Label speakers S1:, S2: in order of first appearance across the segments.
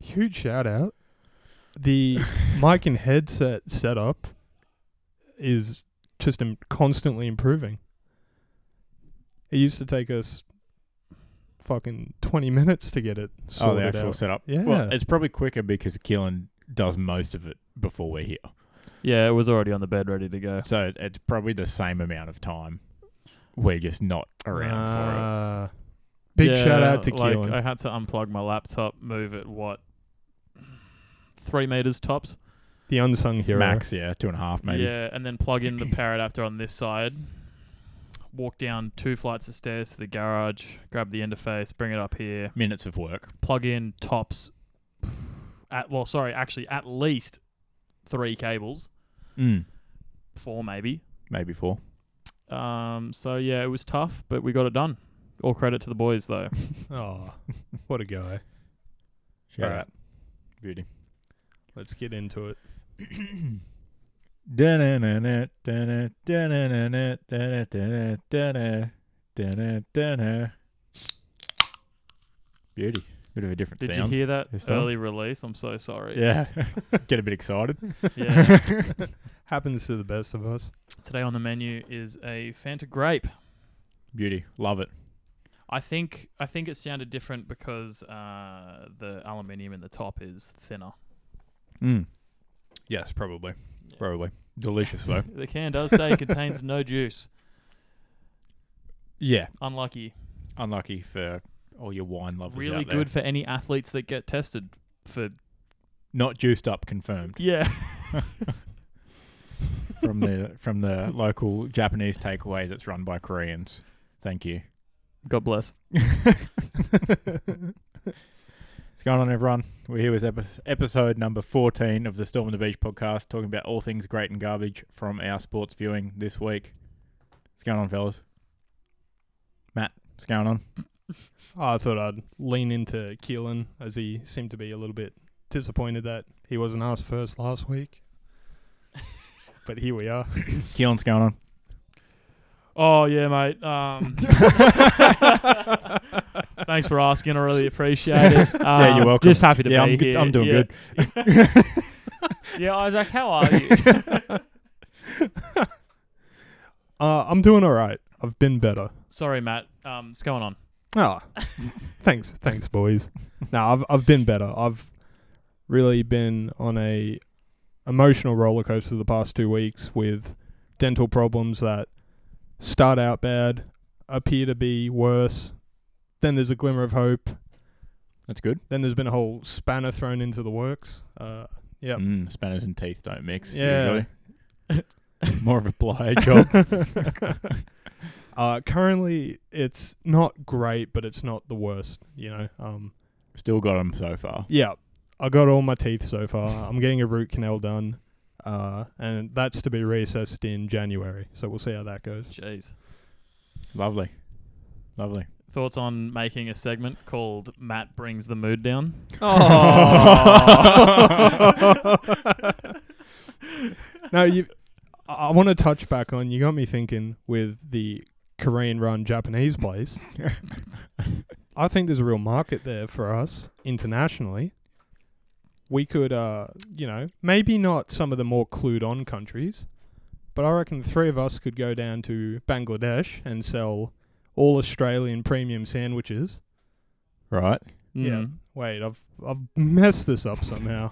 S1: huge shout out. The mic and headset setup is just Im- constantly improving. It used to take us fucking 20 minutes to get it
S2: oh,
S1: sorted
S2: the actual
S1: out.
S2: setup.
S1: Yeah.
S2: Well, it's probably quicker because Keelan does most of it before we're here.
S3: Yeah, it was already on the bed ready to go.
S2: So it's probably the same amount of time. We're just not around for it.
S1: Ah. Big
S3: Yeah,
S1: shout out to
S3: like,
S1: Keelan.
S3: I had to unplug my laptop, move it what three meters tops.
S1: the unsung hero.
S2: Max, yeah, two and a half maybe.
S3: Yeah, and then plug in the power adapter on this side. Walk down two flights of stairs to the garage, grab the interface, bring it up here,
S2: Minutes of work.
S3: plug in tops at well, sorry, actually at least three cables,
S2: Mm.
S3: four maybe.
S2: Maybe four.
S3: Um, so yeah, it was tough, but we got it done. All credit to the boys though.
S1: Oh, what a guy.
S2: Shout
S1: Alright.
S2: out. Beauty.
S1: Let's get into it.
S2: Beauty. Bit of a different
S3: Did
S2: sound.
S3: you hear that
S2: this time.
S3: early release? I'm so sorry.
S2: yeah. Get a bit excited.
S3: yeah.
S1: Happens to the best of us.
S3: Today on the menu is a Fanta grape.
S2: Beauty. Love it.
S3: I think I think it sounded different because uh, the aluminium in the top is thinner.
S2: Mm. Yes, probably.
S3: Yeah.
S2: Probably. Delicious though.
S3: The can does say it contains no juice.
S2: yeah.
S3: Unlucky.
S2: Unlucky for all your wine lovers.
S3: really
S2: out there.
S3: good for any athletes that get tested for
S2: Not juiced up confirmed
S3: yeah.
S2: from the from the local Japanese takeaway that's run by Koreans. Thank you.
S3: God bless.
S2: What's going on, everyone? We're here with epi- episode number 14 of the Storm on the Beach podcast, talking about all things great and garbage from our sports viewing this week. What's going on, fellas? Matt, what's going on?
S1: Oh, I thought I'd lean into Keelan as he seemed to be a little bit disappointed that he wasn't asked first last week. but here we are.
S2: Keelan's going on?
S3: Oh yeah, mate. Um, thanks for asking. I really appreciate it. Um,
S2: Yeah, you're welcome.
S3: Just happy to
S2: yeah,
S3: be
S2: I'm, good-
S3: here.
S2: I'm doing
S3: yeah.
S2: good.
S3: Yeah, Isaac, how are you?
S1: Uh, I'm doing all right. I've been better.
S3: Sorry, Matt. Um, what's going on?
S1: Ah, thanks, thanks, boys. No, I've I've been better. I've really been on a emotional roller coaster the past two weeks with dental problems that start out bad, appear to be worse. Then there's a glimmer of hope.
S2: That's good.
S1: Then there's been a whole spanner thrown into the works. Uh, yep.
S2: Mm, spanners and teeth don't mix.
S1: Yeah.
S2: Usually. More of a ply job.
S1: uh, currently, it's not great, but it's not the worst. You know. Um,
S2: Still got them so far.
S1: Yeah, I got all my teeth so far. I'm getting a root canal done, uh, and that's to be reassessed in January. So we'll see how that goes.
S3: Jeez.
S2: Lovely. Lovely.
S3: Thoughts on making a segment called Matt Brings the Mood Down?
S1: Oh. No, you. I- I want to touch back on. You got me thinking with the Korean-run Japanese place. I think there's a real market there for us internationally. We could, uh, you know, maybe not some of the more clued-on countries, but I reckon the three of us could go down to Bangladesh and sell all Australian premium sandwiches.
S2: Right.
S3: Hmm.
S1: Yeah. Wait, I've I've messed this up somehow.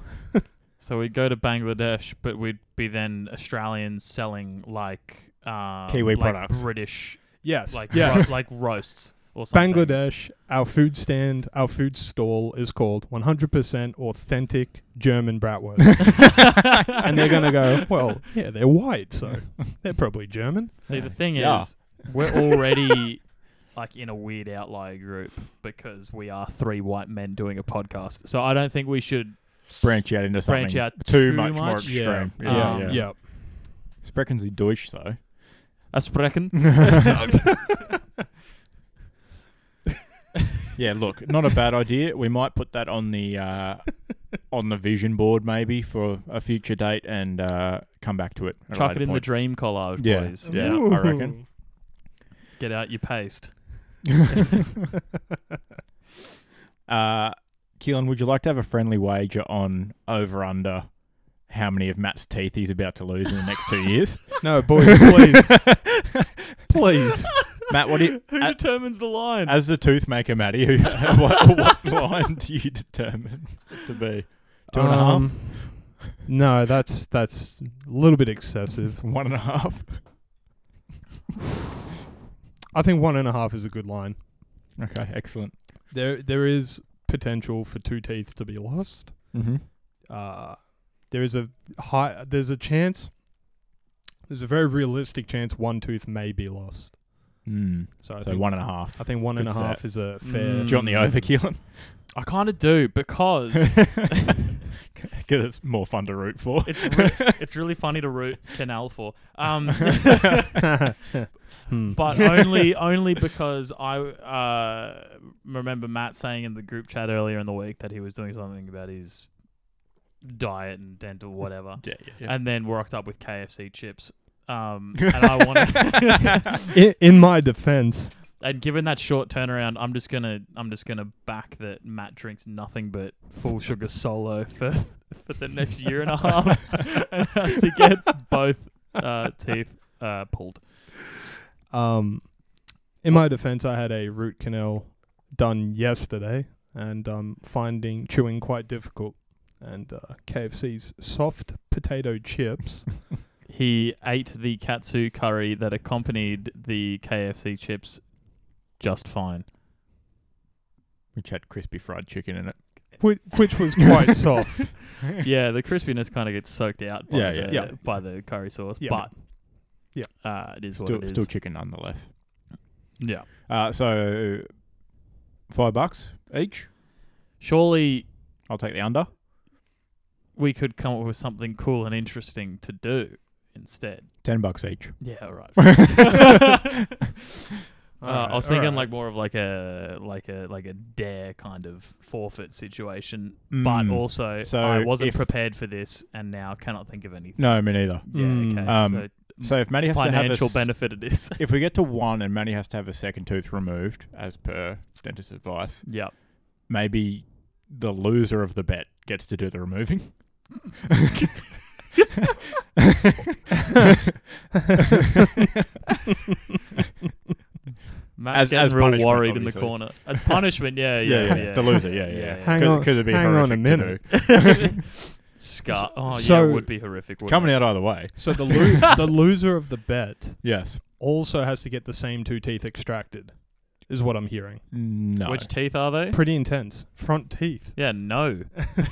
S3: So we'd go to Bangladesh, but we'd be then Australians selling like um,
S2: Kiwi
S3: like
S2: products.
S3: British,
S1: yes,
S3: like
S1: yes.
S3: ro- like roasts or something.
S1: Bangladesh, our food stand, our food stall is called 100% authentic German bratwurst. and they're going to go, well, yeah, they're white, so they're probably German.
S3: See, the thing
S2: Yeah.
S3: is, we're already like in a weird outlier group because we are three white men doing a podcast. So I don't think we should
S2: branch out into something
S3: branch out
S2: too, much, more
S3: much.
S2: extreme.
S1: Yeah.
S2: Yeah,
S3: Um,
S2: yeah.
S1: Yeah.
S2: Sprechen Sie Deutsch though.
S3: Asprechen.
S2: Yeah, look, not a bad idea. We might put that on the uh, on the vision board maybe for a future date and uh, come back to it. at a
S3: Chuck
S2: later
S3: it in the
S2: point.
S3: dream collage,
S2: Yeah.
S3: boys.
S2: Yeah, I
S1: Ooh.
S2: reckon.
S3: Get out your paste.
S2: uh, Keelan, would you like to have a friendly wager on over under how many of Matt's teeth he's about to lose in the next two years?
S1: No, boy, please, please.
S2: Matt, what do you,
S3: Who
S2: Uh,
S3: determines the line?
S2: as the tooth maker, Matty, who, what, what line do you determine it to be? Two and a half?
S1: Um, No, that's that's a little bit excessive.
S2: One and a half?
S1: I think one and a half is a good line.
S2: Okay, excellent.
S1: There, there is potential for two teeth to be lost.
S2: Mm-hmm.
S1: Uh, there is a high. There's a chance. There's a very realistic chance one tooth may be lost.
S2: Mm.
S1: So I
S2: So
S1: think
S2: one and a half.
S1: I think one and a
S2: Good Mm.
S1: half is a fair.
S2: Do you want the over, Keelan?
S3: I kind of do because
S2: Because it's more fun to root for.
S3: it's re- it's really funny to root canal for. Um,
S1: Hmm.
S3: but only only because I uh, remember Matt saying in the group chat earlier in the week that he was doing something about his diet and dental whatever,
S2: Yeah, yeah, yeah.
S3: and then rocked up with KFC chips. Um, and I want
S1: in, in my defense,
S3: and given that short turnaround, I'm just gonna I'm just gonna back that Matt drinks nothing but full sugar solo for for the next year and a half, and has to get both uh, teeth uh, pulled.
S1: um, in my defense, I had a root canal done yesterday, and um, finding chewing quite difficult. And uh, KFC's soft potato chips.
S3: He ate the katsu curry that accompanied the KFC chips just fine.
S2: Which had crispy fried chicken in it.
S1: Which, which was quite soft.
S3: yeah, the crispiness kind of gets soaked out by,
S2: Yeah,
S3: the,
S2: yeah,
S1: yeah.
S3: by the curry sauce,
S1: Yeah.
S3: but
S1: Yeah.
S3: uh, it is
S2: Still,
S3: what it is.
S2: still chicken nonetheless.
S3: yeah,
S2: Uh, so five bucks each.
S3: surely
S2: I'll take the under.
S3: we could come up with something cool and interesting to do instead.
S2: Ten bucks each.
S3: Yeah, all right.
S2: yeah,
S3: Uh, I was thinking like more of like a like a like a dare kind of forfeit situation, but
S2: Mm.
S3: also
S2: So
S3: I wasn't
S2: if-
S3: prepared for this and now cannot think of anything.
S2: No, me neither.
S3: Yeah,
S1: Mm.
S3: okay.
S2: Um,
S3: so
S2: So if Matty has to
S3: financial
S2: have a s-
S3: benefit it is.
S2: if we get to one and Matty has to have a second tooth removed, as per dentist advice,
S3: yep.
S2: maybe the loser of the bet gets to do the removing.
S3: Matt's
S2: As-
S3: getting
S2: as
S3: real
S2: punishment,
S3: worried in the
S2: obviously.
S3: corner. As punishment, yeah, yeah, yeah.
S2: The loser, yeah, yeah.
S3: Yeah, yeah.
S1: Hang on-
S2: it'd be
S1: hang on a
S2: horrific to
S1: minute.
S2: do.
S3: Scar. Oh, yeah,
S1: so-
S3: it would be horrific. wouldn't
S2: Coming
S3: it?
S2: out either way.
S1: so the lo- the loser of the bet
S2: Yes.
S1: also has to get the same two teeth extracted, is what I'm hearing.
S2: No.
S3: Which teeth are they?
S1: Pretty intense. Front teeth.
S3: Yeah, no.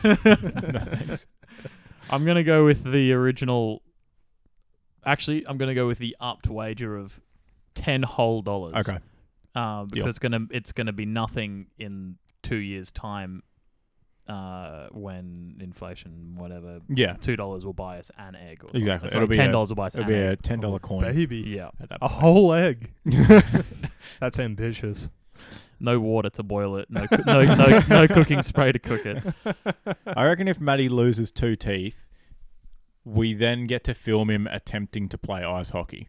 S2: no thanks.
S3: I'm gonna go with the original. Actually, I'm gonna go with the upped wager of ten whole dollars.
S2: Okay.
S3: Um, because it's gonna it's gonna be nothing in two years' time. Uh, when inflation, whatever,
S2: Yeah.
S3: two dollars will buy us an egg. Or something.
S2: Exactly.
S3: Sorry,
S2: It'll be a-
S3: ten dollars will buy us
S2: It'd
S3: an
S2: be
S3: egg.
S2: a ten dollar coin.
S1: Oh, Baby.
S3: yeah,
S2: at that
S1: A whole egg. That's ambitious.
S3: no water to boil it. No, coo- no, no, no cooking spray to cook it.
S2: I reckon if Matty loses two teeth, we then get to film him attempting to play ice hockey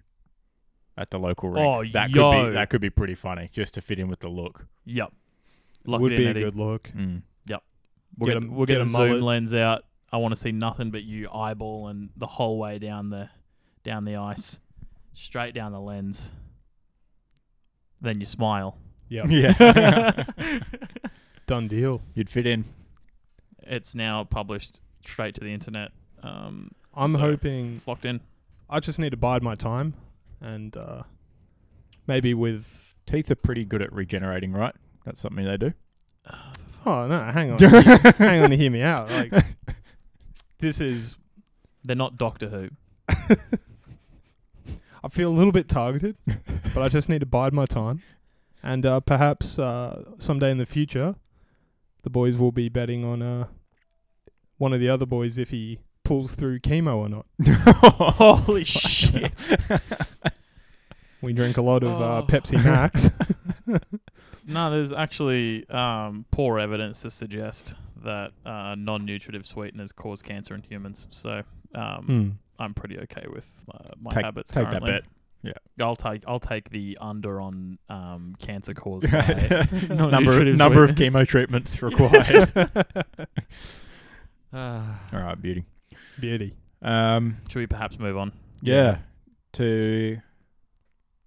S2: at the local rink.
S3: Oh,
S2: that could
S3: yo.
S2: be that could be pretty funny just to fit in with the look.
S3: Yep. Lock
S1: Would
S3: it in,
S1: be a
S3: Eddie.
S1: good look.
S3: We'll
S1: Get
S3: get,
S1: a-
S3: we'll
S1: get
S3: get,
S1: a
S3: a
S1: mullet.
S3: zoom lens out. I want to see nothing but you eyeballing the whole way down the down the ice, straight down the lens. Then you smile.
S1: Yeah.
S2: Yeah.
S1: Done deal.
S2: You'd fit in.
S3: It's now published straight to the internet. Um,
S1: I'm
S3: So-
S1: hoping
S3: it's locked in.
S1: I just need to bide my time and uh maybe with
S2: Teeth are pretty good at regenerating, right? That's something they do.
S1: Oh no, hang on. hang on to hear me out. Like this is
S3: They're not Doctor Who.
S1: I feel a little bit targeted, but I just need to bide my time. And uh, perhaps uh, someday in the future, the boys will be betting on uh, one of the other boys if he pulls through chemo or not.
S3: Holy shit!
S1: We drink a lot of uh,
S3: Oh.
S1: Pepsi Max.
S3: No, there's actually um, poor evidence to suggest that uh, non-nutritive sweeteners cause cancer in humans. So um,
S1: Hmm.
S3: I'm pretty okay with uh, my
S2: Take-
S3: habits
S2: take that
S3: currently.
S2: bet. Yeah.
S3: I'll take I'll take the under on um, cancer caused by
S2: number of, number of chemo treatments required.
S3: uh,
S2: All right, beauty.
S1: Beauty.
S2: Um,
S3: Should we perhaps move on?
S2: yeah, to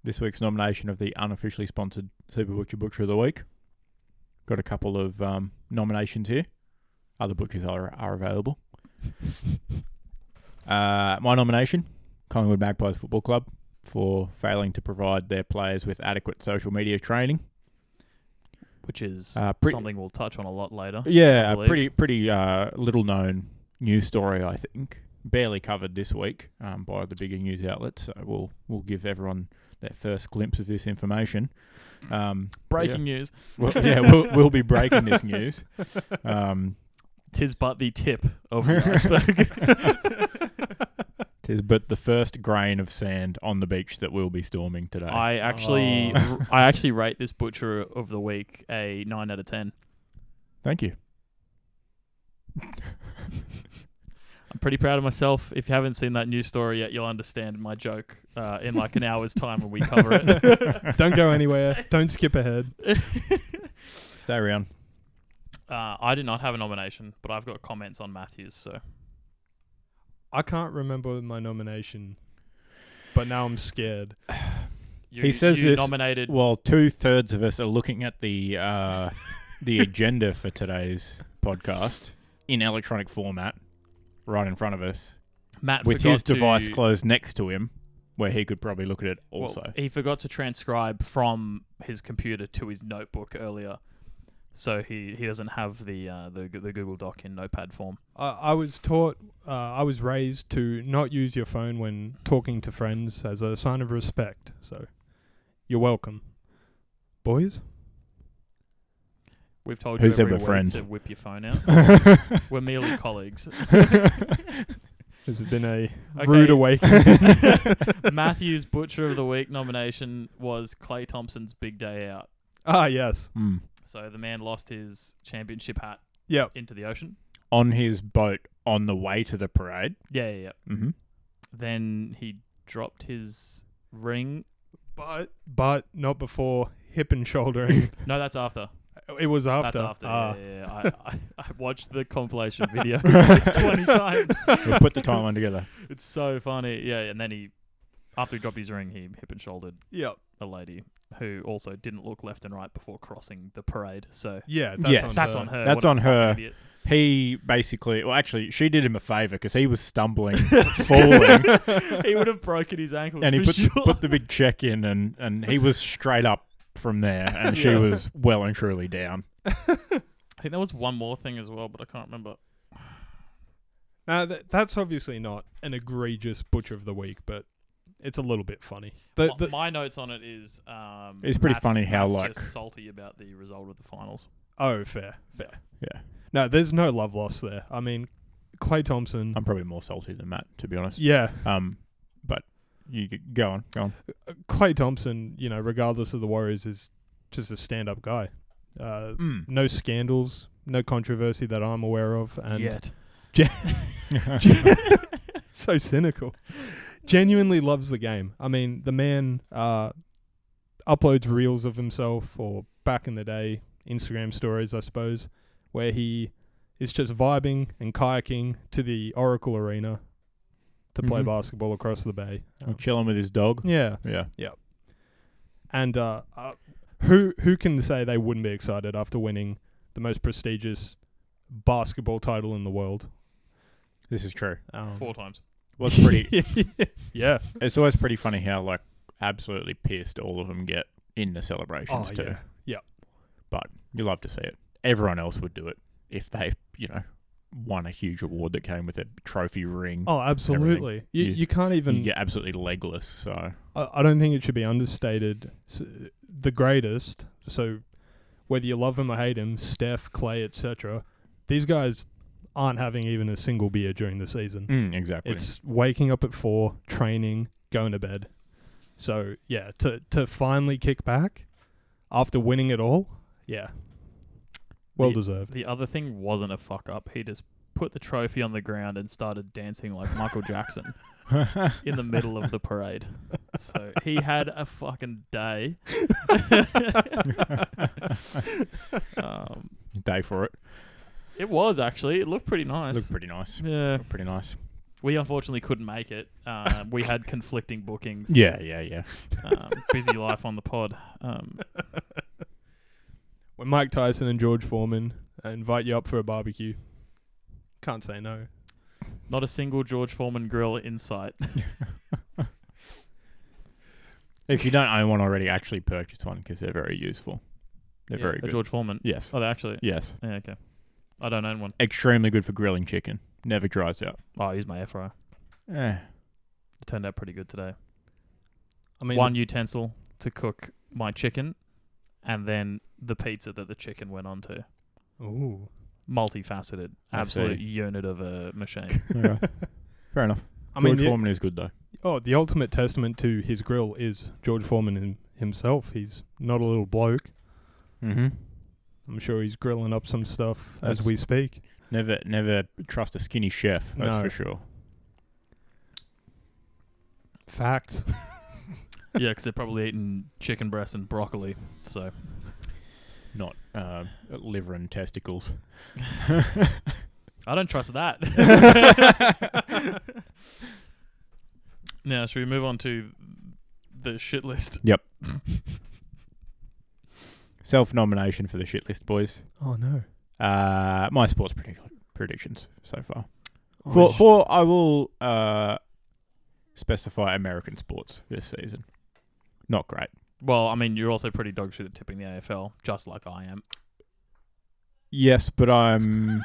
S2: this week's nomination of the unofficially sponsored Super Butcher Butcher of the Week. Got a couple of um, nominations here. Other butchers are, are available. Uh, my nomination Collingwood Magpies Football Club for failing to provide their players with adequate social media training.
S3: Which is
S2: Uh, pre-
S3: something we'll touch on a lot later.
S2: Yeah, a
S3: believe.
S2: pretty pretty uh, little known news story, I think. Barely covered this week um, by the bigger news outlets. So we'll we'll give everyone their first glimpse of this information. Um,
S3: Breaking news.
S2: well, yeah, we'll, we'll be breaking this news. Um,
S3: Tis but the tip of the iceberg.
S2: tis but the first grain of sand on the beach that we'll be storming today.
S3: I actually,
S1: Oh.
S3: I actually rate this butcher of the week a nine out of ten.
S2: Thank you.
S3: I'm pretty proud of myself. If you haven't seen that news story yet, you'll understand my joke uh, in like an hour's time when we cover it.
S1: Don't go anywhere. Don't skip ahead.
S2: Stay around.
S3: Uh, I did not have a nomination, but I've got comments on Matthews. So
S1: I can't remember my nomination, but now I'm scared.
S3: you,
S2: He says
S3: you
S2: this-
S3: nominated.
S2: Well, two thirds of us are looking at the uh, the agenda for today's podcast in electronic format, right in front of us,
S3: Matt
S2: with
S3: forgot
S2: his
S3: to-
S2: device closed next to him, where he could probably look at it
S3: well,
S2: also.
S3: he forgot to transcribe from his computer to his notebook earlier, so he, he doesn't have the uh, the the Google Doc in Notepad form.
S1: I, I was taught, uh, I was raised to not use your phone when talking to friends as a sign of respect. So, you're welcome, boys.
S3: We've told
S2: Who's
S3: you
S2: ever
S3: every week
S2: friends?
S3: to whip your phone out. We're merely colleagues.
S1: This has been a
S3: Okay.
S1: rude awakening.
S3: Matthews Butcher of the Week nomination was Clay Thompson's big day out.
S1: ah, yes.
S2: Hmm.
S3: So the man lost his championship hat
S1: Yep.
S3: into the ocean.
S2: On his boat on the way to the parade.
S3: Yeah, yeah, yeah.
S2: Mm-hmm.
S3: Then he dropped his ring.
S1: But but not before hip and shouldering.
S3: No, that's after.
S1: it was after.
S3: That's after.
S1: Ah.
S3: Yeah, yeah, yeah. I, I, I watched the compilation video like 20 times.
S2: We've put the timeline together.
S3: It's so funny. Yeah, and then he, after he dropped his ring, he hip and shouldered
S1: Yep.
S3: a lady who also didn't look left and right before crossing the parade. So
S1: Yeah. That's
S2: Yes.
S1: on
S3: that's
S1: her.
S3: on her.
S2: That's
S3: What a
S2: on
S3: fucking
S2: her.
S3: idiot.
S2: He basically, well, actually, she did him a favor because he was stumbling, falling,
S3: he would have broken his ankles
S2: and he
S3: for
S2: put,
S3: sure.
S2: put the big check in, and, and he was straight up from there, and she
S3: Yeah.
S2: was well and truly down.
S3: I think there was one more thing as well, but I can't remember.
S1: Now th- that's obviously not an egregious butcher of the week, but it's a little bit funny. The,
S3: My-
S1: the,
S3: my notes on it is um,
S2: It's pretty
S3: Matt's-
S2: funny how,
S3: Matt's
S2: like-
S3: just salty about the result of the finals.
S1: oh, fair, fair.
S2: Yeah.
S1: No, there's no love lost there. I mean, Clay Thompson.
S2: I'm probably more salty than Matt, to be honest.
S1: yeah,
S2: Um, but you g- go on, go on.
S1: Clay Thompson. You know, regardless of the Warriors, is just a stand-up guy. Uh, no scandals, no controversy that I'm aware of, and
S3: Yet
S1: Mm. so cynical. Genuinely loves the game. I mean, the man uh, uploads reels of himself, or back in the day, Instagram stories, I suppose, where he is just vibing and kayaking to the Oracle Arena to play
S2: Mhm.
S1: basketball across the bay. Um,
S2: Or chilling with his dog.
S1: Yeah,
S2: Yeah.
S1: and uh, uh, who who can say they wouldn't be excited after winning the most prestigious basketball title in the world?
S2: This is true.
S1: Um,
S3: four times.
S2: Well, it's pretty.
S1: yeah.
S2: it's always pretty funny how like absolutely pissed all of them get in the celebrations too.
S1: Oh, yeah. Yep.
S2: But you love to see it. Everyone else would do it if they, you know, won a huge award that came with a trophy ring.
S1: Oh, absolutely. You,
S2: You-
S1: you can't even.
S2: you get absolutely legless. So
S1: I, I don't think it should be understated. S the greatest. So, whether you love him or hate him, Steph, Clay, etc., these guys aren't having even a single beer during the season.
S2: Mm, exactly.
S1: It's waking up at four, training, going to bed. So yeah, to to finally kick back after winning it all, yeah, well
S3: The-
S1: deserved.
S3: The other thing wasn't a fuck up. He just put the trophy on the ground and started dancing like Michael Jackson in the middle of the parade. So he had a fucking day. um,
S2: Day for it.
S3: it was actually. It looked pretty nice.
S2: Looked pretty nice.
S3: yeah,
S2: Looked pretty nice.
S3: we unfortunately couldn't make it. Um, we had conflicting bookings.
S2: Yeah, yeah, yeah.
S3: Um, busy life on the pod. Um,
S1: When Mike Tyson and George Foreman invite you up for a barbecue, can't say no.
S3: not a single George Foreman grill in sight.
S2: If you don't own one already, actually purchase one because they're very useful. They're
S3: Yeah,
S2: very
S3: a
S2: good.
S3: George Foreman.
S2: Yes.
S3: Oh, they actually.
S2: Yes.
S3: Yeah, okay. I don't own one.
S2: Extremely good for grilling chicken. Never dries out.
S3: Oh, I use my air fryer.
S2: Eh.
S3: It turned out pretty good today.
S1: I mean,
S3: one utensil to cook my chicken, and then the pizza that the chicken went on to.
S1: ooh,
S3: Multifaceted,
S2: I
S3: absolute
S2: see.
S3: unit of a machine.
S2: Yeah. Fair enough.
S1: I mean,
S2: George
S1: the,
S2: Foreman is good though.
S1: oh, the ultimate testament to his grill is George Foreman him, himself. He's not a little bloke.
S2: Mm-hmm.
S1: I'm sure he's grilling up some stuff as
S2: That's-
S1: we speak.
S2: Never, never trust a skinny chef. That's
S1: No.
S2: for sure.
S1: Facts.
S3: yeah, because they're probably eating chicken breast and broccoli. So
S2: Not uh, liver and testicles.
S3: I don't trust that. now, should we move on to the shit list?
S2: Self nomination for the shit list, boys.
S1: Oh no.
S2: Uh, my sports predict- predictions so far. For,
S1: Orange.
S2: for I will uh, specify American sports this season. Not great.
S3: Well, I mean, you're also pretty dog shit at tipping the AFL, just like I am.
S2: Yes, but I'm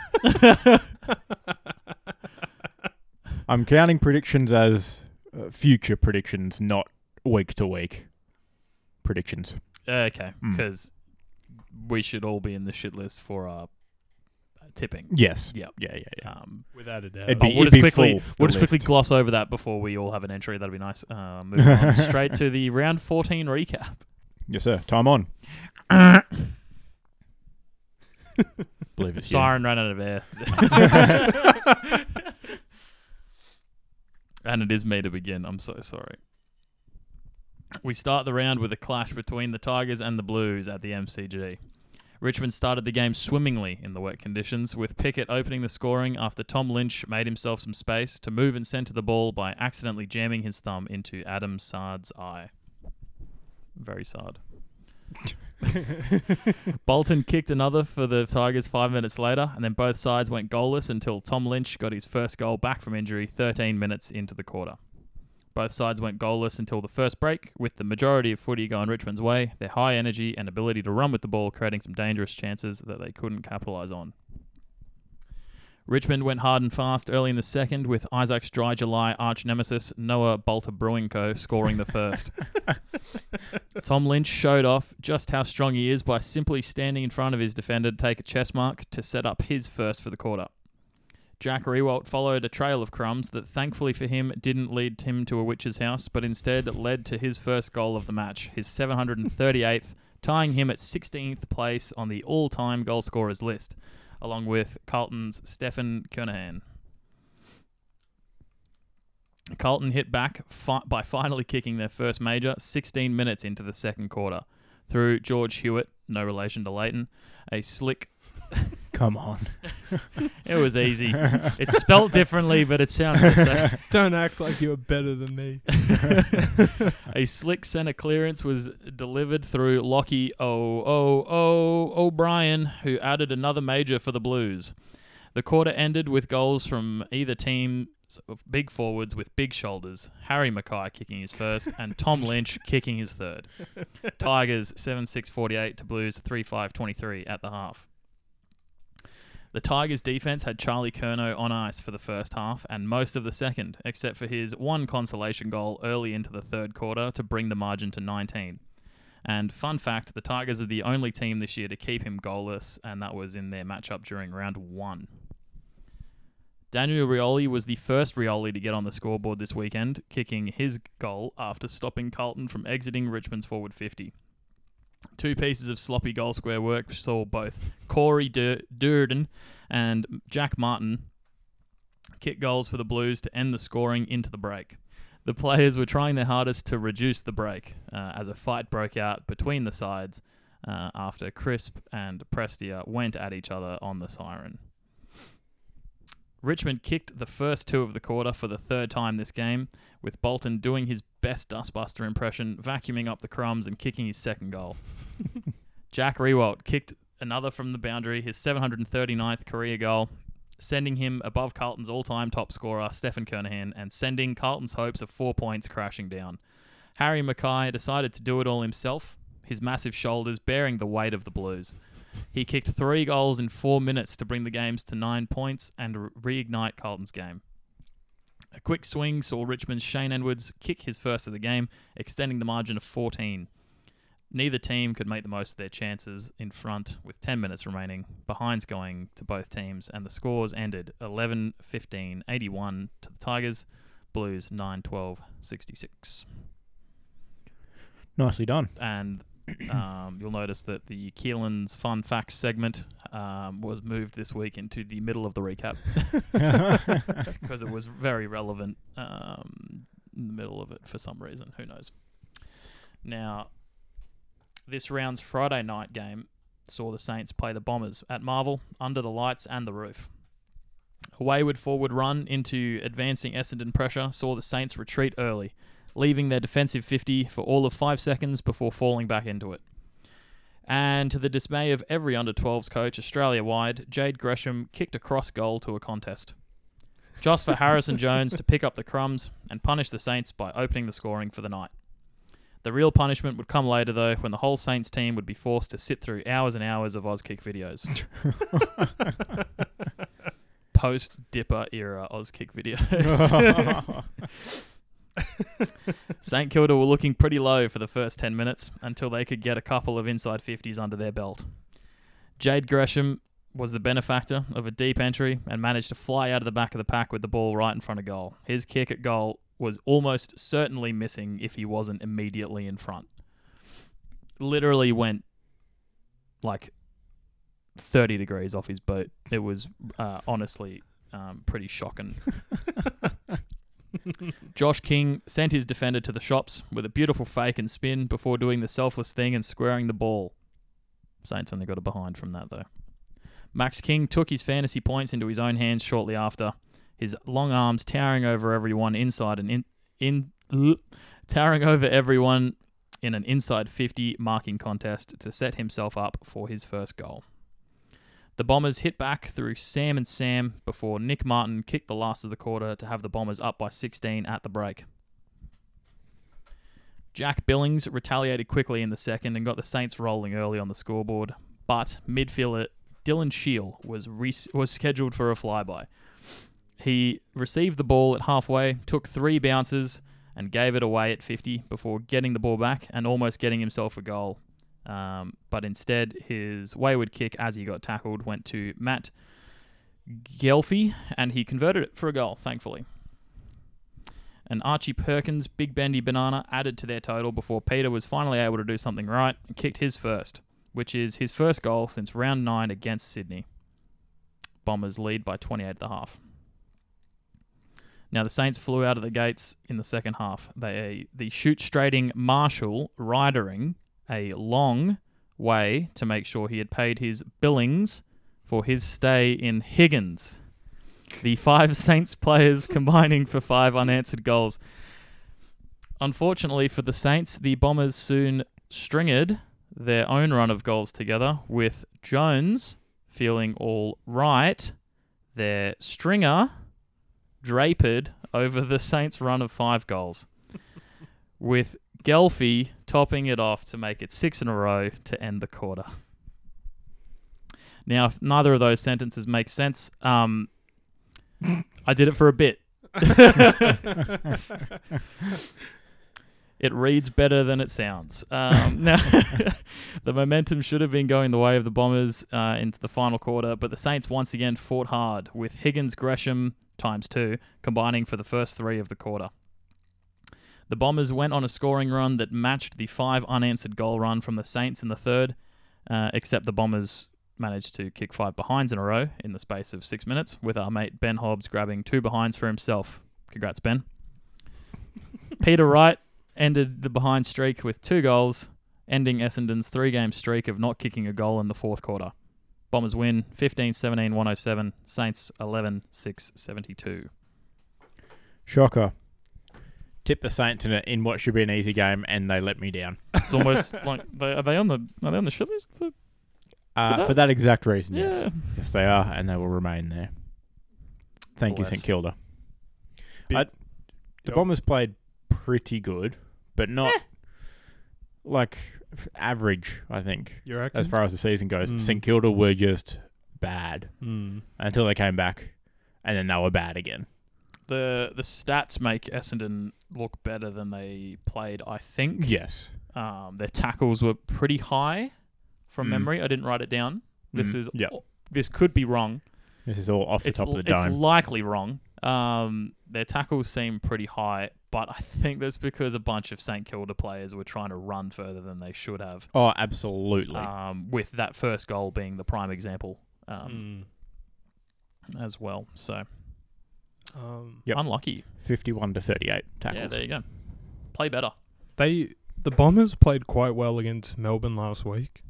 S2: I'm counting predictions as uh, future predictions, not week to week predictions.
S3: Okay,
S2: Mm.
S3: because we should all be in the shit list for uh, tipping.
S2: Yes.
S3: Yep.
S2: Yeah. Yeah. Yeah.
S3: Um,
S1: Without a doubt.
S2: It'd
S3: but
S2: be-
S3: we'll
S2: it'd
S3: just quickly
S2: full, the
S3: we'll just quickly
S2: list.
S3: gloss over that before we all have an entry. That'd be nice. Uh, moving on straight to the round fourteen recap.
S2: Yes, sir. Time on. Believe it's you.
S3: Siren ran out of air. and it is me to begin. I'm so sorry. We start the round with a clash between the Tigers and the Blues at the MCG. Richmond started the game swimmingly in the wet conditions, with Pickett opening the scoring after Tom Lynch made himself some space to move and centre the ball by accidentally jamming his thumb into Adam Sard's eye. Very sad. Bolton kicked another for the Tigers five minutes later, and then both sides went goalless until Tom Lynch got his first goal back from injury 13 minutes into the quarter. Both sides went goalless until the first break, with the majority of footy going Richmond's way, their high energy and ability to run with the ball creating some dangerous chances that they couldn't capitalise on. Richmond went hard and fast early in the second, with Isaac's dry July arch nemesis Noah Bolter Brewinko scoring the first. Tom Lynch showed off just how strong he is by simply standing in front of his defender to take a chess mark to set up his first for the quarter. Jack Rewalt followed a trail of crumbs that, thankfully for him, didn't lead him to a witch's house, but instead led to his first goal of the match, his 738th, tying him at 16th place on the all time goal scorers list, along with Carlton's Stefan Kernahan. Carlton hit back fi- by finally kicking their first major 16 minutes into the second quarter through George Hewitt, no relation to Leighton, a slick.
S2: Come on.
S3: It was easy. it's spelt differently, but it sounds the same.
S1: Don't act like you're better than me.
S3: a slick centre clearance was delivered through Lockie O O O O'Brien, who added another major for the Blues. The quarter ended with goals from either team's big forwards with big shoulders, Harry Mackay kicking his first and Tom Lynch kicking his third. Tigers 7 6 48 to Blues 3 5 23 at the half. The Tigers' defense had Charlie Kerno on ice for the first half and most of the second, except for his one consolation goal early into the third quarter to bring the margin to 19. And fun fact the Tigers are the only team this year to keep him goalless, and that was in their matchup during round one. Daniel Rioli was the first Rioli to get on the scoreboard this weekend, kicking his goal after stopping Carlton from exiting Richmond's forward 50. Two pieces of sloppy goal square work saw both Corey Dur- Durden and Jack Martin kick goals for the Blues to end the scoring into the break. The players were trying their hardest to reduce the break uh, as a fight broke out between the sides uh, after Crisp and Prestia went at each other on the siren. Richmond kicked the first two of the quarter for the third time this game, with Bolton doing his best dustbuster impression, vacuuming up the crumbs and kicking his second goal. Jack Rewalt kicked another from the boundary, his 739th career goal, sending him above Carlton's all-time top scorer, Stefan Kernahan, and sending Carlton's hopes of four points crashing down. Harry Mackay decided to do it all himself, his massive shoulders bearing the weight of the Blues. He kicked three goals in four minutes to bring the games to nine points and re- reignite Carlton's game. A quick swing saw Richmond's Shane Edwards kick his first of the game, extending the margin of 14. Neither team could make the most of their chances in front with 10 minutes remaining, behinds going to both teams, and the scores ended 11 15 81 to the Tigers, Blues 9 12 66.
S2: Nicely done.
S3: And um, you'll notice that the Keelan's Fun Facts segment um, was moved this week into the middle of the recap because it was very relevant um, in the middle of it for some reason. Who knows? Now, this round's Friday night game saw the Saints play the Bombers at Marvel under the lights and the roof. A wayward forward run into advancing Essendon pressure saw the Saints retreat early, leaving their defensive 50 for all of five seconds before falling back into it. And to the dismay of every under 12s coach Australia wide, Jade Gresham kicked a cross goal to a contest. Just for Harrison Jones to pick up the crumbs and punish the Saints by opening the scoring for the night. The real punishment would come later, though, when the whole Saints team would be forced to sit through hours and hours of Auskick videos. Post Dipper era Auskick videos. St Kilda were looking pretty low for the first 10 minutes until they could get a couple of inside 50s under their belt. Jade Gresham was the benefactor of a deep entry and managed to fly out of the back of the pack with the ball right in front of goal. His kick at goal was almost certainly missing if he wasn't immediately in front. Literally went like 30 degrees off his boot. It was uh, honestly um, pretty shocking. Josh King sent his defender to the shops with a beautiful fake and spin before doing the selfless thing and squaring the ball. Saints only got a behind from that, though. Max King took his fantasy points into his own hands shortly after, his long arms towering over everyone inside and in, in towering over everyone in an inside 50 marking contest to set himself up for his first goal. The Bombers hit back through Sam and Sam before Nick Martin kicked the last of the quarter to have the Bombers up by 16 at the break. Jack Billings retaliated quickly in the second and got the Saints rolling early on the scoreboard, but midfielder Dylan Scheel was re- was scheduled for a flyby. He received the ball at halfway, took three bounces, and gave it away at 50 before getting the ball back and almost getting himself a goal. Um, but instead, his wayward kick as he got tackled went to Matt Gelfi, and he converted it for a goal, thankfully. An Archie Perkins big bendy banana added to their total before Peter was finally able to do something right and kicked his first, which is his first goal since round nine against Sydney. Bombers lead by 28 at the half. Now the Saints flew out of the gates in the second half. They the shoot straighting Marshall ridering a long way to make sure he had paid his billings for his stay in Higgins. The five Saints players combining for five unanswered goals. Unfortunately for the Saints, the Bombers soon stringed their own run of goals together with Jones feeling all right. Their stringer draped over the Saints' run of five goals, with Gelfi topping it off to make it six in a row to end the quarter. Now, if neither of those sentences make sense, um, I did it for a bit. It reads better than it sounds. Um, now, the momentum should have been going the way of the Bombers uh, into the final quarter, but the Saints once again fought hard with Higgins Gresham times two combining for the first three of the quarter. The Bombers went on a scoring run that matched the five unanswered goal run from the Saints in the third, uh, except the Bombers managed to kick five behinds in a row in the space of six minutes, with our mate Ben Hobbs grabbing two behinds for himself. Congrats, Ben. Peter Wright ended the behind streak with two goals, ending Essendon's three game streak of not kicking a goal in the fourth quarter. Bombers win 15 17 107, Saints 11 6 72.
S2: Shocker. Tip the Saints in, a, in what should be an easy game, and they let me down.
S3: It's almost like they, are they on the are they on the shit list? The-
S2: Uh,
S3: For that-
S2: for that exact reason, yes.
S3: Yeah.
S2: Yes, they are, and they will remain there. Thank you,
S3: Bless.
S2: St Kilda.
S1: Big-
S2: I- the
S1: Yep.
S2: Bombers played pretty good, but
S3: Eh.
S2: not like f- average, I think,
S1: You reckon?
S2: as far as the season goes.
S1: Mm.
S2: St Kilda were just bad
S1: Mm.
S2: until they came back, and then they were bad again.
S3: The the stats make Essendon look better than they played, I think.
S2: Yes.
S3: Um, their tackles were pretty high from
S2: Mm.
S3: memory. I didn't write it down. This
S2: Mm,
S3: is
S2: yeah.
S3: this could be wrong.
S2: This is all off the
S3: it's
S2: top of the
S3: it's
S2: dome.
S3: likely wrong. Um, their tackles seem pretty high, but I think that's because a bunch of St Kilda players were trying to run further than they should have.
S2: oh, absolutely.
S3: Um, with that first goal being the prime example um,
S1: Mm.
S3: as well. So
S1: Um,
S2: Mm. Yep.
S3: unlucky.
S2: Fifty-one to thirty-eight tackles.
S3: Yeah, there you go. Play better.
S1: They the Bombers played quite well against Melbourne last week,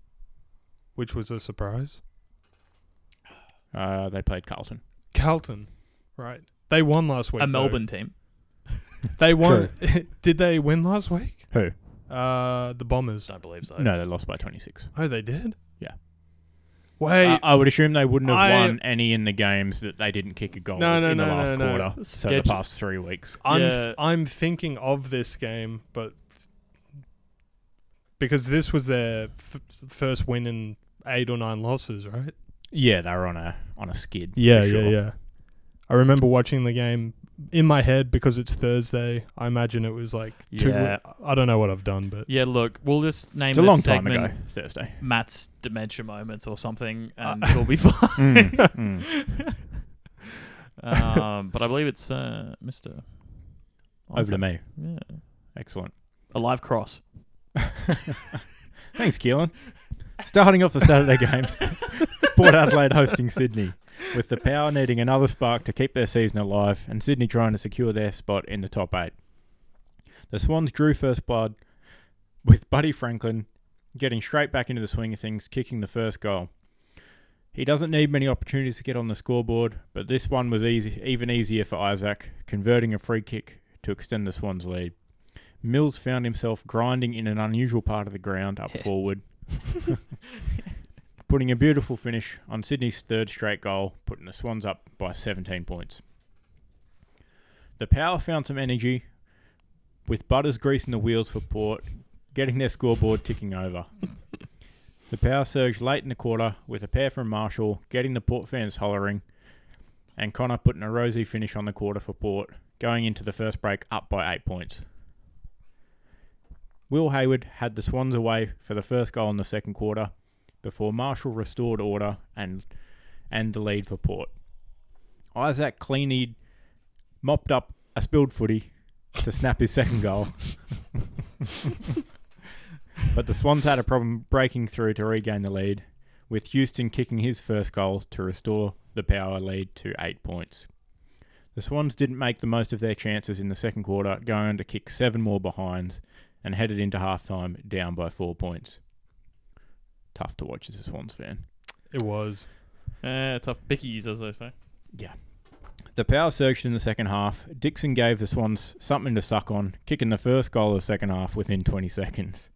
S1: which was a surprise.
S2: uh, they played Carlton.
S1: Carlton, right? They won last week.
S3: a
S1: though.
S3: Melbourne team.
S1: They won. did they win last week?
S2: Who?
S1: Uh, the Bombers.
S3: Don't believe so.
S2: No, they lost by twenty-six.
S1: Oh, they did.
S2: Yeah.
S1: Wait.
S2: I- I would assume they wouldn't have
S1: I-
S2: won any in the games that they didn't kick a goal
S1: No, no,
S2: in the
S1: no,
S2: last
S1: no, no.
S2: quarter. So the
S3: Schedule-
S2: past three weeks.
S1: I'm
S3: Yeah.
S1: f- I'm thinking of this game, but because this was their f- first win in eight or nine losses, right?
S2: Yeah, they were on a on a skid. for sure.
S1: yeah. I remember watching the game in my head because it's Thursday. I imagine it was like two.
S3: Yeah.
S1: I don't know what I've done, but
S3: Yeah, look, we'll just name
S2: It's a
S3: this
S2: long time
S3: segment
S2: ago, Uh, Thursday.
S3: Matt's dementia moments or something, and it'll be fine.
S2: Mm,
S3: um, but I believe it's uh, Mister.
S2: Over to me.
S3: Yeah.
S2: Excellent.
S3: A live cross.
S2: Thanks, Keelan. Starting off the Saturday games, Port Adelaide hosting Sydney, with the Power needing another spark to keep their season alive and Sydney trying to secure their spot in the top eight. The Swans drew first blood, with Buddy Franklin getting straight back into the swing of things, kicking the first goal. He doesn't need many opportunities to get on the scoreboard, but this one was easy, even easier for Isaac, converting a free kick to extend the Swans' lead. Mills found himself grinding in an unusual part of the ground up forward, putting a beautiful finish on Sydney's third straight goal, putting the Swans up by 17 points. The Power found some energy, with Butters greasing the wheels for Port, getting their scoreboard ticking over. The Power surged late in the quarter with a pair from Marshall, getting the Port fans hollering, and Connor putting a rosy finish on the quarter for Port, going into the first break up by eight points. Will Hayward had the Swans away for the first goal in the second quarter before Marshall restored order and and the lead for Port. Isaac Cleany mopped up a spilled footy to snap his second goal. but the Swans had a problem breaking through to regain the lead, with Houston kicking his first goal to restore the power lead to eight points. The Swans didn't make the most of their chances in the second quarter, going on to kick seven more behinds and headed into halftime down by four points. Tough to watch as a Swans fan.
S1: it was.
S3: Uh, tough bickies, as they say.
S2: The power surged in the second half. Dixon gave the Swans something to suck on, kicking the first goal of the second half within 20 seconds.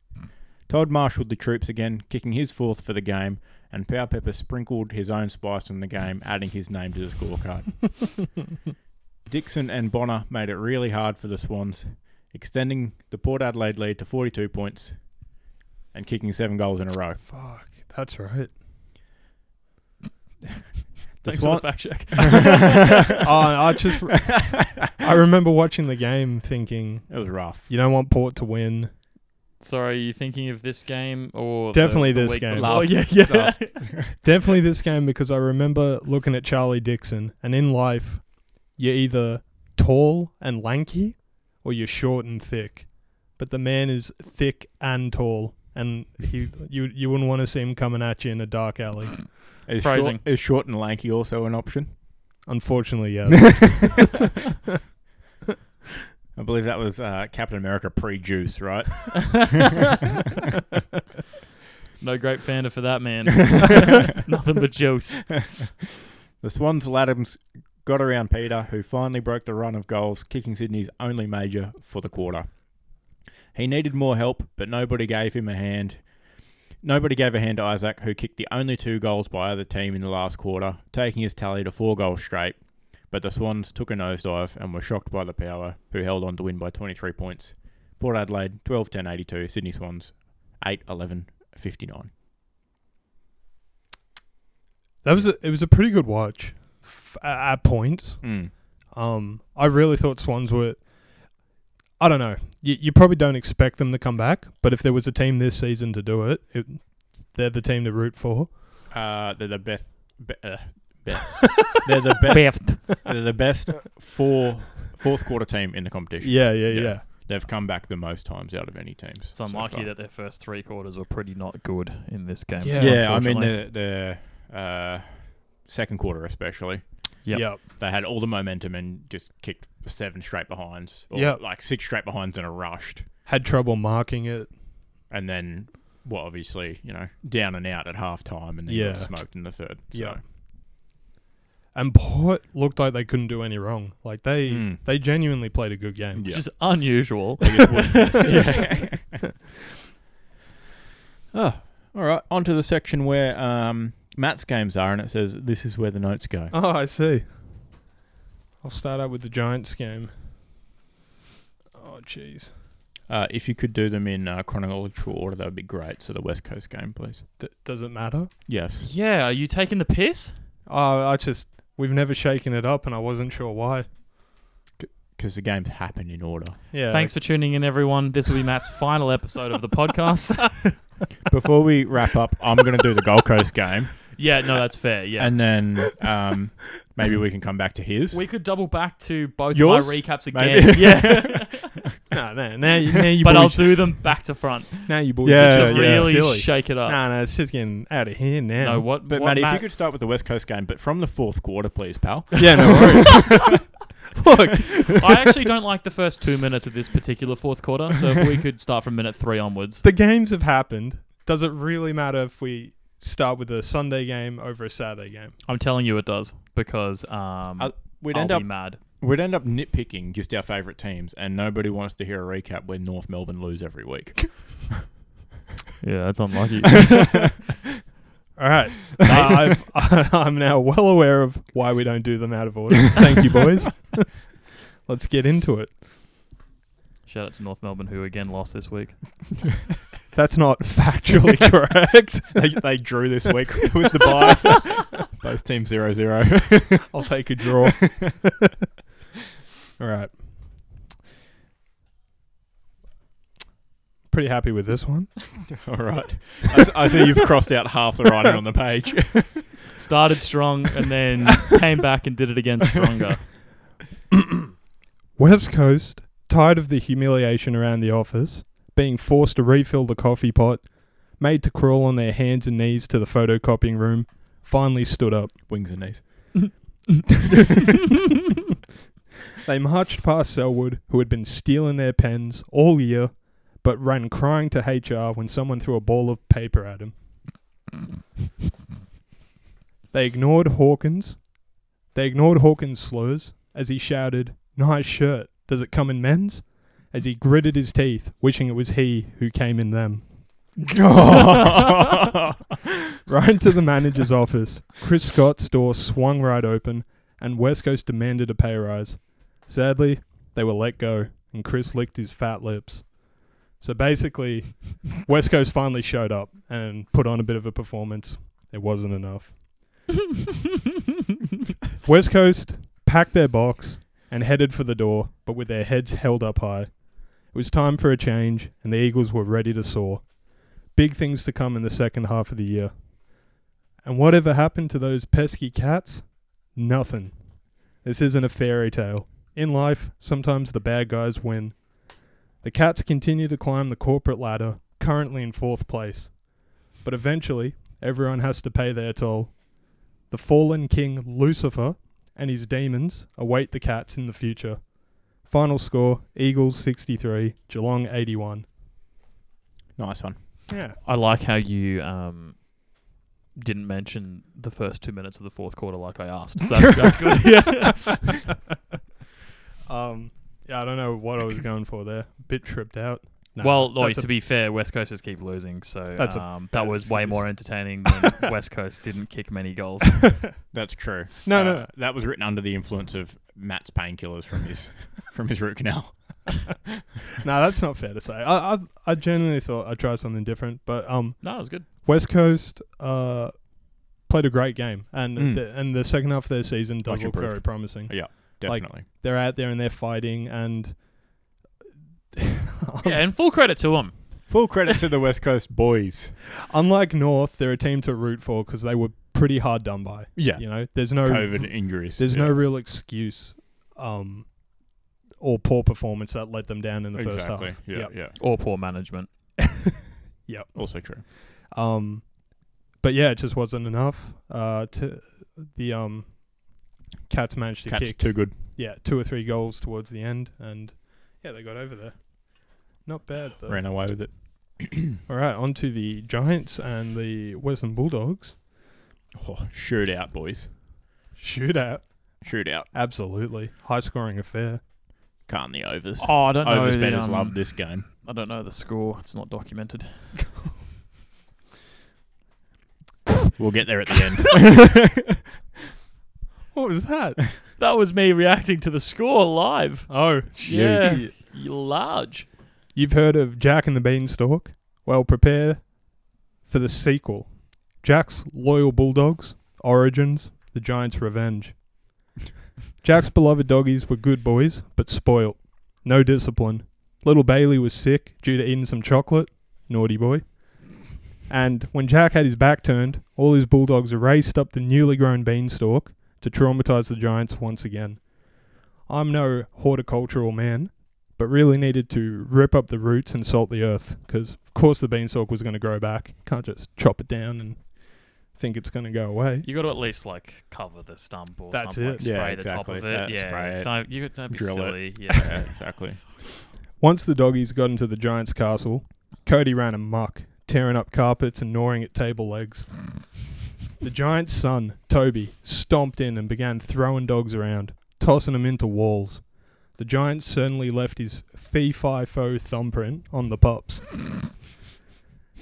S2: Todd marshalled the troops again, kicking his fourth for the game, and Power Pepper sprinkled his own spice on the game, adding his name to the scorecard. Dixon and Bonner made it really hard for the Swans, extending the Port Adelaide lead to 42 points and kicking seven goals in a row.
S1: Fuck. That's right.
S2: The
S3: Thanks
S2: Swan-
S3: for the fact check.
S1: oh,
S2: Uh,
S1: I just. I remember watching the game, thinking
S2: it was rough.
S1: you don't want Port to win.
S3: Sorry, are you thinking of this game or
S1: Definitely
S3: the, the
S1: this
S3: week
S1: game.
S3: before?
S2: Last-
S3: yeah, yeah.
S2: last-
S1: Definitely this game because I remember looking at Charlie Dixon, and in life, you're either tall and lanky or you're short and thick. But the man is thick and tall, and he you you wouldn't want to see him coming at you in a dark alley.
S2: Is
S3: Phrasing.
S2: short, is short and lanky also an option?
S1: Unfortunately, yes.
S2: I believe that was uh, Captain America pre-juice, right?
S3: no great fanda for that man. Nothing
S2: Nothing
S3: but juice.
S2: The Swans Laddams got around Peter, who finally broke the run of goals, kicking Sydney's only major for the quarter. He needed more help, but nobody gave him a hand. Nobody gave a hand to Isaac, who kicked the only two goals by either team in the last quarter, taking his tally to four goals straight. But the Swans took a nosedive and were shocked by the power, who held on to win by 23 points. Port Adelaide 12 10 82, Sydney Swans 8 11 59.
S1: That was a, it was a pretty good watch f- at- at points.
S2: Mm.
S1: Um, I really thought Swans were. I don't know. You, you probably don't expect them to come back, but if there was a team this season to do it, it they're the team to root for.
S2: Uh, they're the best. Be, uh, best. they're the best. They're the best four fourth quarter team in the competition.
S1: Yeah, yeah,
S2: Yeah.
S1: yeah.
S2: They've come back the most times out of any teams.
S3: It's unlucky
S2: far.
S3: that their first three quarters were pretty not good in this game.
S1: Yeah,
S2: Yeah, I mean
S3: unfortunately.
S2: the the uh, second quarter especially,
S3: Yep.
S1: Yep.
S2: they had all the momentum and just kicked seven straight behinds. Or
S1: Yep.
S2: like six straight behinds and a rushed,
S1: Had trouble marking it.
S2: and then well, obviously you know down and out at half time, and then
S1: Yeah.
S2: got smoked in the third. So.
S1: Yep. And Port looked like they couldn't do any wrong. Like they
S2: Mm.
S1: they genuinely played a good game.
S2: Yeah.
S3: which is unusual.
S2: I guess wouldn't. oh, all right. On to the section where um, Matt's games are, and it says this is where the notes go.
S1: Oh, I see. I'll start out with the Giants game. Oh, jeez.
S2: Uh, if you could do them in uh, chronological order, that would be great. So the West Coast game, please.
S1: D- does it matter?
S2: Yes.
S3: yeah, are you taking the piss?
S1: Oh, I just we've never shaken it up, and I wasn't sure why.
S2: Because the games happen in order.
S1: Yeah.
S3: Thanks for tuning in, everyone. This will be Matt's final episode of the podcast.
S2: Before we wrap up, I'm going to do the Gold Coast game,
S3: yeah, no, that's fair. Yeah.
S2: and then um, maybe we can come back to his.
S3: we could double back to both
S2: Yours?
S3: my recaps
S2: Maybe.
S3: again. Yeah.
S1: No, no, now you, now you
S3: but
S1: boys,
S3: I'll do them back to front.
S1: now you boys
S2: Uh, Yeah,
S1: are
S3: Just
S1: just getting
S3: really
S1: silly.
S3: shake it up.
S1: no, no, it's just getting out of hand now.
S3: No, what?
S2: but
S3: what
S2: Matty, if you
S3: Matt-
S2: could start with the West Coast game, but from the fourth quarter, please, pal.
S1: Yeah, no worries.
S3: I actually don't like the first two minutes of this particular fourth quarter. So if we could start from minute three onwards,
S1: the games have happened. Does it really matter if we start with a Sunday game over a Saturday game?
S3: I'm telling you it does because um,
S2: Uh, We'd
S3: I'll
S2: end
S3: be
S2: up
S3: mad.
S2: We'd end up nitpicking just our favourite teams, and nobody wants to hear a recap when North Melbourne lose every week.
S3: Yeah, that's unlucky.
S1: All right. Uh, I've, I'm now well aware of why we don't do them out of order. Thank you, boys. Let's get into it.
S3: Shout out to North Melbourne who again lost this week.
S1: That's not factually correct.
S2: they, they drew this week with the bye. Both teams 0 0.
S1: I'll take a draw. All right. Pretty happy with this one.
S2: All right. I, s- I see you've crossed out half the writing on the page.
S3: Started strong and then came back and did it again stronger.
S1: West Coast, tired of the humiliation around the office, being forced to refill the coffee pot, made to crawl on their hands and knees to the photocopying room, finally stood up.
S2: Wings and knees.
S1: They marched past Selwood, who had been stealing their pens all year, but ran crying to HR when someone threw a ball of paper at him. they ignored Hawkins. They ignored Hawkins' slurs as he shouted, Nice shirt, does it come in men's? As he gritted his teeth, wishing it was he who came in them. Right to the manager's office, Chris Scott's door swung right open, and West Coast demanded a pay rise. Sadly, they were let go, and Chris licked his fat lips. So basically, West Coast finally showed up and put on a bit of a performance. It wasn't enough. West Coast packed their box and headed for the door, but with their heads held up high. It was time for a change, and the Eagles were ready to soar. Big things to come in the second half of the year. And whatever happened to those pesky cats? Nothing. This isn't a fairy tale. In life, sometimes the bad guys win. The cats continue to climb the corporate ladder, currently in fourth place. But eventually, everyone has to pay their toll. The fallen king Lucifer and his demons await the cats in the future. Final score Eagles 63, Geelong 81.
S2: Nice one.
S1: Yeah.
S3: I like how you um, didn't mention the first two minutes of the fourth quarter like I asked. So that's, that's good. Yeah.
S1: Um, yeah, I don't know what I was going for there. Bit tripped out. No,
S3: well, oi,
S1: that's a-
S3: to be fair, West Coasters keep losing, so
S1: That's a
S3: um, that
S1: bad
S3: was way
S1: excuse.
S3: more entertaining than West Coast didn't kick many goals.
S2: That's true.
S1: no,
S2: Uh,
S1: no, no.
S2: That was written under the influence of Matt's painkillers from his from his root canal.
S1: No, that's not fair to say. I, I, I genuinely thought I'd try something different, but um,
S3: No, it was good.
S1: West Coast uh, played a great game, and
S2: Mm.
S1: the, and the second half of their season does
S2: Much
S1: look
S2: improved.
S1: very promising. Like-
S2: Definitely.
S1: They're out there and they're fighting, and
S3: Yeah, and full credit to them.
S2: Full credit to the West Coast boys.
S1: unlike North, they're a team to root for because they were pretty hard done by.
S2: Yeah.
S1: You know, there's no
S2: COVID injuries.
S1: there's
S2: Yeah.
S1: no real excuse, um, or poor performance that let them down in the first
S2: exactly.
S1: half.
S2: Yeah,
S1: Yep.
S2: yeah.
S3: Or poor management.
S2: Also true.
S1: Um, but yeah, it just wasn't enough. Uh, to the um, Cats managed to
S2: Cats
S1: kick
S2: too good.
S1: yeah two or three goals towards the end, and yeah, they got over there. Not bad though.
S2: Ran away with it.
S1: All right, on to the Giants and the Western Bulldogs
S2: Oh, shoot out, boys.
S1: shootout.
S2: Shoot out.
S1: Absolutely high scoring affair.
S2: Can't the overs.
S3: Oh, I don't know.
S2: overs
S3: The,
S2: betters
S3: um,
S2: love this game.
S3: I don't know the score. It's not documented.
S2: We'll get there at the end.
S1: What was that?
S3: That was me reacting to the score live.
S1: oh,
S3: Yeah.
S1: shoot.
S3: You large.
S1: You've heard of Jack and the Beanstalk? Well, prepare for the sequel. Jack's Loyal Bulldogs, Origins, The Giants' Revenge. Jack's beloved doggies were good boys, but spoilt. No discipline. Little Bailey was sick due to eating some chocolate. Naughty boy. And when Jack had his back turned, all his bulldogs raced up the newly grown beanstalk to traumatize the Giants once again. I'm no horticultural man, but really needed to rip up the roots and salt the earth because, of course, the beanstalk was going to grow back. Can't just chop it down and think it's going to go away.
S3: You got to at least like cover the stump or
S1: That's
S3: something.
S1: it.
S3: Like, spray
S2: Yeah,
S3: the top
S2: exactly.
S3: of it.
S2: Yeah,
S3: Yeah.
S2: spray it.
S3: Don't you don't be
S2: Drill it.
S3: silly. Yeah.
S2: yeah, exactly.
S1: Once the doggies got into the giant's castle, Cody ran amok, tearing up carpets and gnawing at table legs. The giant's son, Toby, stomped in and began throwing dogs around, tossing them into walls. The giant certainly left his fee fi fo thumbprint on the pups.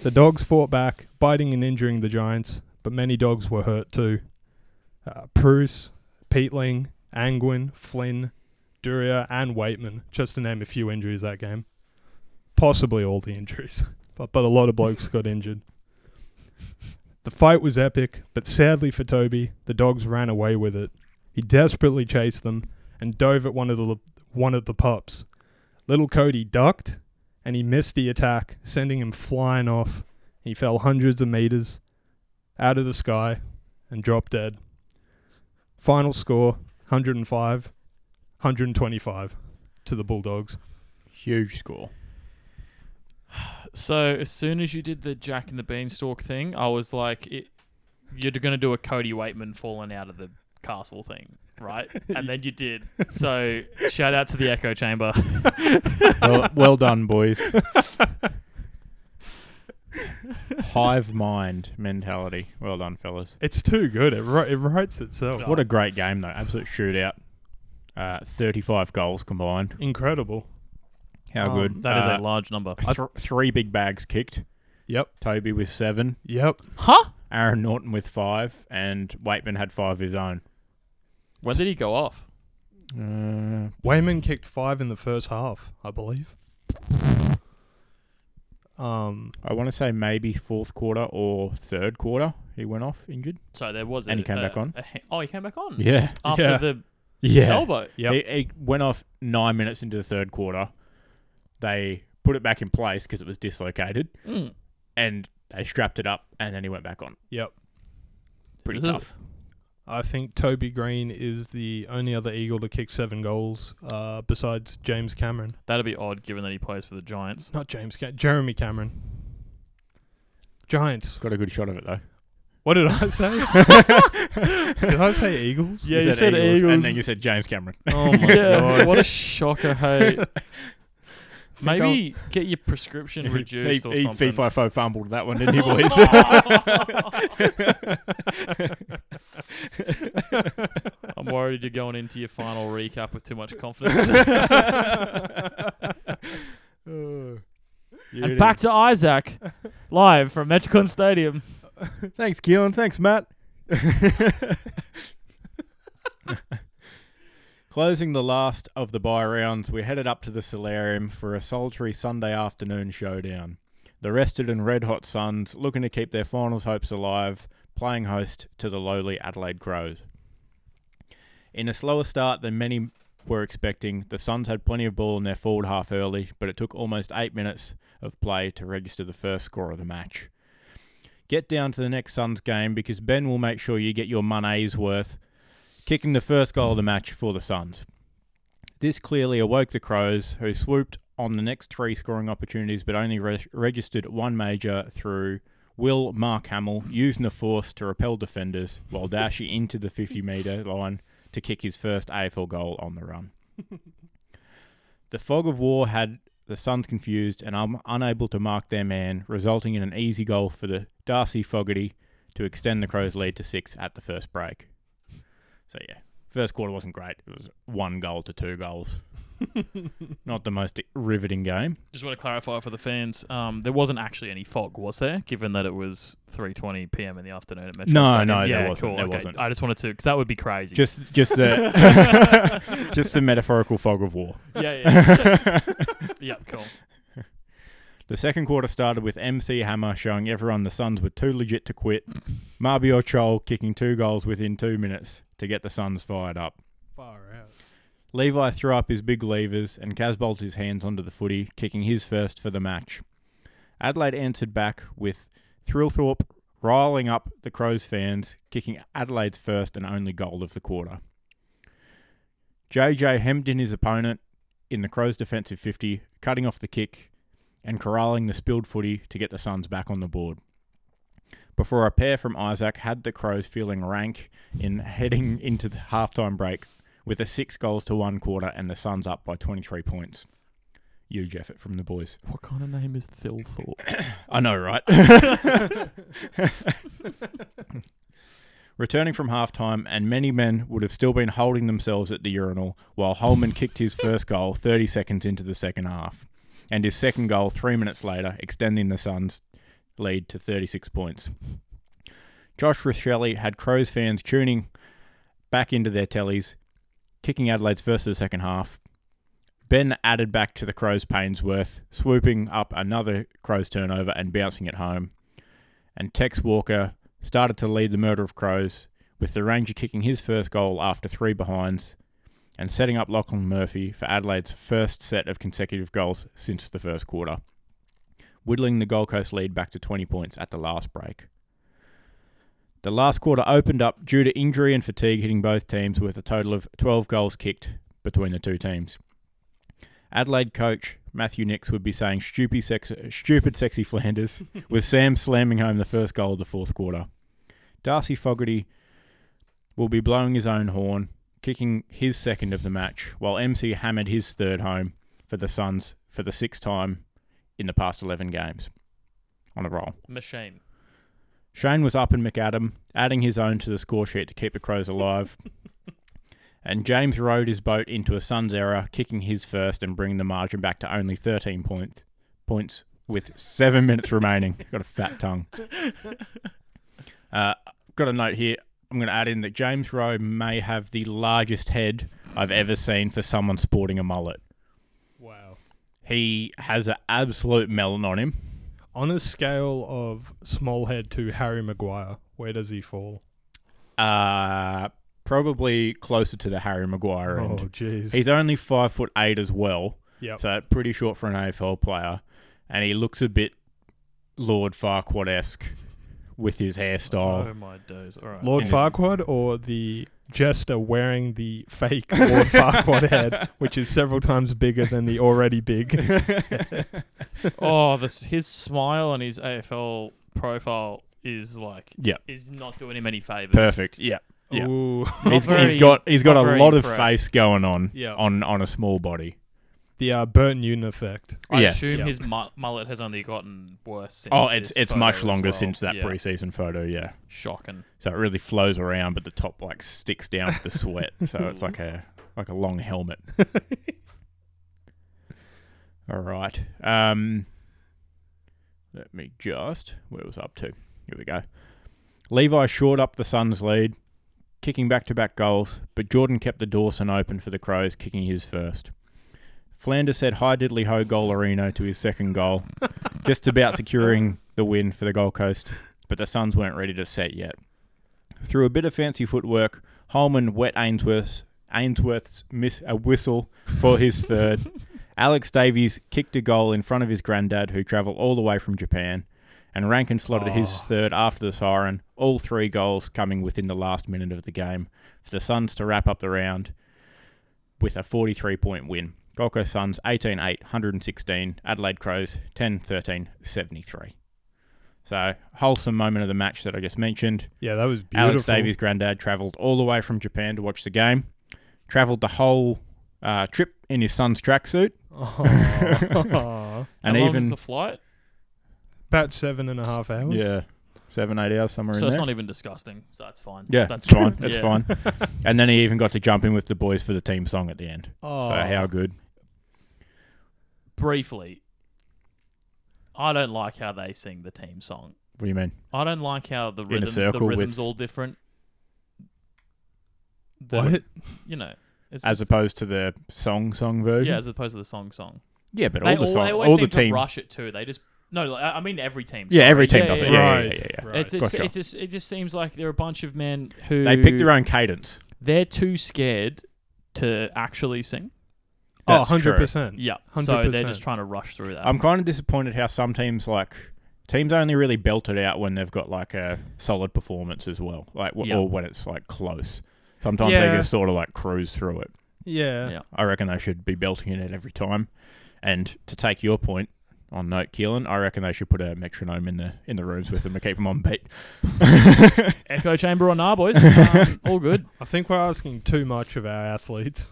S1: The dogs fought back, biting and injuring the giants, but many dogs were hurt too. Uh, Bruce, Peatling, Angwin, Flynn, Duria and Waitman, just to name a few injuries that game. Possibly all the injuries, but, but a lot of blokes got injured. The fight was epic, but sadly for Toby, the dogs ran away with it. He desperately chased them and dove at one of the one of the pups. Little Cody ducked, and he missed the attack, sending him flying off. He fell hundreds of meters out of the sky and dropped dead. Final score: 105 125 to the Bulldogs.
S2: Huge score.
S3: So as soon as you did the Jack and the Beanstalk thing, I was like, it, you're going to do a Cody Waitman falling out of the castle thing, right? And then you did. So shout out to the echo chamber.
S2: well, well done, boys. Hive mind mentality. Well done, fellas.
S1: It's too good. It, ri- it writes itself.
S3: Oh.
S2: What a great game, though. Absolute shootout. Uh, 35 goals combined.
S1: Incredible.
S2: How
S1: Um,
S2: good.
S3: That is
S2: Uh,
S3: a large number.
S2: th- three big bags kicked.
S1: Yep.
S2: Toby with seven.
S1: Yep.
S3: Huh?
S2: Aaron Norton with five. And Waitman had five of his own.
S3: When did he go off?
S2: Uh,
S1: Wayman kicked five in the first half, I believe. Um,
S2: I want to say maybe fourth quarter or third quarter. He went off injured.
S3: So there was
S2: And
S3: a,
S2: he came
S3: a-
S2: back on?
S3: a ha- oh, he came back on.
S2: Yeah.
S3: After
S1: Yeah.
S3: the
S2: Yeah.
S3: elbow.
S1: Yep.
S2: It, it went off nine minutes into the third quarter. They put it back in place because it was dislocated,
S3: Mm.
S2: and they strapped it up, and then he went back on.
S1: Yep.
S2: Pretty
S3: Ugh.
S2: tough.
S1: I think Toby Green is the only other Eagle to kick seven goals uh, besides James Cameron.
S3: That'd be odd given that he plays for the Giants.
S1: Not James, Ca- Jeremy Cameron. Giants.
S2: Got a good shot of it though.
S1: What did I say? did I say Eagles?
S3: Yeah, you said
S2: and then
S3: Eagles.
S2: you said James Cameron.
S1: Oh my
S3: yeah,
S1: god.
S3: what a shocker! Hey,
S1: Think I'll-
S3: maybe get your prescription reduced
S2: he,
S3: or
S2: he
S3: something.
S2: FIFO fumbled that one, didn't he, boys?
S3: I'm worried you're going into your final recap with too much confidence.
S1: Uh,
S3: and back to Isaac, live from Metricon Stadium.
S2: Thanks, Keelan. Thanks, Matt. Closing the last of the buy rounds, we headed up to the solarium for a sultry Sunday afternoon showdown. The rested and red hot Suns looking to keep their finals hopes alive, playing host to the lowly Adelaide Crows. In a slower start than many were expecting, the Suns had plenty of ball in their forward half early, but it took almost eight minutes of play to register the first score of the match get down to the next Suns game because Ben will make sure you get your money's worth kicking the first goal of the match for the Suns. This clearly awoke the Crows, who swooped on the next three scoring opportunities but only re- registered one major through Will Mark Hamill using the force to repel defenders while dashing into the 50 metre line to kick his first AFL goal on the run. the fog of war had the Suns confused and are unable to mark their man, resulting in an easy goal for the Darcy Fogarty to extend the Crows' lead to six at the first break. So yeah, first quarter wasn't great. It was one goal to two goals. Not the most riveting game.
S3: Just want to clarify for the fans: um, there wasn't actually any fog, was there? Given that it was 3:20 p.m. in the afternoon at Metricon
S2: No,
S3: Stadium.
S2: no, there
S3: yeah,
S2: wasn't,
S3: Cool.
S2: there
S3: okay.
S2: wasn't.
S3: I just wanted to, because that would be crazy.
S2: Just, just the, just the metaphorical fog of war.
S3: yeah, yeah, yeah. yeah, cool.
S2: The second quarter started with MC Hammer showing everyone the Suns were too legit to quit. Marbio Chol kicking two goals within two minutes to get the Suns fired up.
S1: Far out.
S2: Levi threw up his big levers and Cas bolted his hands onto the footy, kicking his first for the match. Adelaide answered back with Thrillthorpe riling up the Crows fans, kicking Adelaide's first and only goal of the quarter. JJ hemmed in his opponent in the Crows' defensive 50, cutting off the kick and corralling the spilled footy to get the Suns back on the board. Before a pair from Isaac had the Crows feeling rank in heading into the halftime break with a six goals to one quarter and the Suns up by 23 points. Huge effort from the boys.
S3: What kind of name is Thilthorpe?
S2: I know, right? Returning from halftime, and many men would have still been holding themselves at the urinal while Holman kicked his first goal 30 seconds into the second half, and his second goal three minutes later, extending the Suns' lead to 36 points. Josh Rochelle had Crows fans tuning back into their tellies, kicking Adelaide's first of the second half, Ben added back to the Crows' Painsworth, swooping up another Crows turnover and bouncing it home. And Tex Walker started to lead the murder of Crows, with the Ranger kicking his first goal after three behinds and setting up Lachlan Murphy for Adelaide's first set of consecutive goals since the first quarter, whittling the Gold Coast lead back to 20 points at the last break. The last quarter opened up due to injury and fatigue hitting both teams, with a total of 12 goals kicked between the two teams. Adelaide coach Matthew Nix would be saying stupid, sex- stupid sexy Flanders, with Sam slamming home the first goal of the fourth quarter. Darcy Fogarty will be blowing his own horn, kicking his second of the match, while MC hammered his third home for the Suns for the sixth time in the past 11 games on a roll.
S3: Machine.
S2: Shane was up in McAdam, adding his own to the score sheet to keep the Crows alive. and James rowed his boat into a Suns error, kicking his first and bringing the margin back to only 13 point, points with seven minutes remaining. Got a fat tongue. Uh, got a note here. I'm going to add in that James Rowe may have the largest head I've ever seen for someone sporting a mullet.
S1: Wow.
S2: He has an absolute melon on him.
S1: On a scale of small head to Harry Maguire, where does he fall?
S2: Uh, probably closer to the Harry Maguire
S1: Oh,
S2: end.
S1: jeez.
S2: He's only five foot eight as well,
S1: Yep.
S2: so pretty short for an AFL player. And he looks a bit Lord Farquaad esque with his hairstyle.
S3: Oh my days! All right.
S1: Lord Farquaad or the jester wearing the fake Lord Farquaad head, which is several times bigger than the already big.
S3: oh, this, his smile on his AFL profile is like
S2: Yeah.
S3: is not doing him any favors.
S2: Perfect. Yeah. Yeah.
S1: Ooh.
S2: He's, he's
S3: very-
S2: got he's got
S3: not
S2: a
S3: very
S2: lot of
S3: impressed.
S2: face going on
S1: Yeah.
S2: on on a small body.
S1: the uh, Burton Newton effect.
S3: I
S2: Yes.
S3: assume
S1: Yeah.
S3: his mu- mullet has only gotten worse. since
S2: Oh, it's
S3: this
S2: it's
S3: photo
S2: much
S3: as
S2: longer
S3: well.
S2: since that
S3: yeah.
S2: preseason photo, yeah.
S3: Shocking.
S2: So it really flows around but the top like sticks down with the sweat. so it's like a like a long helmet. All right. Um let me just where was I up to? Here we go. Levi shored up the Suns lead, kicking back to back goals, but Jordan kept the Dawson open for the Crows, kicking his first. Flanders said hi diddly ho goalerino to his second goal, just about securing the win for the Gold Coast, but the Suns weren't ready to set yet. Through a bit of fancy footwork, Holman wet Ainsworth's, Ainsworth's miss a whistle for his third. Alex Davies kicked a goal in front of his granddad, who travelled all the way from Japan, and Rankin slotted his
S1: Oh.
S2: third after the siren. All three goals coming within the last minute of the game for the Suns to wrap up the round with a 43 point win. Gold Coast Suns 18 8, 116. Adelaide Crows 10 13, 73. So, wholesome moment of the match that I just mentioned.
S1: Yeah, that was beautiful.
S2: Alex Davies' granddad travelled all the way from Japan to watch the game, travelled the whole uh, trip in his son's tracksuit,
S1: Aw.
S2: and
S3: How long is
S2: even
S3: the flight?
S1: About seven and a half hours.
S2: yeah, seven eight hours somewhere
S3: So
S2: in
S3: it's
S2: there.
S3: not even disgusting. So that's fine.
S2: yeah,
S3: that's
S2: that's fine.
S3: good.
S2: That's
S3: Yeah.
S2: fine. And then he even got to jump in with the boys for the team song at the end.
S1: Oh,
S2: So how good?
S3: Briefly, I don't like how they sing the team song.
S2: What do you mean?
S3: I don't like how the
S2: a
S3: rhythms the
S2: circle with-
S3: rhythms all different. The-
S1: what?
S3: you know, it's
S2: As
S3: just-
S2: opposed to the song song version.
S3: yeah, as opposed to the song song.
S2: yeah, but
S3: they,
S2: all the
S3: al-
S2: song,
S3: they
S2: all,
S3: always
S2: the
S3: seem to
S2: team.
S3: rush it too. They just no, like, I I mean every team.
S2: Yeah,
S3: sorry.
S2: every team does it. Yeah,
S3: yeah.
S2: yeah,
S1: Right. Oh,
S2: yeah, yeah.
S1: Right.
S3: It's just,
S2: Gotcha.
S3: it just it just seems like there are a bunch of men who
S2: They pick their own cadence.
S3: They're too scared to actually sing.
S1: Oh,
S2: That's true.
S1: 100%.
S3: Yeah, so they're
S1: 100%.
S3: just trying to rush through that.
S2: I'm kind of disappointed how some teams like teams only really belt it out when they've got like a solid performance as well, like w-
S3: Yeah.
S2: or when it's like close. Sometimes
S1: Yeah.
S2: they just sort of like cruise through it.
S1: Yeah.
S3: Yeah.
S2: I reckon they should be belting it out every time. And to take your point on note, Keelan, I reckon they should put a metronome in the in the rooms with them to keep them on beat.
S3: Echo chamber or nah, boys? Um, all good.
S1: I think we're asking too much of our athletes.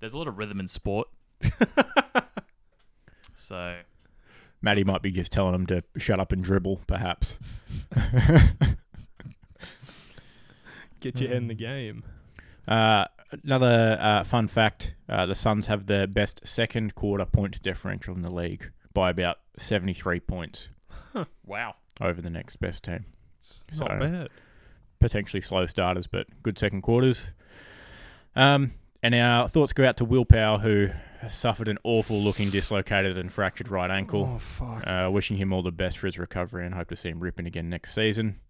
S3: There's a lot of rhythm in sport. so
S2: Maddie might be just telling them to shut up and dribble, perhaps.
S1: Get you in the game.
S2: Uh, another uh, fun fact: uh, the Suns have the best second quarter points differential in the league by about seventy-three points
S3: wow,
S2: over the next best team.
S1: It's not
S2: So-
S1: bad.
S2: Potentially slow starters, but good second quarters. Um, and our thoughts go out to Will Power, who has suffered an awful-looking dislocated and fractured right ankle.
S1: Oh, fuck.
S2: Uh, wishing him all the best for his recovery and hope to see him ripping again next season.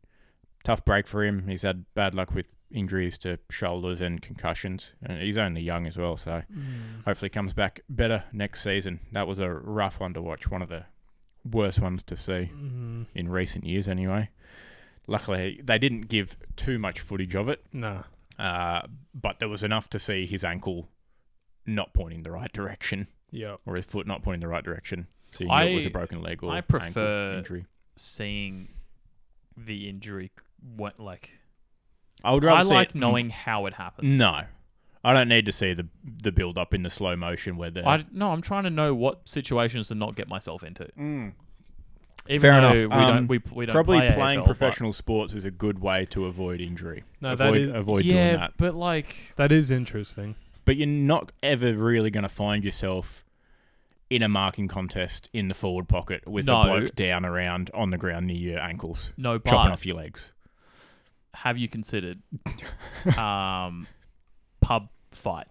S2: Tough break for him. He's had bad luck with injuries to shoulders and concussions, and he's only young as well. So hopefully comes back better next season. That was a rough one to watch. One of the worst ones to see
S1: Mm.
S2: in recent years, anyway. Luckily, they didn't give too much footage of it,
S1: Nah.
S2: uh, but there was enough to see his ankle not pointing the right direction
S1: Yeah.
S2: or his foot not pointing the right direction. So you knew it was
S3: I-
S2: a broken leg or
S3: I
S2: ankle
S3: prefer-
S2: injury.
S3: seeing the injury went like
S2: I would rather
S3: I
S2: see
S3: like
S2: it-
S3: knowing how it happens.
S2: No, I don't need to see the the build up in the slow motion where the
S3: I no, I'm trying to know what situations to not get myself into. Even
S2: Fair
S3: though
S2: enough.
S3: we
S2: Um,
S3: don't we, we don't
S2: probably
S3: play
S2: playing
S3: AFL, but-
S2: professional sports is a good way to avoid injury.
S1: No,
S2: avoid,
S1: that is-
S2: avoid
S3: yeah,
S2: doing that.
S3: but like
S1: That is interesting.
S2: But you're not ever really going to find yourself in a marking contest in the forward pocket with
S3: No.
S2: a bloke down around on the ground near your ankles,
S3: no
S2: chopping
S3: but
S2: off your legs.
S3: have you considered um pub fight?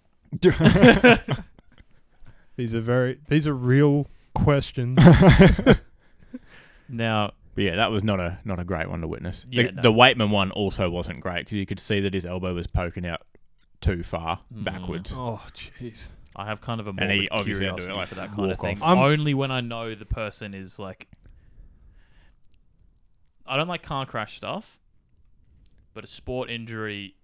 S1: These are very. These are real questions.
S3: Now
S2: But yeah, that was not a not a great one to witness.
S3: Yeah,
S2: the,
S3: no.
S2: the Waitman one also wasn't great because you could see that his elbow was poking out too far
S3: Mm.
S2: backwards.
S1: oh, jeez.
S3: I have kind of a
S2: And he
S3: morbid
S2: obviously had to do
S3: curiosity
S2: it, like,
S3: for that kind of
S2: walk
S3: thing.
S1: I'm-
S2: off.
S3: Only when I know the person is like, I don't like car crash stuff, but a sport injury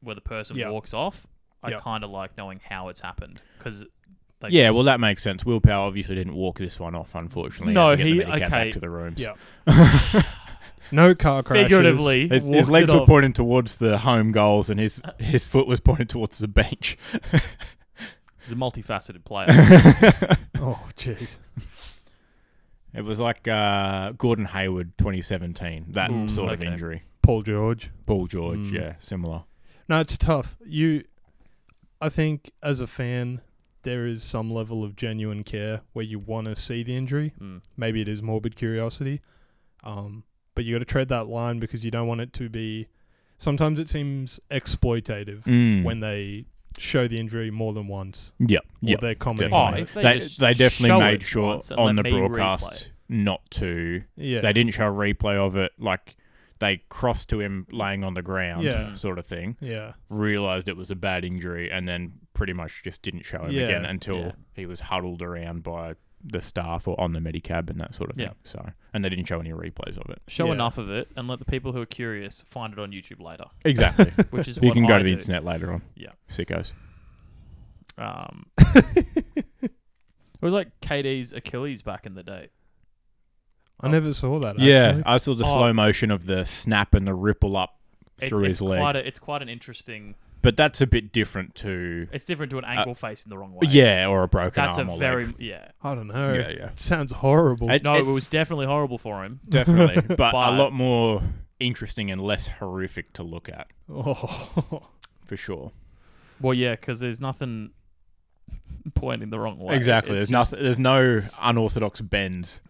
S3: where the person
S1: Yeah.
S3: walks off, I
S1: Yeah.
S3: kind of like knowing how it's happened because They
S2: yeah, well, that makes sense. Willpower obviously didn't walk this one off, unfortunately.
S3: No,
S2: had to get
S3: he-
S2: the Medicab
S3: okay.
S2: back to the rooms.
S1: Yeah. No car crashes.
S3: figuratively
S2: His, his
S3: walked
S2: legs
S3: it
S2: were
S3: off.
S2: pointed towards the home goals, and his his foot was pointed towards the bench.
S3: He's a multifaceted player.
S2: it
S1: Oh, jeez.
S2: was like uh, Gordon Hayward, 2017, that
S1: Mm,
S2: sort
S3: okay.
S2: of injury.
S1: Paul George.
S2: Paul George,
S1: Mm.
S2: yeah, similar.
S1: No, it's tough. You, I think, as a fan, there is some level of genuine care where you want to see the injury.
S3: Mm.
S1: Maybe it is morbid curiosity, um, but you got to tread that line because you don't want it to be. Sometimes it seems exploitative
S2: Mm.
S1: when they show the injury more than once.
S2: yeah,
S1: Or
S2: yeah.
S1: they're commenting.
S2: definitely.
S3: Oh,
S1: on it.
S3: if they,
S2: They,
S3: just
S2: they
S3: show
S2: definitely made
S3: it
S2: sure
S3: once and
S2: on
S3: let
S2: the
S3: me
S2: broadcast
S3: replay.
S2: not to
S1: yeah,
S2: They didn't show a replay of it. Like they crossed to him laying on the ground,
S1: Yeah.
S2: sort of thing.
S1: yeah,
S2: Realized it was a bad injury, and then pretty much just didn't show him
S1: Yeah.
S2: again until
S3: Yeah.
S2: he was huddled around by the staff or on the medicab and that sort of
S3: Yeah.
S2: thing. So, and they didn't show any replays of it.
S3: Show
S1: Yeah.
S3: enough of it and let the people who are curious find it on YouTube later,
S2: Exactly.
S3: which is
S2: you
S3: what
S2: can go
S3: I
S2: to the
S3: do.
S2: internet later on.
S3: Yeah.
S2: sickos.
S3: Um, it was like KD's Achilles back in the day.
S1: I never saw that.
S2: Yeah,
S1: actually.
S2: I saw the
S3: Oh.
S2: slow motion of the snap and the ripple up
S3: It-
S2: through
S3: it's
S2: his leg,
S3: Quite a, it's quite an interesting.
S2: but that's a bit different to.
S3: It's different to an angle face in the wrong way.
S2: Uh, Yeah, or a broken
S3: that's a
S2: arm or
S3: very
S2: leg.
S3: yeah.
S1: I don't know.
S2: yeah, yeah.
S1: It sounds horrible.
S2: It-
S3: No,
S2: it-
S3: it was definitely horrible for him.
S2: definitely, but, a
S3: But-
S2: lot more interesting and less horrific to look at
S1: oh.
S2: for sure.
S3: Well, yeah, because there's nothing pointing the wrong way.
S2: exactly. There's
S3: It's just-
S2: nothing. There's no unorthodox bends.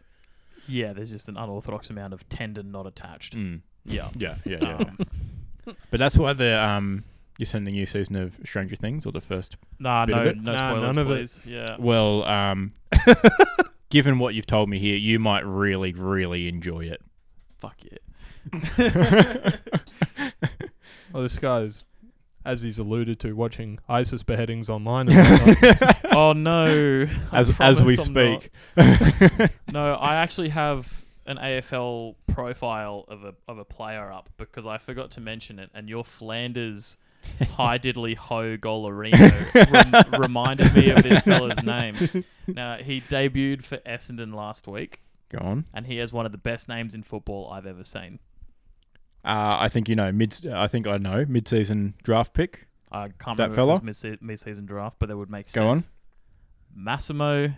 S3: Yeah, there's just an unorthodox amount of tendon not attached.
S2: Mm.
S3: Yeah.
S2: Yeah, yeah, yeah.
S3: Um,
S2: but that's why the um. You're sending new season of Stranger Things or the first?
S3: nah,
S2: Bit of
S3: no,
S2: it?
S3: no
S1: Nah,
S3: spoilers,
S1: none of it.
S3: please. Yeah.
S2: Well, um, given what you've told me here, you might really, really enjoy it.
S3: Fuck yeah.
S1: Oh, this guy's, as he's alluded to, watching ISIS beheadings online. and whatnot.
S3: Oh no. I
S2: as as we
S3: promise I'm not.
S2: speak,
S3: No, I actually have an AFL profile of a of a player up because I forgot to mention it, and your Flanders high diddly ho Golorino rem- reminded me of this fella's name. Now he debuted for Essendon last week,
S2: go on.
S3: and he has one of the best names in football I've ever seen.
S2: Uh, I think you know mid. I think I know mid-season draft pick.
S3: I can't
S2: That
S3: remember if it was mid mid-season draft, but that would make
S2: Go
S3: sense. on. Massimo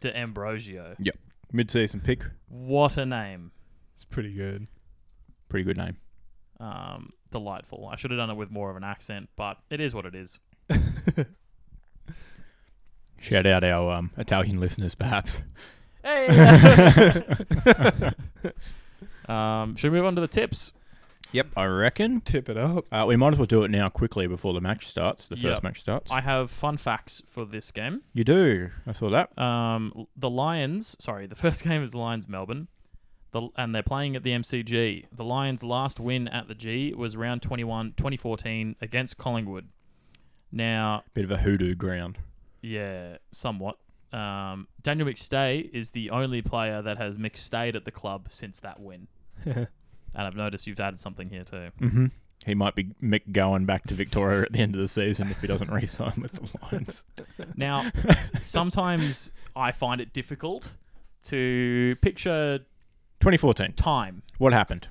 S3: De Ambrosio.
S2: Mid-season pick.
S3: What a name.
S1: it's pretty good.
S2: Pretty good name.
S3: Um, delightful. I should have done it with more of an accent, but it is what it is.
S2: Shout out our um, Italian listeners, perhaps.
S3: Hey. um, should we move on to the tips?
S2: Yep, I reckon.
S1: Tip it up.
S2: Uh, we might as well do it now quickly before the match starts. The
S3: Yep.
S2: first match starts.
S3: I have fun facts for this game.
S2: you do. I saw that.
S3: Um, the Lions, sorry, the first game is the Lions Melbourne, the, and they're playing at the MCG. The Lions' last win at the G was round 21, 2014 against Collingwood. Now,
S2: Bit of a hoodoo ground.
S3: Yeah, somewhat. Um, Daniel McStay is the only player that has McStayed at the club since that win. And I've noticed you've added something here too.
S2: Mm-hmm. He might be Mick going back to Victoria at the end of the season if he doesn't re-sign with the Lions.
S3: Now, sometimes I find it difficult to picture
S2: 2014.
S3: time.
S2: What happened?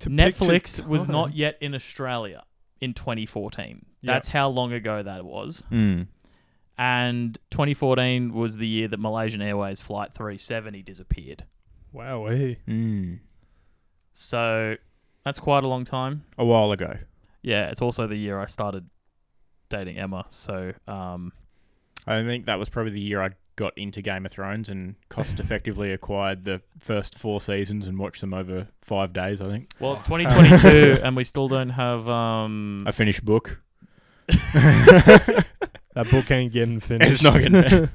S1: To
S3: Netflix
S1: picture
S3: was not
S1: time.
S3: yet in Australia in 2014.
S1: Yeah.
S3: That's how long ago that was.
S2: Mm.
S3: And 2014 was the year that Malaysian Airways Flight 370 disappeared.
S1: Wow, hey.
S2: Mm.
S3: So that's quite a long time.
S2: A while ago.
S3: Yeah, it's also the year I started dating Emma. So, um,
S2: I think that was probably the year I got into Game of Thrones and cost effectively acquired the first four seasons and watched them over five days, I think.
S3: well, it's 2022, and we still don't have. Um,
S2: I finished book.
S1: That book ain't getting finished.
S2: It's not gonna.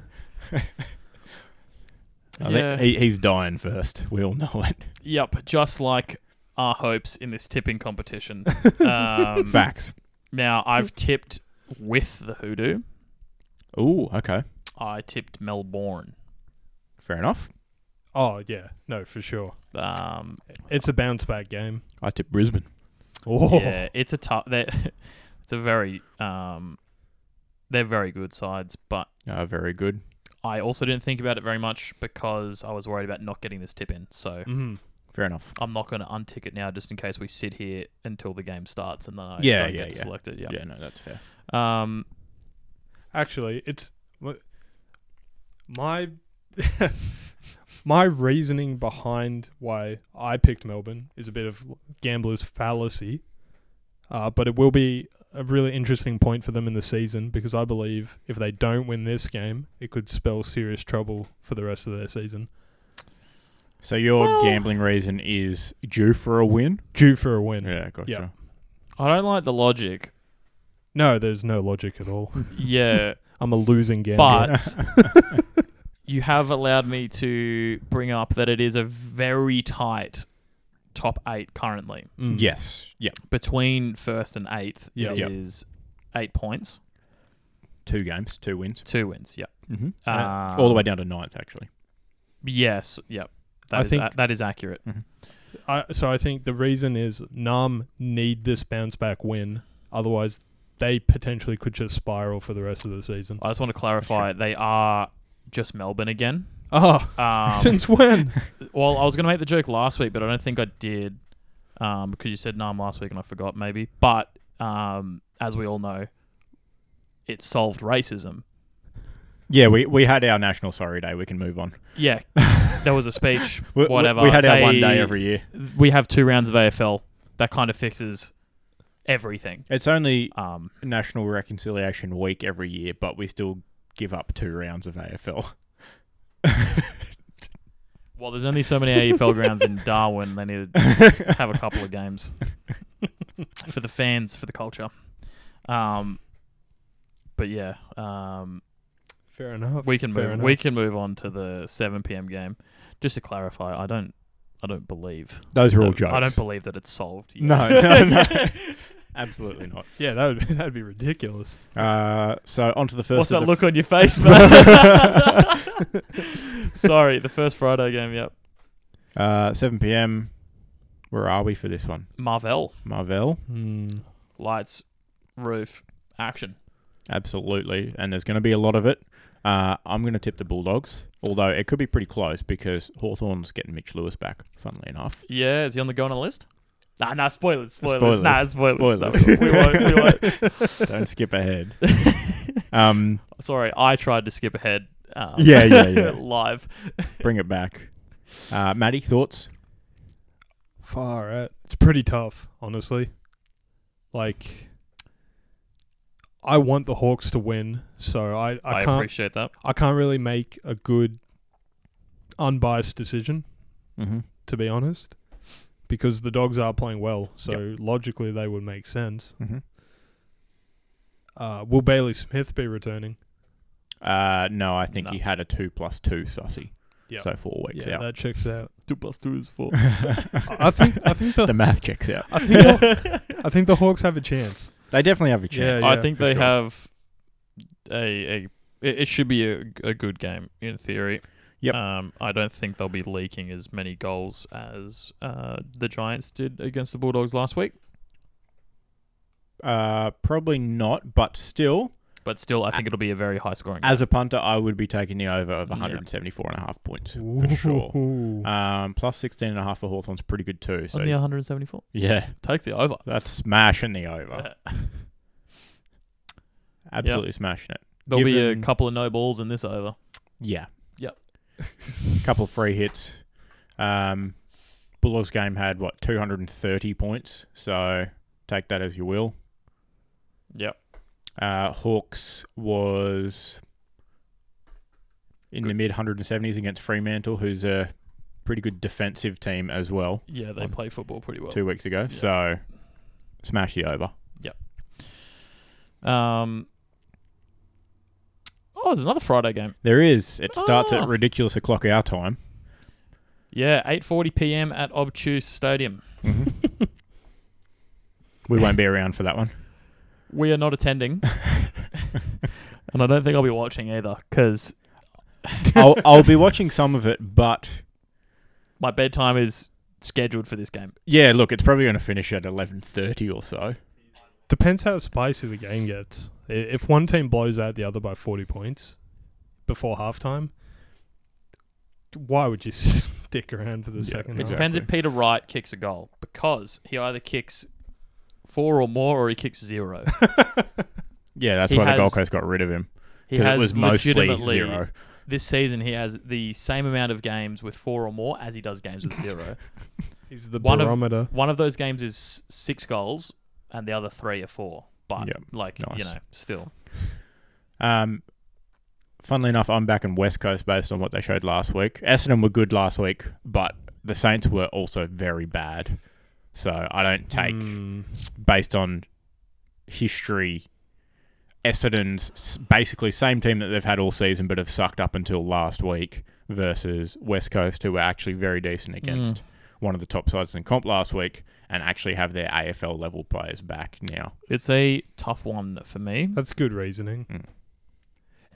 S2: I
S3: Yeah.
S2: think he, he's dying first. We all know it.
S3: yep, just like our hopes in this tipping competition. Um,
S2: Facts.
S3: Now, I've tipped with the hoodoo.
S2: Ooh, okay.
S3: I tipped Melbourne.
S2: Fair enough.
S1: oh, yeah. No, for sure.
S3: Um,
S1: It's a bounce back game.
S2: I tip Brisbane.
S1: Oh.
S3: Yeah, it's a tough. It's a very um, they're very good sides, but
S2: Oh, very good.
S3: I also didn't think about it very much because I was worried about not getting this tip in. So
S1: Mm-hmm.
S2: Fair enough.
S3: I'm not going to untick it now just in case we sit here until the game starts and then I
S2: Yeah,
S3: don't
S2: yeah,
S3: get
S2: yeah.
S3: selected.
S2: Yeah,
S3: Yeah.
S2: no, that's fair.
S3: Um,
S1: Actually, it's wha- my my reasoning behind why I picked Melbourne is a bit of gambler's fallacy, uh, but it will be a really interesting point for them in the season because I believe if they don't win this game, it could spell serious trouble for the rest of their season.
S2: So your
S3: Well-
S2: gambling reason is due for a win?
S1: Due for a win.
S2: Yeah, gotcha.
S1: Yeah.
S3: I don't like the logic.
S1: No, there's no logic at all.
S3: Yeah,
S1: I'm a losing gambler.
S3: but you have allowed me to bring up that it is a very tight top eight currently.
S2: Hmm.
S1: Mm.
S2: Yes. Yeah.
S3: Between first and eighth,
S1: Yep.
S3: it
S2: Yep.
S3: is eight points,
S2: Two games, two wins.
S3: two wins. Yep.
S2: Mm-hmm.
S3: Um,
S2: All the way down to ninth, actually.
S3: Yes. Yep.
S1: I
S3: That is
S1: think-
S3: a- that is accurate.
S1: I, so I think the reason is Nam need this bounce back win, otherwise they potentially could just spiral for the rest of the season.
S3: I just want to clarify they are just Melbourne again.
S1: Oh,
S3: Um,
S1: since when?
S3: well, I was going to make the joke last week, but I don't think I did um, because you said Nam last week and I forgot maybe. But um, as we all know, it solved racism.
S2: Yeah, we, we had our national sorry day. We can move on.
S3: Yeah, there was a speech.
S2: We, we-
S3: whatever.
S2: We, had our one
S3: They-
S2: day every year.
S3: We have two rounds of AFL. That kind of fixes everything.
S2: It's only
S3: Um,
S2: National Reconciliation Week every year, but we still give up two rounds of AFL.
S3: well, there's only so many AFL grounds in Darwin. They needed have a couple of games for the fans, for the culture. Um, but yeah, um,
S1: Fair enough.
S3: we can
S1: Fair
S3: move.
S1: enough.
S3: We can move on to the seven PM game. Just to clarify, I don't, I don't believe.
S2: Those are all
S3: that-
S2: jokes.
S3: I don't believe that it's solved. yet.
S2: No, no, no. Absolutely not.
S1: yeah, that would be, that'd be ridiculous.
S2: Uh, so on to the first.
S3: What's
S2: of
S3: that
S2: the
S3: look on your face, man? Sorry, the first Friday game. Yep,
S2: Uh, 7 p.m. Where are we for this one?
S3: Marvell
S2: Marvell?
S1: Hmm.
S3: lights, roof, action.
S2: Absolutely. And there's going to be a lot of it. Uh, I'm going to tip the Bulldogs, although it could be pretty close because Hawthorn's getting Mitch Lewis back, funnily enough.
S3: Yeah, is he on the go on a list? Nah, nah, spoilers,
S2: Spoilers,
S3: spoilers, nah, spoilers.
S2: spoilers.
S3: No, we won't, we won't.
S2: Don't skip ahead. Um,
S3: Sorry, I tried to skip ahead. Um,
S2: Yeah, yeah, yeah.
S3: live.
S2: bring it back. Uh, Maddie, thoughts?
S1: Far out. It's pretty tough, honestly. Like, I want the Hawks to win, so I,
S3: I,
S1: I can't
S3: appreciate that.
S1: I can't really make a good unbiased decision.
S2: Mm-hmm.
S1: to be honest, because the dogs are playing well. So logically, they would make sense.
S2: Mhm.
S1: Uh, will Bailey Smith be returning?
S2: Uh, no, I think
S3: No.
S2: he had a 2 plus 2 sussy.
S1: Yep.
S2: So four weeks
S1: yeah,
S2: out.
S1: that checks out.
S3: Two plus two is four.
S1: I think I think
S2: the
S1: the
S2: math checks out.
S1: I think the, I think the Hawks have a chance.
S2: They definitely have a chance.
S1: Yeah,
S3: I think
S2: for
S3: they
S2: sure.
S3: have a a. It, it should be a, a good game in theory.
S2: Yep.
S3: Um, I don't think they'll be leaking as many goals as uh, the Giants did against the Bulldogs last week.
S2: Uh, probably not, but still,
S3: But still, I think it'll be a very high scoring.
S2: as a punter, I would be taking the over of
S3: Yeah.
S2: 174 and a half points for sure.
S1: Ooh.
S2: Um, plus 16 and a half for Hawthorn's pretty good too. So
S3: on the 174,
S2: yeah,
S3: take the over.
S2: that's smashing the over. Absolutely smashing it.
S3: There'll be a
S2: Given-
S3: couple of no balls in this over.
S2: Yeah.
S3: Yep.
S2: Couple free hits. Um, Bulldogs game had what 230 points. So take that as you will.
S3: Yep.
S2: Uh, Hawks was in the mid 170s against Fremantle, who's a pretty good defensive team as well,
S3: Yeah, they
S2: Um,
S3: play football pretty well.
S2: two weeks ago. So smash the over.
S3: Um. Oh, there's another Friday game.
S2: There is. It starts
S3: Ah.
S2: at ridiculous o'clock our time.
S3: Yeah, 8:40 p.m. at Obtuse Stadium.
S2: We won't be around for that one.
S3: We are not attending, and I don't think I'll be watching either because
S2: I'll, I'll be watching some of it, but
S3: my bedtime is scheduled for this game.
S2: yeah, look, it's probably going to finish at 11.30 or so.
S1: Depends how spicy the game gets. I- If one team blows out the other by 40 points before halftime, why would you stick around for the
S2: Yeah,
S1: second
S2: it
S1: half?
S3: Depends if Peter Wright kicks a goal because he either kicks four or more or he kicks zero.
S2: Yeah, that's
S3: He
S2: why the Gold
S3: has-
S2: Coast got rid of him.
S3: He
S2: 'cause
S3: has
S2: it was mostly
S3: legitimately
S2: zero.
S3: this season he has the same amount of games with four or more as he does games with zero.
S1: He's the
S3: one of-
S1: barometer.
S3: One of those games is s- six goals and the other three are four. But
S2: Yep.
S3: like
S2: Nice.
S3: you know, still
S2: Um, funnily enough, I'm back in West Coast based on what they showed last week. Essendon were good last week, but the Saints were also very bad. So I don't take
S3: Hmm.
S1: Mm.
S2: based on history. Essendon's s- basically same team that they've had all season, but have sucked up until last week versus West Coast, who were actually very decent against
S1: Hmm.
S2: one of the top sides in comp last week, and actually have their AFL level players back now.
S3: it's a tough one for me.
S1: That's good reasoning.
S2: Mm. Hmm.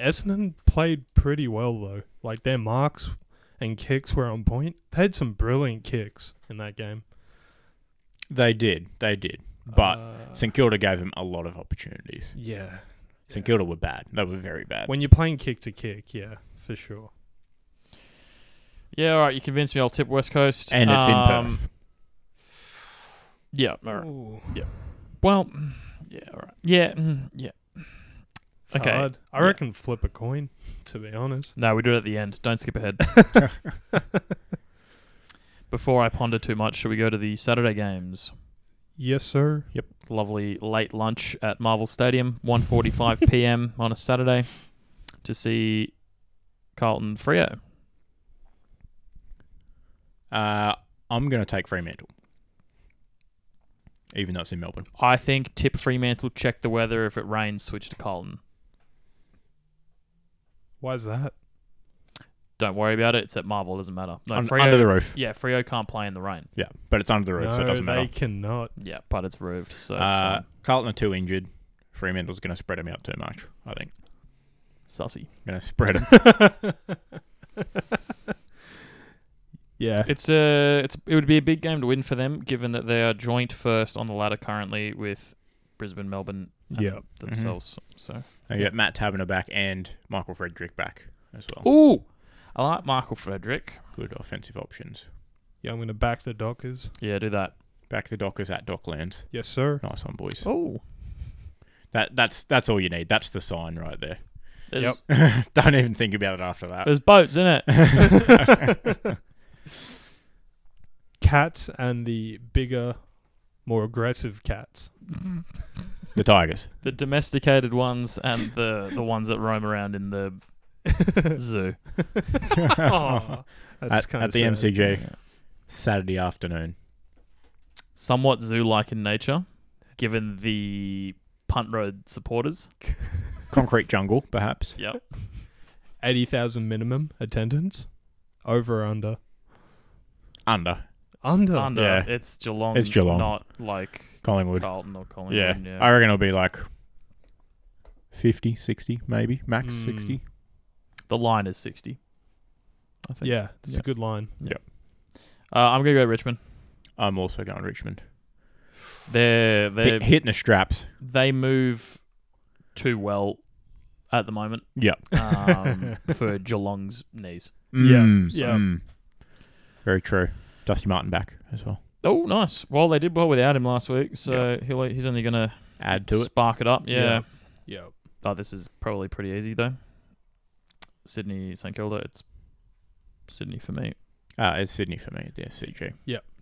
S1: Essendon played pretty well though. Like their marks and kicks were on point. They had some brilliant kicks in that game.
S2: They did, they did, but
S1: Uh,
S2: St Kilda gave them a lot of opportunities.
S1: yeah,
S2: St Kilda were bad; they were very bad.
S1: when you're playing kick to kick, yeah, for sure.
S3: Yeah, all right. You convinced me. I'll tip West Coast.
S2: and it's
S3: Um,
S2: in Perth.
S3: Yeah. All right.
S1: It's
S3: Well. mm, Yeah. All right. Yeah. mm, Yeah. Okay.
S1: hard. I
S3: Yeah.
S1: reckon flip a coin. To be honest,
S3: No, we do it at the end. Don't skip ahead. Before I ponder too much, should we go to the Saturday games?
S1: yes, sir.
S3: lovely late lunch at Marvel Stadium, 1.45 p.m. on a Saturday to see Carlton Frio.
S2: Uh, I'm going to take Fremantle, even though it's in Melbourne.
S3: I think tip Fremantle, check the weather. If it rains, switch to Carlton.
S1: Why's that?
S3: Don't worry about it. It's at Marvel. Doesn't matter. No,
S2: Un-
S3: Freo,
S2: under the roof.
S3: yeah, Frio can't play in the rain.
S2: Yeah, but it's under the roof,
S1: no,
S2: so it doesn't
S1: they
S2: matter.
S1: cannot.
S3: Yeah, but it's roofed, so it's
S2: Uh,
S3: fine.
S2: Carlton are too injured. Fremantle's going to spread them out too much. I think
S3: sussy.
S2: going to spread them.
S1: yeah,
S3: It's a it's it would be a big game to win for them, given that they are joint first on the ladder currently with Brisbane, Melbourne, and
S1: Yeah.
S3: themselves. So
S2: I get Matt Taberner back and Michael Frederick back as well.
S3: ooh, I like Michael Frederick.
S2: Good offensive options.
S1: yeah. I'm gonna back the Dockers.
S3: Yeah, do that.
S2: Back the Dockers at Docklands.
S1: Yes, sir.
S2: Nice one, boys.
S3: Oh,
S2: That that's that's all you need. That's the sign right there.
S3: there's,
S1: Yep.
S2: Don't even think about it after that.
S3: There's boats in it.
S1: cats and the bigger, more aggressive cats.
S2: The Tigers.
S3: The domesticated ones and the the ones that roam around in the zoo.
S1: Aw, that's
S2: at,
S1: kind
S2: at
S1: of
S2: the MCG Saturday afternoon.
S3: Somewhat zoo-like in nature, given the punt road supporters.
S2: Concrete jungle, perhaps.
S3: Yep.
S1: Eighty thousand minimum attendance, over or under
S2: Under
S1: under.
S3: Under
S2: Oh, Yeah.
S3: it's Geelong.
S2: It's Geelong.
S3: not like
S2: Collingwood.
S3: Carlton or Collingwood.
S2: yeah.
S3: Yeah.
S2: I reckon it'll be like 50, 60 maybe, max
S1: Mm.
S2: 60.
S3: the line is sixty. I think.
S1: Yeah, it's
S2: Yeah.
S1: a good line.
S3: Uh, I'm gonna go Richmond.
S2: I'm also going Richmond.
S3: They're
S2: Hi-
S3: they
S2: hitting the straps.
S3: they move too well at the moment
S2: Yeah.
S3: um, for Geelong's knees.
S1: Yeah. Yeah.
S2: Mm. Very true. Dusty Martin back as well.
S3: Oh, nice. Well, they did well without him last week, so he'll, he's only going to
S2: Add to it.
S3: spark it up. Yeah.
S1: Yeah. Yeah,
S3: Oh, this is probably pretty easy, though. Sydney, St Kilda, it's Sydney for me.
S2: Uh, it's Sydney for me. The SCG.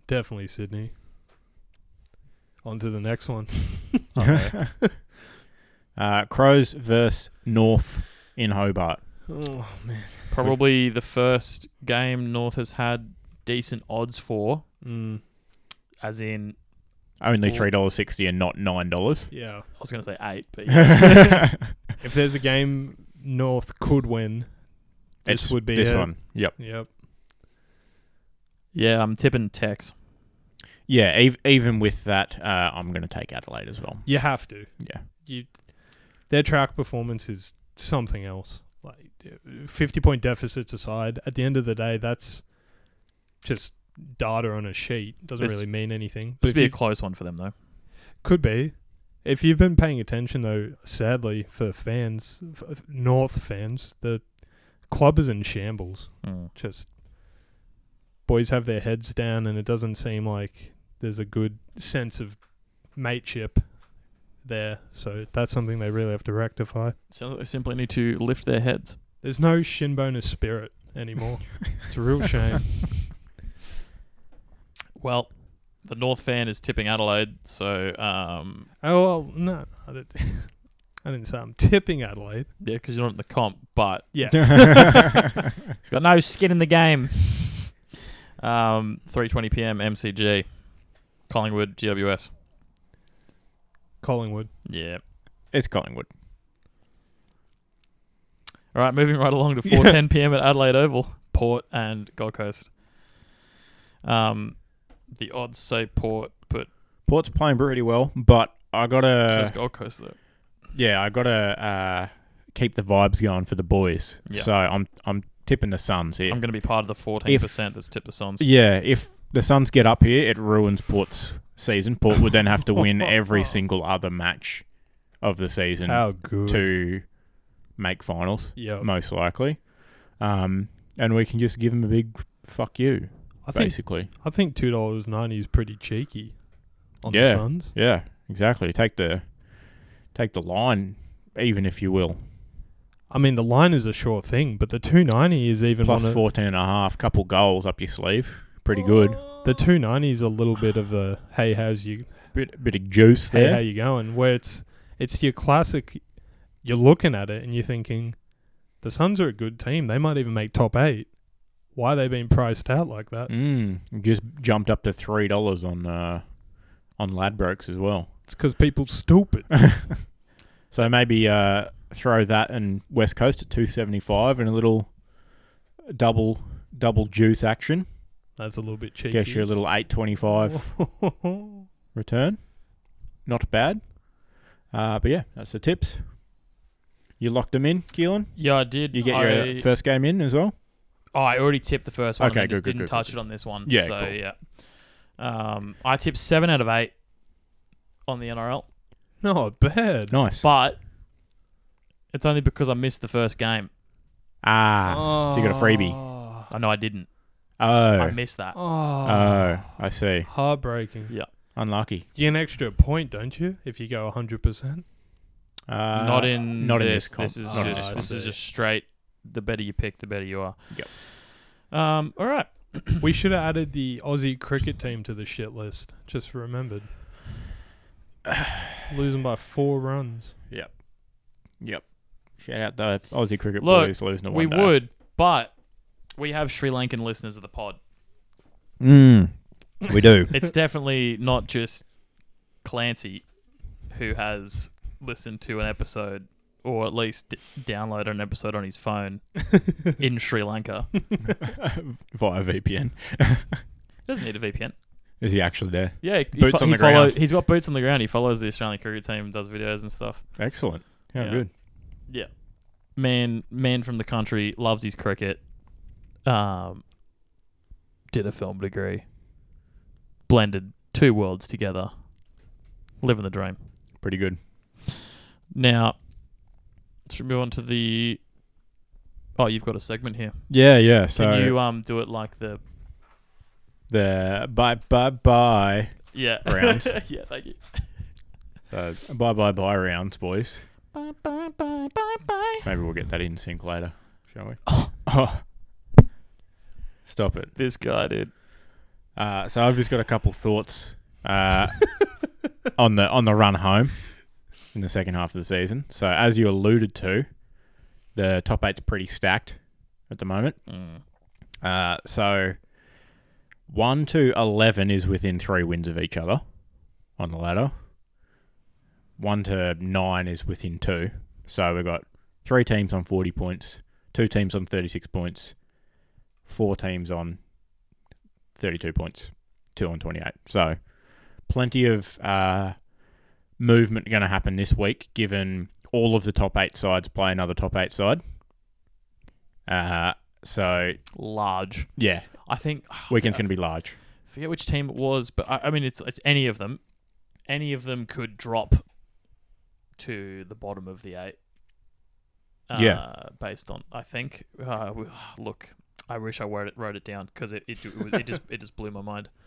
S1: definitely Sydney. On to the next one.
S2: Oh, uh, Crows versus North in Hobart.
S1: Oh man.
S3: Probably the first game North has had decent odds for,
S1: Mm,
S3: as in,
S2: Only
S3: Or-
S2: three dollars sixty and not nine dollars.
S1: yeah.
S3: I was going to say eight, but yeah.
S2: it's
S1: If there's a game North could win, this would be
S2: this
S1: it.
S2: one. Yep.
S1: Yep.
S3: yeah, I'm tipping Tex.
S2: Yeah. Ev- even with that, uh, I'm going to take Adelaide as well.
S1: You have to.
S2: Yeah.
S1: you their track performance is something else. Like uh, fifty point deficits aside, at the end of the day, that's just data on a sheet. Doesn't
S3: This-
S1: really mean anything.
S3: This
S1: But
S3: would
S1: if
S3: be a
S1: you,
S3: close one for them, though.
S1: could be, If you've been paying attention, though, sadly for fans, f- f- North fans, the club is in shambles. Just boys have their heads down, and it doesn't seem like there's a good sense of mateship there. So that's something they really have to rectify.
S3: So they simply need to lift their heads.
S1: There's no shin bonus spirit anymore. it's a real shame.
S3: Well, the North fan is tipping Adelaide, so um,
S1: Oh well, no, I didn't. I didn't say I'm tipping Adelaide.
S3: yeah, because you're not in the comp, but
S1: Yeah,
S3: He's got no skin in the game. Um, 3:20 p.m. MCG, Collingwood GWS.
S1: Collingwood.
S3: Yeah.
S2: it's Collingwood.
S3: All right, moving right along to
S1: Yeah.
S3: 4:10 p.m. at Adelaide Oval, Port and Gold Coast. Um, the odds say Port, but
S2: Port's playing pretty well, but I
S3: so is
S2: gotta,
S3: Gold Coast though.
S2: yeah, I gotta uh, keep the vibes going for the boys.
S3: Yeah.
S2: So I'm, I'm tipping the Suns here.
S3: I'm going to be part of the 14% that's tipped the Suns.
S2: Yeah, if the Suns get up here, it ruins Port's season. Port would then have to win every single other match of the season
S1: How good.
S2: to make finals,
S1: Yeah,
S2: most likely. Um, and we can just give them a big fuck you,
S1: I think
S2: basically.
S1: I think two dollars ninety is pretty cheeky on the
S2: Yeah.
S1: Suns.
S2: Yeah, exactly. Take the take the line, even if you will.
S1: I mean, the line is a sure thing, but the two ninety is even
S2: Plus
S1: one eh? Oh. of-
S2: 14 and a half, couple goals up your sleeve. Pretty good.
S1: the two ninety is a little bit of a hey, how's you?
S2: Bit, bit of juice
S1: Hey, how
S2: there.
S1: you going? Where it's it's your classic. You're looking at it and you're thinking, the Suns are a good team. They might even make top eight. Why are they being priced out like that?
S2: Mm, just jumped up to three dollars on uh, on Ladbrokes as well.
S1: It's because people stupid.
S2: So maybe uh, throw that and West Coast at two seventy five and a little double double juice action.
S1: That's a little bit cheeky.
S2: Guess your little eight twenty
S1: Oh.
S2: five return. Not bad. Uh, but yeah, that's the tips. You locked them in, Keelan.
S3: Yeah, I did.
S2: You get
S3: I,
S2: your first game in as well.
S3: Oh, I already tipped the first one.
S2: Okay,
S3: and then
S2: good,
S3: just
S2: good,
S3: didn't
S2: good,
S3: touch
S2: good.
S3: it on this one.
S2: Yeah,
S3: so
S2: cool.
S3: yeah. Um, I tipped seven out of eight on the NRL,
S1: Not bad.
S2: Nice.
S3: but it's only because I missed the first game.
S2: Ah. so you got a freebie.
S1: Oh,
S3: I know I didn't. I
S2: Oh.
S3: missed that.
S2: Oh. I see.
S1: ah. heartbreaking.
S2: Unlucky.
S1: You get an extra point, don't you, if you go 100%?
S2: Uh,
S3: not in
S2: Not
S3: this.
S2: in this. Comp.
S3: This is
S1: Not in
S3: just
S1: this
S3: this
S1: comp.
S3: is just straight. The better you pick, the better you are.
S2: Yep.
S3: Um. All right.
S1: we should have added the Aussie cricket team to the shit list. Just remembered. Losing by four runs.
S2: Yep. Shout out the Aussie cricket
S3: Look,
S2: boys losing to
S3: we
S2: one day.
S3: would, but we have Sri Lankan listeners of the pod.
S2: Mm. We do.
S3: It's definitely not just Clancy who has listened to an episode or at least d- downloaded an episode on his phone in Sri Lanka. He
S2: via VPN.
S3: doesn't need a VPN.
S2: Is he actually there?
S3: Yeah, he,
S2: Boots
S3: fo-
S2: on
S3: he
S2: the ground.
S3: follow- He's got boots on the ground. He follows the Australian cricket team, does videos and stuff.
S2: Excellent. Yeah,
S3: Yeah.
S2: good.
S3: man man from the country loves his cricket um did a film degree blended two worlds together living the dream
S2: Pretty good.
S3: now should we move on to the oh you've got a segment here
S2: Yeah, yeah. So
S3: can you um do it like the
S2: the bye bye bye.
S3: yeah
S2: Rounds.
S3: yeah thank you
S2: So bye bye bye rounds, boys.
S3: bye bye bye bye bye
S2: Maybe we'll get that in sync later, shall we? Oh. Stop it.
S3: this guy did
S2: Uh, so I've just got a couple thoughts uh, on the on the run home in the second half of the season. So as you alluded to, the top eight's pretty stacked at the moment.
S3: Mm.
S2: Uh, so one to eleven is within three wins of each other on the ladder. One to nine is within two. So we've got three teams on forty points, two teams on thirty six points, four teams on thirty two points, two on twenty eight. So plenty of uh, movement going to happen this week, given all of the top eight sides play another top eight side. Uh, so
S3: large
S2: yeah,
S3: i think
S2: Weekend's going to be large.
S3: forget which team it was, but I, I mean, it's it's any of them. Any of them could drop to the bottom of the eight.
S2: Yeah.
S3: Uh, Based on, I think. Uh, w- look, I wish I wrote it wrote it down because it it, it, it just it just blew my mind.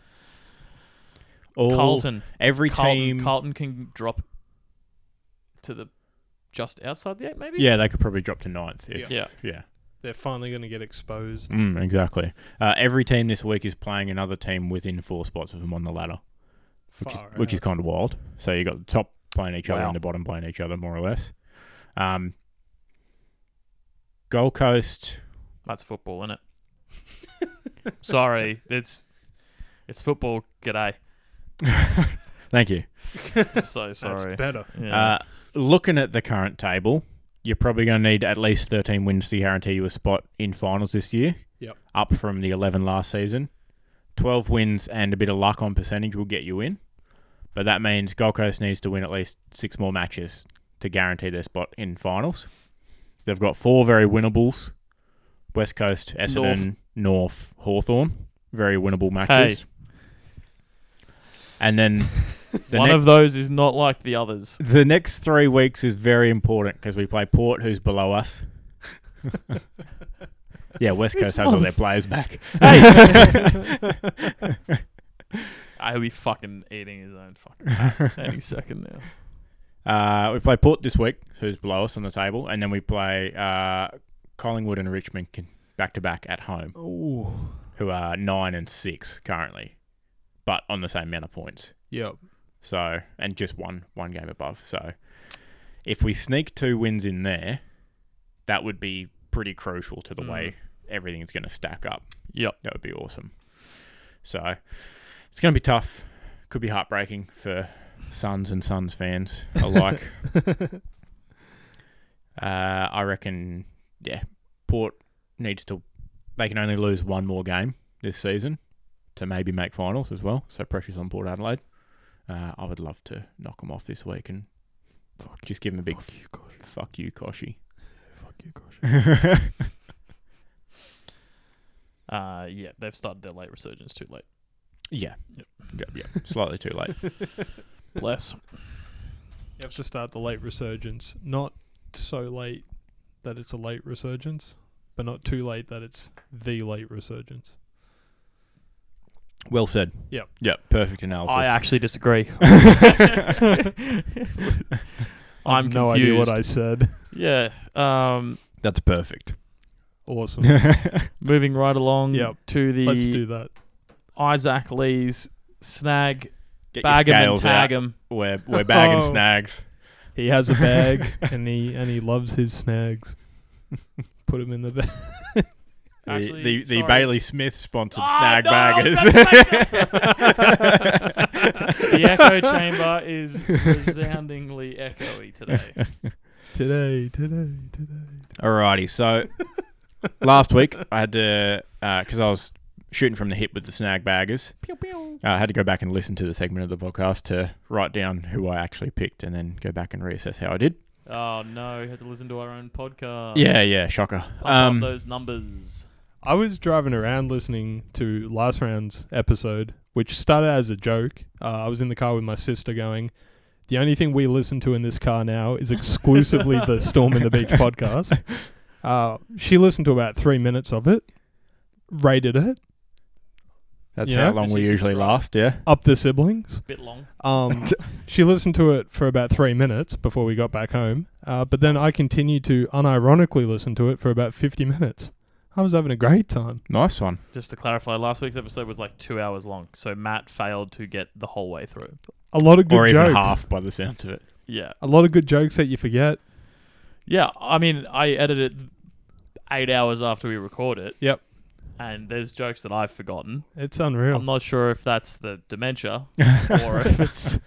S2: All,
S3: Carlton,
S2: every
S3: Carlton,
S2: team.
S3: Carlton can drop to the just outside the eight, maybe.
S2: Yeah, they could probably drop to ninth. If,
S3: Yeah.
S2: Yeah.
S1: They're finally going to get exposed.
S2: Mm, exactly. Uh, every team this week is playing another team within four spots of them on the ladder, which is,
S1: Far
S2: which is
S1: out.
S2: kind of wild. So you got the top playing each other
S3: Wow.
S2: and the bottom playing each other, more or less. Um, Gold Coast.
S3: That's football, isn't it? Sorry, it's it's football. G'day.
S2: Thank you.
S3: So
S1: That's
S3: sorry.
S1: better.
S3: Yeah.
S2: Uh, looking at the current table, you're probably going to need at least 13 wins to guarantee you a spot in finals this year.
S1: Yep.
S2: Up from the 11 last season. 12 wins and a bit of luck on percentage will get you in. But that means Gold Coast needs to win at least six more matches to guarantee their spot in finals. They've got four very winnables West Coast, Essendon, North, Hawthorn, Very winnable matches. And then the
S3: One
S2: next-
S3: of those is not like the others.
S2: the next three weeks is very important because we play Port, who's below us. yeah, West Coast has all their players back.
S3: I'll Ah, be fucking eating his own fucking hat any second now.
S2: Uh, we play Port this week, who's below us on the table, and then we play uh, Collingwood and Richmond back to back at home,
S1: Ooh.
S2: who are nine and six currently, but on the same amount of points.
S1: Yep.
S2: So and just one one game above. So if we sneak two wins in there, that would be pretty crucial to the
S3: Mm.
S2: way everything's going to stack up.
S3: Yep.
S2: That would be awesome. So it's going to be tough. Could be heartbreaking for Suns and Suns fans alike. uh, I reckon, yeah, Port needs to. They can only lose one more game this season to maybe make finals as well. So pressure's on Port Adelaide. Uh, I would love to knock them off this week and just give them a big fuck you, Koshi. Fuck you, Koshi.
S1: Fuck you, gosh.
S3: Uh, yeah, they've started their late resurgence too late.
S2: yeah.
S3: Yep.
S2: Yep, yep. Slightly too late.
S3: Bless.
S1: You have to start the late resurgence, not so late that it's a late resurgence, but not too late that it's the late resurgence.
S2: Well said.
S1: Yep.
S2: Yep. Perfect analysis.
S3: I actually disagree. I'm
S1: no
S3: confused.
S1: idea what I said.
S3: yeah. Um,
S2: That's perfect.
S1: Awesome.
S3: moving right along
S1: Yep.
S3: to the
S1: Let's do that.
S3: Isaac Lee's snag,
S2: Get
S3: bag him and tag
S2: out.
S3: him.
S2: We're we're bagging
S1: Oh.
S2: snags.
S1: He has a bag and he and he loves his snags. Put him in the bag.
S2: The-
S3: Actually,
S2: the the,
S3: sorry.
S2: Bailey Smith sponsored
S3: Ah,
S2: snag
S3: no,
S2: baggers.
S3: The echo chamber is resoundingly echoey today.
S1: Today, today, today.
S2: Alrighty, so last week I had to because I was shooting from the hip with the snag baggers. uh,
S3: Pew, pew.
S2: I had to go back and listen to the segment of the podcast to write down who I actually picked and then go back and reassess how I did.
S3: Oh no, we had to listen to our own podcast.
S2: Yeah, yeah, shocker.
S3: Pump up
S2: Um,
S3: those numbers.
S1: I was driving around listening to last round's episode, which started as a joke. Uh, I was in the car with my sister going, The only thing we listen to in this car now is exclusively the Storm in the Beach podcast. Uh, she listened to about three minutes of it, rated it,
S2: that's
S1: Yeah.
S2: how long
S3: Did
S2: we
S3: you
S2: usually
S3: subscribe?
S2: last. Yeah.
S1: up the siblings.
S3: Bit long.
S1: Um, she listened to it for about three minutes before we got back home, uh, but then I continued to unironically listen to it for about 50 minutes. I was having a great time.
S2: Nice one.
S3: Just to clarify, last week's episode was like two hours long, so Matt failed to get the whole way through.
S1: A lot of good
S2: or even
S1: jokes.
S2: half by the sounds of it.
S3: Yeah.
S1: A lot of good jokes that you forget.
S3: Yeah, I mean, I edited eight hours after we record it.
S1: Yep.
S3: And there's jokes that I've forgotten.
S1: It's unreal.
S3: I'm not sure if that's the dementia or if it's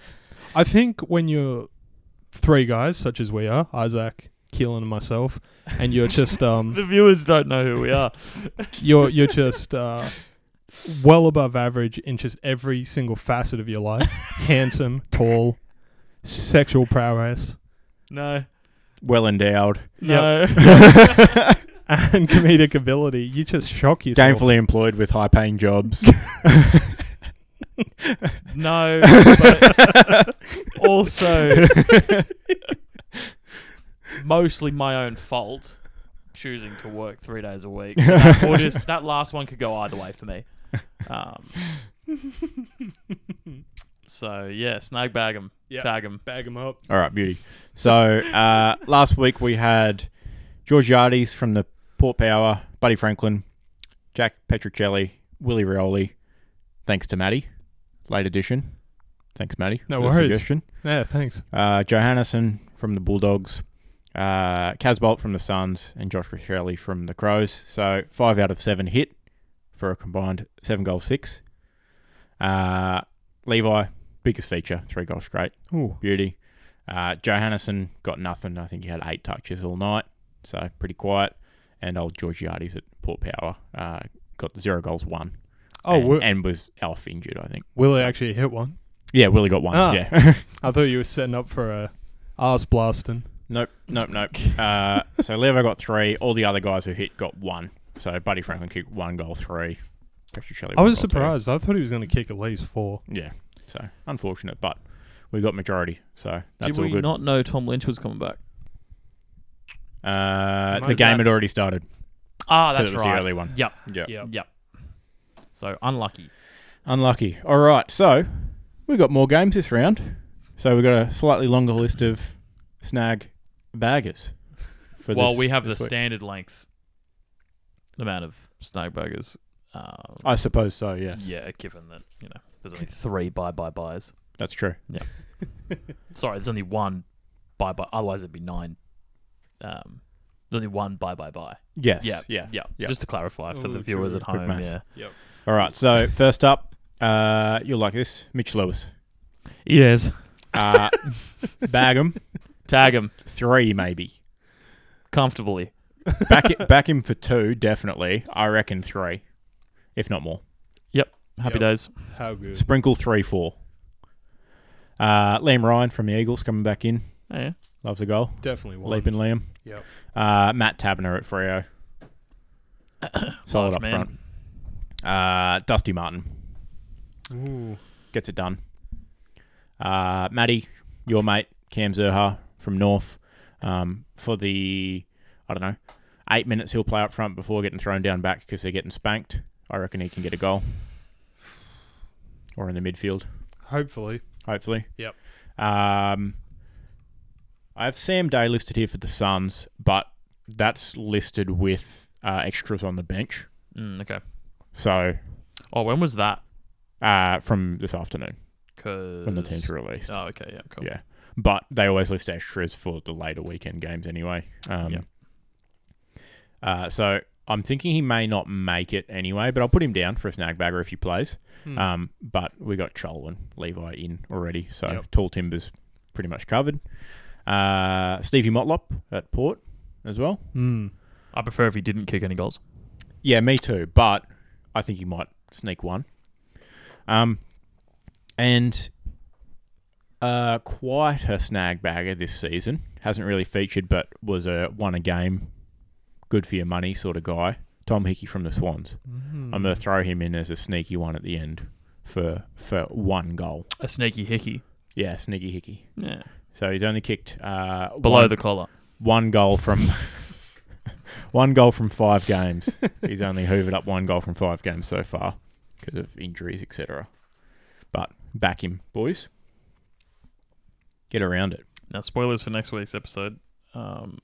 S1: I think when you're three guys, such as we are, Isaac, Keelan, and myself, and you're just um,
S3: the viewers don't know who we are.
S1: you're you're just uh, well above average in just every single facet of your life. Handsome, tall, sexual prowess,
S3: No.
S2: Well endowed,
S3: No.
S1: and comedic ability. You just shock yourself.
S2: gainfully employed with high paying jobs.
S3: no. But also mostly my own fault choosing to work three days a week. So that, or just that last one could go either way for me. Um, so yeah, snag bag 'em,
S1: Yep.
S3: tag 'em.
S1: Bag them up.
S2: All right, beauty. So uh, last week we had Georgiades from the Port Power, Buddy Franklin, Jack Petricelli, Willie Rioli. Thanks to Maddie, late edition. Thanks, Maddie.
S1: No
S2: for the
S1: worries.
S2: Suggestion.
S1: Yeah, thanks.
S2: Uh, Johannesson from the Bulldogs, uh, Casbolt from the Suns, and Josh Shirley from the Crows. So five out of seven hit for a combined seven goal six. Uh, Levi, biggest feature, three goals straight,
S1: Ooh,
S2: beauty. Uh, Johannesson got nothing. I think he had eight touches all night, so pretty quiet. And old Georgiades at Port Power uh, got zero goals, one.
S1: Oh,
S2: and,
S1: Wi-
S2: and was elf injured, I think.
S1: Willie actually hit one.
S2: Yeah, Willie got one.
S1: Ah.
S2: Yeah.
S1: I thought you were setting up for a arse blasting.
S2: Nope, nope, nope. Uh, so Levo got three. All the other guys who hit got one. So Buddy Franklin kicked one goal, three. Pressure Shelley.
S1: I was
S2: goal, two.
S1: surprised. I thought he was going to kick at least four.
S2: Yeah. So unfortunate, but we got majority. So that's
S3: Did
S2: all
S3: we
S2: good.
S3: not know Tom Lynch was coming back?
S2: uh, the
S1: Moses-
S2: game had already started.
S3: Ah,
S2: 'cause
S3: that's
S2: it was
S3: right.
S2: the early one.
S3: Yep.
S2: Yeah.
S3: Yep. So unlucky.
S2: Unlucky. All right. So we got more games this round. So we got a slightly longer list of snag baggers. For
S3: well,
S2: this-
S3: we have the
S2: this week.
S3: standard length amount of snag baggers. Um,
S2: I suppose so. Oh, Yes,
S3: Yeah, given that you know there's only three bye bye buys.
S2: that's true.
S3: Sorry, there's only one bye bye. Otherwise, it'd be nine. Um, there's only one bye bye bye.
S2: Yes.
S3: Yeah,
S2: Yeah.
S3: yeah,
S2: yeah.
S3: Just to clarify for
S1: Oh,
S3: the viewers
S1: true.
S3: at
S2: Quick
S3: home.
S2: maths.
S3: Yeah,
S2: All right. So first up, uh, you'll like this, Mitch Lewis.
S3: yes.
S2: Uh, bag 'em.
S3: Tag him
S2: three maybe.
S3: comfortably.
S2: Back it, back him for two, definitely. I reckon three, if not more.
S3: Happy
S1: Yep.
S3: days.
S1: How good?
S2: Sprinkle three, four. Uh, Liam Ryan from the Eagles coming back in.
S3: Oh, yeah.
S2: Loves a goal.
S1: Definitely one.
S2: Leaping Liam.
S1: Yep.
S2: Uh, Matt Tabner at Freo. Solid
S3: Large
S2: up
S3: man.
S2: front. Uh, Dusty Martin
S1: Ooh.
S2: gets it done. Uh, Matty, your mate Cam Zerha from North, um, for the I don't know eight minutes he'll play up front before getting thrown down back because they're getting spanked. I reckon he can get a goal, or in the midfield,
S1: Hopefully.
S2: hopefully.
S1: Yep.
S2: Um, I have Sam Day listed here for the Suns, but that's listed with uh, extras on the bench.
S3: Mm, okay.
S2: So
S3: Oh, when was that?
S2: uh, from this afternoon
S3: Cause
S2: when the teams released.
S3: Oh, okay. Yeah. Cool.
S2: Yeah. but they always list extras for the later weekend games anyway. Um,
S3: Yeah.
S2: uh, so I'm thinking he may not make it anyway, but I'll put him down for a snag bagger if he plays.
S1: Hmm.
S2: Um, but we got Chol and Levi in already, so
S1: Yep.
S2: Tall Timbers pretty much covered. Uh, Stevie Motlop at Port as well.
S1: Hmm.
S3: I prefer if he didn't kick any goals.
S2: Yeah, me too. But I think he might sneak one. Um, and uh, quite a snag bagger this season. Hasn't really featured, but was a won a game, good for your money sort of guy. Tom Hickey from the Swans.
S1: Hmm.
S2: I'm gonna throw him in as a sneaky one at the end for for one goal.
S3: A sneaky hickey.
S2: Yeah, sneaky Hickey.
S3: Yeah.
S2: So he's only kicked uh,
S3: Below
S2: one-
S3: the collar.
S2: one goal from one goal from five games. He's only hoovered up one goal from five games so far because of injuries, etc. But back him, boys. Get around it.
S3: Now, spoilers for next week's episode. Um,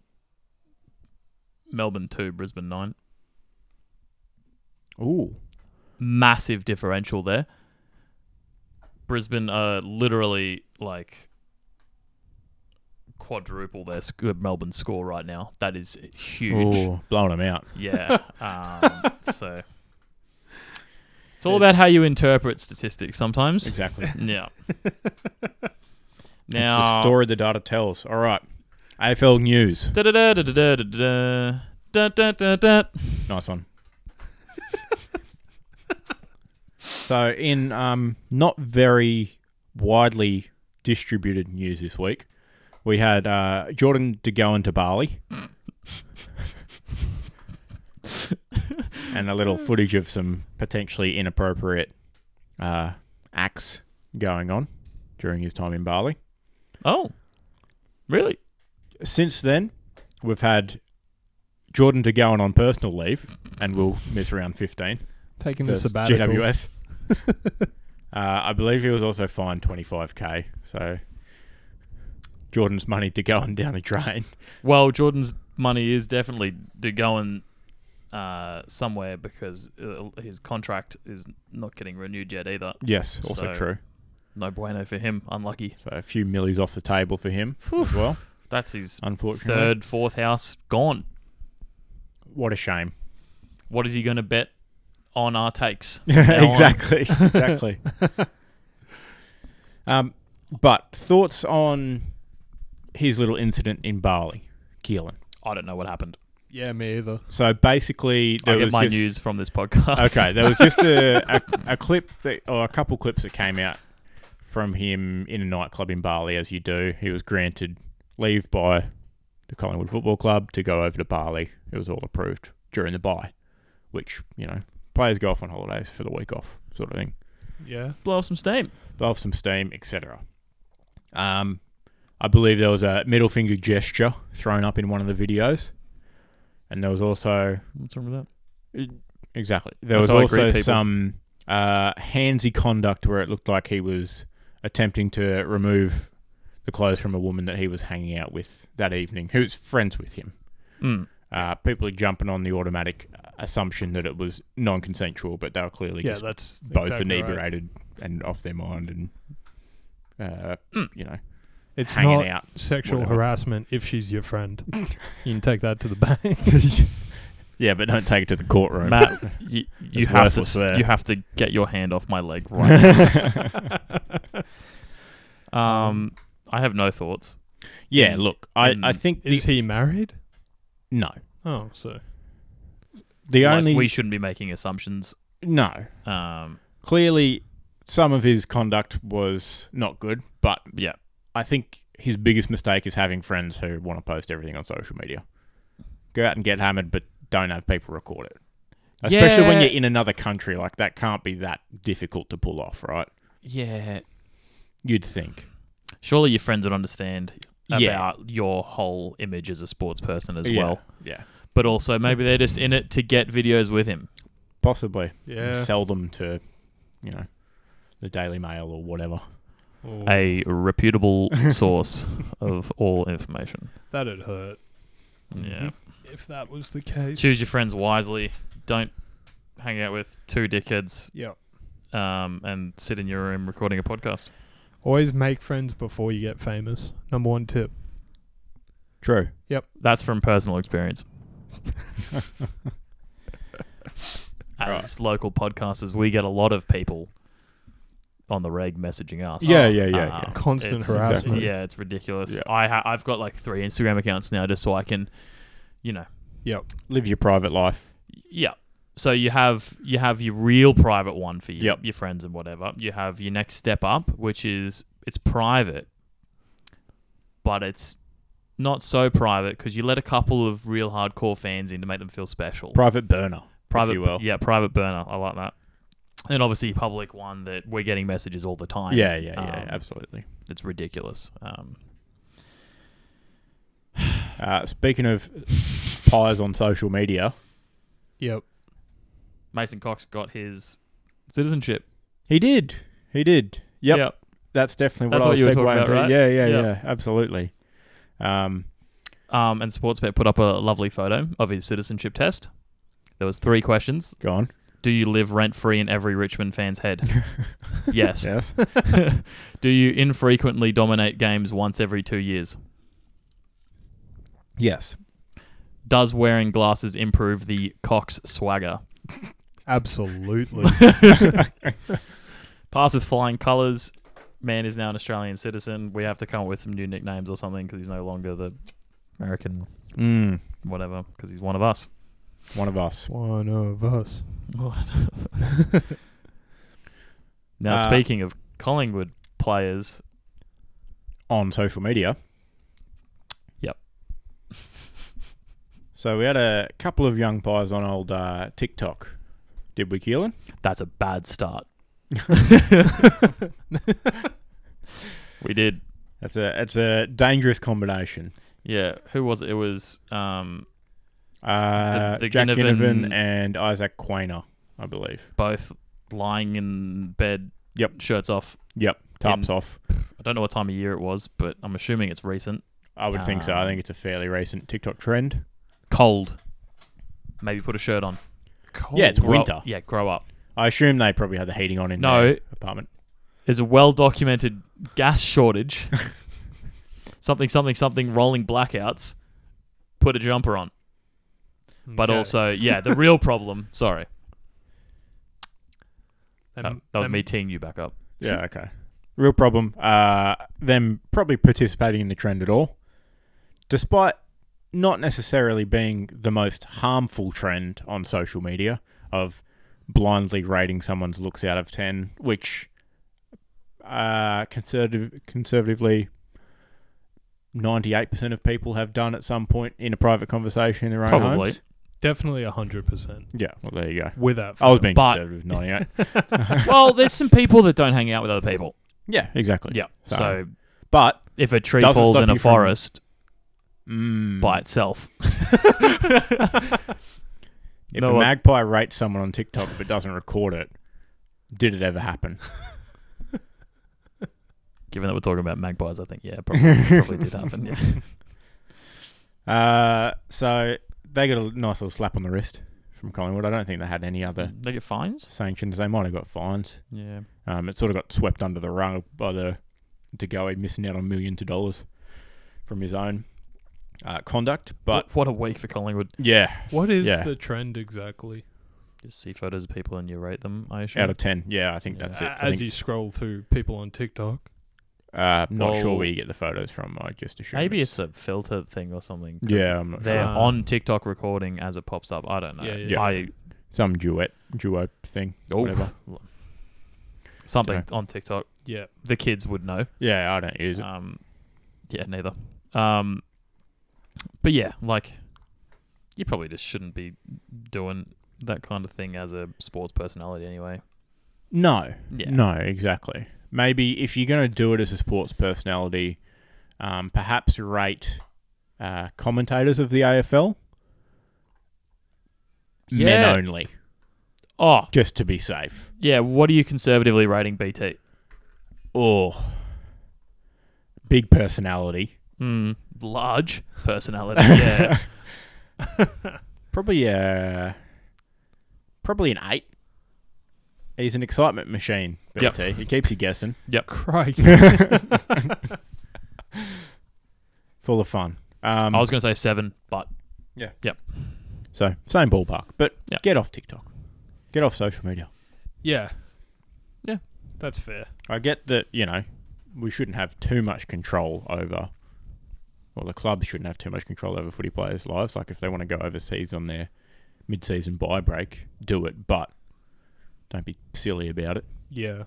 S3: Melbourne 2, Brisbane 9.
S2: Ooh,
S3: Massive differential there. Brisbane are literally like quadruple their sc- Melbourne score right now. That is huge.
S2: Ooh, blowing him out.
S3: Yeah. Um, so it's all about how you interpret statistics sometimes.
S2: Exactly.
S3: Yeah.
S2: it's the
S3: now,
S2: story the data tells. All right, AFL news.
S3: Da-da-da-da-da-da-da. Da-da-da-da.
S2: Nice one. so, in um, not very widely distributed news this week, we had uh, Jordan De Goan to Bali. and a little footage of some potentially inappropriate uh, acts going on during his time in Bali.
S3: Oh, really?
S2: Since then, We've had Jordan to going on personal leave, and we'll miss round 15.
S1: Taking the
S2: for
S1: sabbatical.
S2: GWS. uh, I believe he was also fined 25k. So Jordan's money to go on down the drain.
S3: Well, Jordan's money is definitely to going uh, somewhere because uh, his contract is not getting renewed yet either.
S2: Yes, also
S3: So-
S2: true.
S3: No bueno for him. Unlucky.
S2: So a few millies off the table for him as well.
S3: That's his
S2: Unfortunately,
S3: third, fourth house gone.
S2: What a shame.
S3: What is he going to bet on our takes? Now on.
S2: exactly, exactly. um, but thoughts on his little incident in Bali, Keelan.
S3: I don't know what happened.
S1: Yeah, me either.
S2: So basically, there
S3: I get
S2: was
S3: my
S2: just,
S3: news from this podcast.
S2: Okay, there was just a, a, a clip that, or a couple clips that came out from him in a nightclub in Bali, as you do. He was granted leave by the Collingwood Football Club to go over to Bali. It was all approved during the bye, which, you know, players go off on holidays for the week off, sort of thing
S1: Yeah.
S3: Blow off some steam.
S2: blow off some steam, etc. Um, I believe there was a middle finger gesture thrown up in one of the videos, and there was also
S3: What's wrong with that?
S2: exactly there was
S3: That's how I greet
S2: also
S3: people.
S2: some uh, handsy conduct where it looked like he was attempting to remove the clothes from a woman that he was hanging out with that evening, who was friends with him.
S3: Mm.
S2: Uh, people are jumping on the automatic assumption that it was non-consensual, but they were clearly
S1: Yeah,
S2: just
S1: that's
S2: both
S1: exactly right.
S2: inebriated and off their mind and uh, you know
S1: It's
S2: hanging
S1: not
S2: out.
S1: sexual
S2: whatever.
S1: harassment if she's your friend. you can take that to the bank.
S2: Yeah, but don't take it to the courtroom.
S3: Matt, you, you
S2: It's
S3: have to
S2: worthless
S3: s-
S2: there.
S3: you have to get your hand off my leg right. now. um, I have no thoughts.
S2: yeah, look, I,
S3: Mm.
S2: I think the,
S1: Is he married?
S2: no.
S1: Oh, so
S2: The
S3: Like,
S2: only
S3: we shouldn't be making assumptions.
S2: no.
S3: Um,
S2: Clearly some of his conduct was not good, but
S3: yeah,
S2: I think his biggest mistake is having friends who want to post everything on social media. Go out and get hammered but don't have people record it. Especially when
S3: Yeah.
S2: you're in another country, like that can't be that difficult to pull off, right?
S3: yeah.
S2: You'd think.
S3: Surely your friends would understand about
S2: Yeah.
S3: your whole image as a sports person as
S2: Yeah,
S3: well.
S2: Yeah.
S3: But also maybe they're just in it to get videos with him.
S2: Possibly.
S1: yeah.
S2: sell them to, you know, the Daily Mail or whatever.
S1: Oh,
S3: A reputable source of all information. Mm-hmm.
S1: That'd hurt
S3: Yeah.
S1: if that was the case.
S3: Choose your friends wisely. Don't hang out with two dickheads
S1: Yeah.
S3: um, and sit in your room recording a podcast.
S1: Always make friends before you get famous. Number one tip.
S2: True.
S3: That's from personal experience. As local podcasters, we get a lot of people on the reg messaging us. Um,
S2: Yeah, yeah, yeah, yeah.
S1: Constant
S3: it's-
S1: harassment.
S2: Oh, Exactly.
S3: Yeah, it's ridiculous.
S2: Yeah.
S3: I ha- I've got like three Instagram accounts now just so I can, you know,
S1: Yep.
S2: Live your private life.
S3: yeah. So you have you have your real private one for your,
S2: Yep.
S3: your friends and whatever. You have your next step up, which is it's private, but it's not so private because you let a couple of real hardcore fans in to make them feel special.
S2: Private burner.
S3: private,
S2: you will.
S3: yeah, private burner. I like that. And obviously, public one that we're getting messages all the time.
S2: Yeah, yeah, yeah,
S3: Um,
S2: absolutely.
S3: it's ridiculous. Um,
S2: Uh, speaking of pies on social media,
S1: Yep.
S3: Mason Cox got his citizenship.
S2: he did. He did. Yep.
S3: Yep.
S2: That's definitely what
S3: That's
S2: I
S3: what
S2: was
S3: you were
S2: segueing
S3: talking about,
S2: to.
S3: right?
S2: Yeah, yeah,
S3: Yeah.
S2: yeah. Absolutely. Um,
S3: Um, and Sportsbet put up a lovely photo of his citizenship test. There was three questions.
S2: go on.
S3: Do you live rent free in every Richmond fan's head? yes.
S2: Yes.
S3: Do you infrequently dominate games once every two years?
S2: yes.
S3: Does wearing glasses improve the Cox swagger?
S1: Absolutely.
S3: Pass with flying colours. Man is now an Australian citizen. We have to come up with some new nicknames or something because he's no longer the American
S2: Mm,
S3: whatever because he's one of us.
S2: one of us.
S1: one of us.
S3: now,
S2: Uh,
S3: speaking of Collingwood players,
S2: on social media.
S3: Yep.
S2: So we had a couple of young pies on old uh, TikTok, did we, Keelan?
S3: that's a bad start. we did.
S2: That's a it's a dangerous combination.
S3: Yeah, who was it? It was um,
S2: Uh,
S3: The- the
S2: Jack Ginnivan,
S3: Ginnivan-
S2: and Isaac Quainer, I believe.
S3: both lying in bed,
S2: Yep.
S3: shirts off.
S2: Yep, tops
S3: In-
S2: off.
S3: I don't know what time of year it was, but I'm assuming it's recent.
S2: I would think so. I
S3: Um,
S2: think it's a fairly recent TikTok trend.
S3: Cold. Maybe put a shirt on.
S2: Yeah, it's
S1: Cold.
S3: Grow-
S2: winter.
S3: Yeah, grow up.
S2: I assume they probably had the heating on in
S3: No.
S2: their apartment.
S3: There's a well documented gas shortage. something, something, something, rolling blackouts. Put a jumper on.
S2: Hmm.
S3: But
S1: Okay.
S3: also, yeah, the real problem. Sorry.
S1: Them-
S3: That, that was
S1: them-
S3: me teeing you back up.
S2: Yeah, okay. Real problem. Uh, them probably participating in the trend at all, despite not necessarily being the most harmful trend on social media of blindly rating someone's looks out of ten, which uh, conservative conservatively. 98% of people have done at some point in a private conversation in their own
S3: Probably.
S2: homes.
S1: Definitely hundred percent.
S2: Yeah, well, there you go.
S1: Without
S2: I was being
S3: But-
S2: conservative, 98.
S3: well, there's some people that don't hang out with other people.
S2: yeah, exactly.
S3: Yeah. So,
S2: So- But,
S3: if a tree
S2: Doesn't
S3: falls
S2: stop
S3: in a
S2: you from-
S3: forest
S2: mm,
S3: by itself,
S2: If
S3: No
S2: a
S3: one-
S2: magpie rates someone on TikTok but doesn't record it, did it ever happen?
S3: given that we're talking about magpies, I think, yeah, probably, probably did happen. Yeah.
S2: Uh, so they got a nice little slap on the wrist from Collingwood. I don't think they had any other
S3: They get fines?
S2: sanctions. They might have got fines.
S3: Yeah.
S2: Um, it sort of got swept under the rug by the De Goey missing out on millions of dollars from his own uh, conduct. But
S3: What- what a week for Collingwood.
S2: yeah,
S1: What is
S2: Yeah.
S1: the trend exactly?
S3: Just see photos of people and you rate them, I assume.
S2: out of ten, yeah, I think
S3: Yeah.
S2: that's it.
S1: A-
S2: I
S1: As
S2: think,
S1: you scroll through people on TikTok,
S2: uh, not sure
S3: Well-
S2: where you get the photos from. I just assume
S3: Maybe it's a filter thing or something. 'cause
S2: yeah. I'm not sure.
S3: They're
S1: Ah.
S3: on TikTok recording as it pops up. I don't know.
S1: Yeah, yeah.
S3: I
S2: some duet duo thing.
S3: Oh.
S2: Whatever.
S3: something
S2: Okay.
S3: on TikTok.
S1: yeah,
S3: The kids would know.
S2: Yeah, I don't use it.
S3: Um, yeah, neither. Um, but yeah, like you probably just shouldn't be doing that kind of thing as a sports personality anyway.
S2: No,
S3: Yeah.
S2: no, exactly. Maybe if you're going to do it as a sports personality, um, perhaps rate uh, commentators of the AFL.
S3: Yeah.
S2: Men only,
S3: Oh,
S2: just to be safe.
S3: yeah. What are you conservatively rating BT?
S2: Oh, big personality.
S3: Mm, large personality. Yeah.
S2: Probably uh, probably an eight. He's an excitement machine,
S3: Yep.
S2: BT. He keeps you guessing.
S1: crikey.
S2: Full of fun. Um,
S3: I was gonna say seven, but
S2: So same ballpark, but
S3: Yeah.
S2: get off TikTok, get off social media.
S1: yeah,
S3: Yeah.
S1: that's fair.
S2: I get that you know we shouldn't have too much control over, well, the clubs shouldn't have too much control over footy players' lives. Like if they want to go overseas on their mid-season bye break, do it, but don't be silly about it.
S1: Yeah,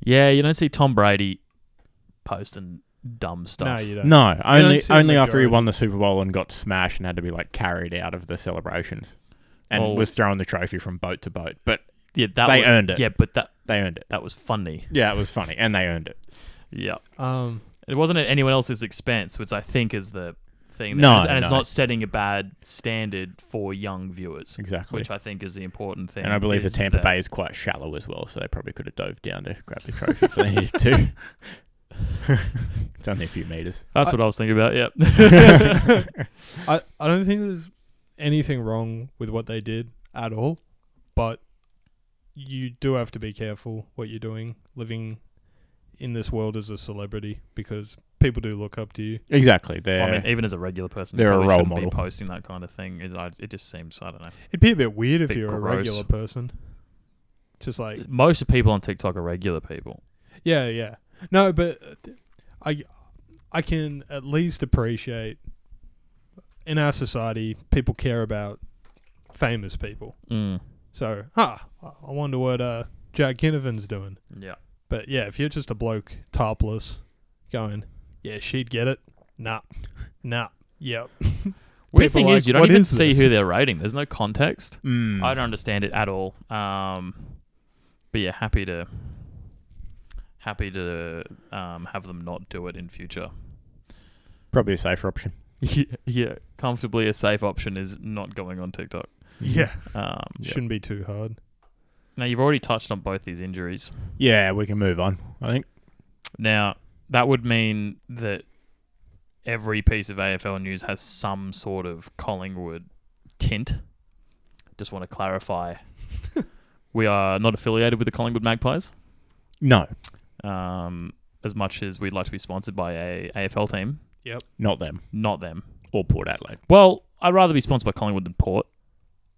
S3: yeah, you don't see Tom Brady posting dumb stuff.
S1: no, you don't.
S2: No, only
S1: see a
S2: only after he
S1: majority.
S2: won the Super Bowl and got smashed and had to be like carried out of the celebrations, and
S3: Well-
S2: was throwing the trophy from boat to boat. But
S3: Yeah, that
S2: They
S3: wa-
S2: earned it.
S3: Yeah, but that
S2: they earned it.
S3: that was funny.
S2: Yeah, it was funny, and they earned it.
S3: Yeah.
S1: Um,
S3: It wasn't at anyone else's expense, which I think is the thing.
S2: No,
S3: and it's, and it's
S2: no.
S3: not setting a bad standard for young viewers,
S2: Exactly.
S3: which I think is the important thing.
S2: And I believe the
S3: is
S2: Tampa
S3: that-
S2: Bay is quite shallow as well, so they probably could have dove down to grab the trophy if they needed to. it's only a few meters.
S3: That's what I was thinking about. Yeah.
S1: I I don't think there's anything wrong with what they did at all, but you do have to be careful what you're doing, living in this world as a celebrity, because people do look up to you.
S2: Exactly. They're
S3: I mean, even as a regular person,
S2: They're a
S3: you probably
S2: role
S3: shouldn't
S2: model.
S3: be posting that kind of thing. It, I, it just seems I don't know.
S1: It'd be a bit weird if
S3: Bit
S1: you're a
S3: gross.
S1: regular person, just like
S3: Most of people on TikTok are regular people.
S1: Yeah, yeah. No, but uh, th- I I can at least appreciate in our society people care about famous people.
S3: Mm.
S1: So, huh, I- I wonder what uh Jack Kinnivan's doing.
S3: Yeah.
S1: But yeah, if you're just a bloke topless going, yeah, she'd get it. Nah. Nah. Yep.
S3: Weird
S1: People
S3: thing
S1: are
S3: is,
S1: like,
S3: you don't
S1: "What
S3: even
S1: is
S3: see
S1: this?"
S3: who they're rating. There's no context.
S2: mm,
S3: I don't understand it at all. Um, but yeah, happy to happy to um, have them not do it in future.
S2: Probably a safer option.
S3: yeah, yeah, comfortably a safe option is not going on TikTok.
S1: Yeah.
S3: Um, yeah.
S1: Shouldn't be too hard.
S3: Now you've already touched on both these injuries.
S2: Yeah, we can move on. I think.
S3: Now that would mean that every piece of AFL news has some sort of Collingwood tint. Just want to clarify, we are not affiliated with the Collingwood Magpies.
S2: No,
S3: Um, as much as we'd like to be sponsored by a AFL team,
S2: not them
S3: not them.
S2: or Port Adelaide.
S3: Well, I'd rather be sponsored by Collingwood than Port.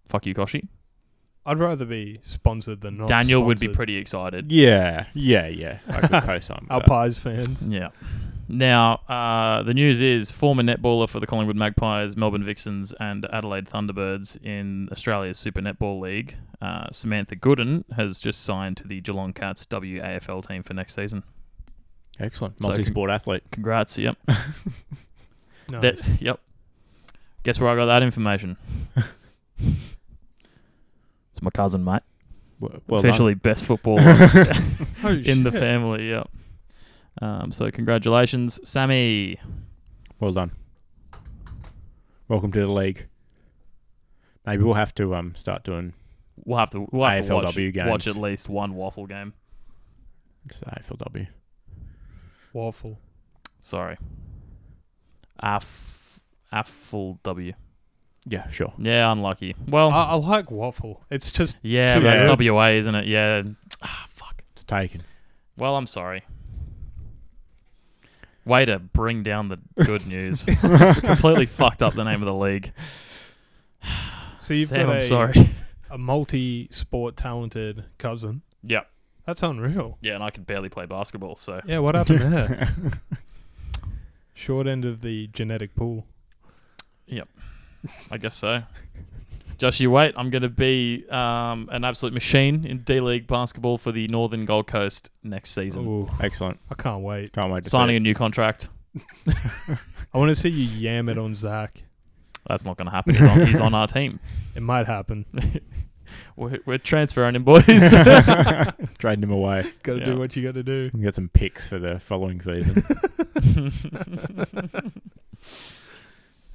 S3: Fuck you, Koshi.
S1: I'd rather be sponsored than not.
S3: Daniel would be
S1: sponsored.
S3: pretty excited.
S2: Yeah, yeah, yeah. I could co-sign. with
S1: Our
S2: that.
S1: Pies fans.
S3: Yeah. Now, uh, the news is former netballer for the Collingwood Magpies, Melbourne Vixens, and Adelaide Thunderbirds in Australia's Super Netball League, uh, Samantha Gooden has just signed to the Geelong Cats WAFL team for next season.
S2: Excellent
S3: So I can-
S2: multi-sport athlete.
S3: Congrats. Yep.
S1: No.
S3: That- yep. Guess where I got that information? it's my cousin, mate.
S2: Well, well done.
S3: Officially best footballer
S1: Oh,
S3: in the
S1: shit.
S3: family. Yep. Um, so congratulations, Sammy.
S2: Well done. Welcome to the league. Maybe we'll have to um start doing
S3: We'll have to we'll have to watch,
S2: AFLW games.
S3: watch at least one waffle game.
S2: just AFLW.
S1: Waffle.
S3: Sorry. Af Affle W.
S2: Yeah, sure.
S3: Yeah, unlucky. Well,
S1: I, I like waffle. It's just
S3: yeah,
S1: Ah, too
S3: but that's
S2: bad.
S3: WA, isn't it? Yeah. Ah, fuck.
S2: It's taken.
S3: Well, I'm sorry. Way to bring down the good news. Completely fucked up the name of the league.
S1: so you've
S3: Sam,
S1: got
S3: I'm
S1: a-
S3: sorry.
S1: a multi-sport talented cousin.
S3: yeah,
S1: That's unreal.
S3: yeah, and I could barely play basketball, so
S1: Yeah, what happened there? Short end of the genetic pool.
S3: I guess so. Josh, you wait. I'm going to be um, an absolute machine in D League basketball for the Northern Gold Coast next season.
S1: Ooh,
S2: Excellent.
S1: I can't wait.
S2: Can't wait to
S3: Signing
S2: see
S3: a new contract.
S1: I want to see you yam it on Zach.
S3: That's not going to happen. He's on, he's on our team.
S1: It might happen.
S3: We're, we're transferring him, boys.
S2: it. Trading him away.
S1: Got to
S3: Yeah.
S1: do what you got to do.
S2: We can get some picks for the following season.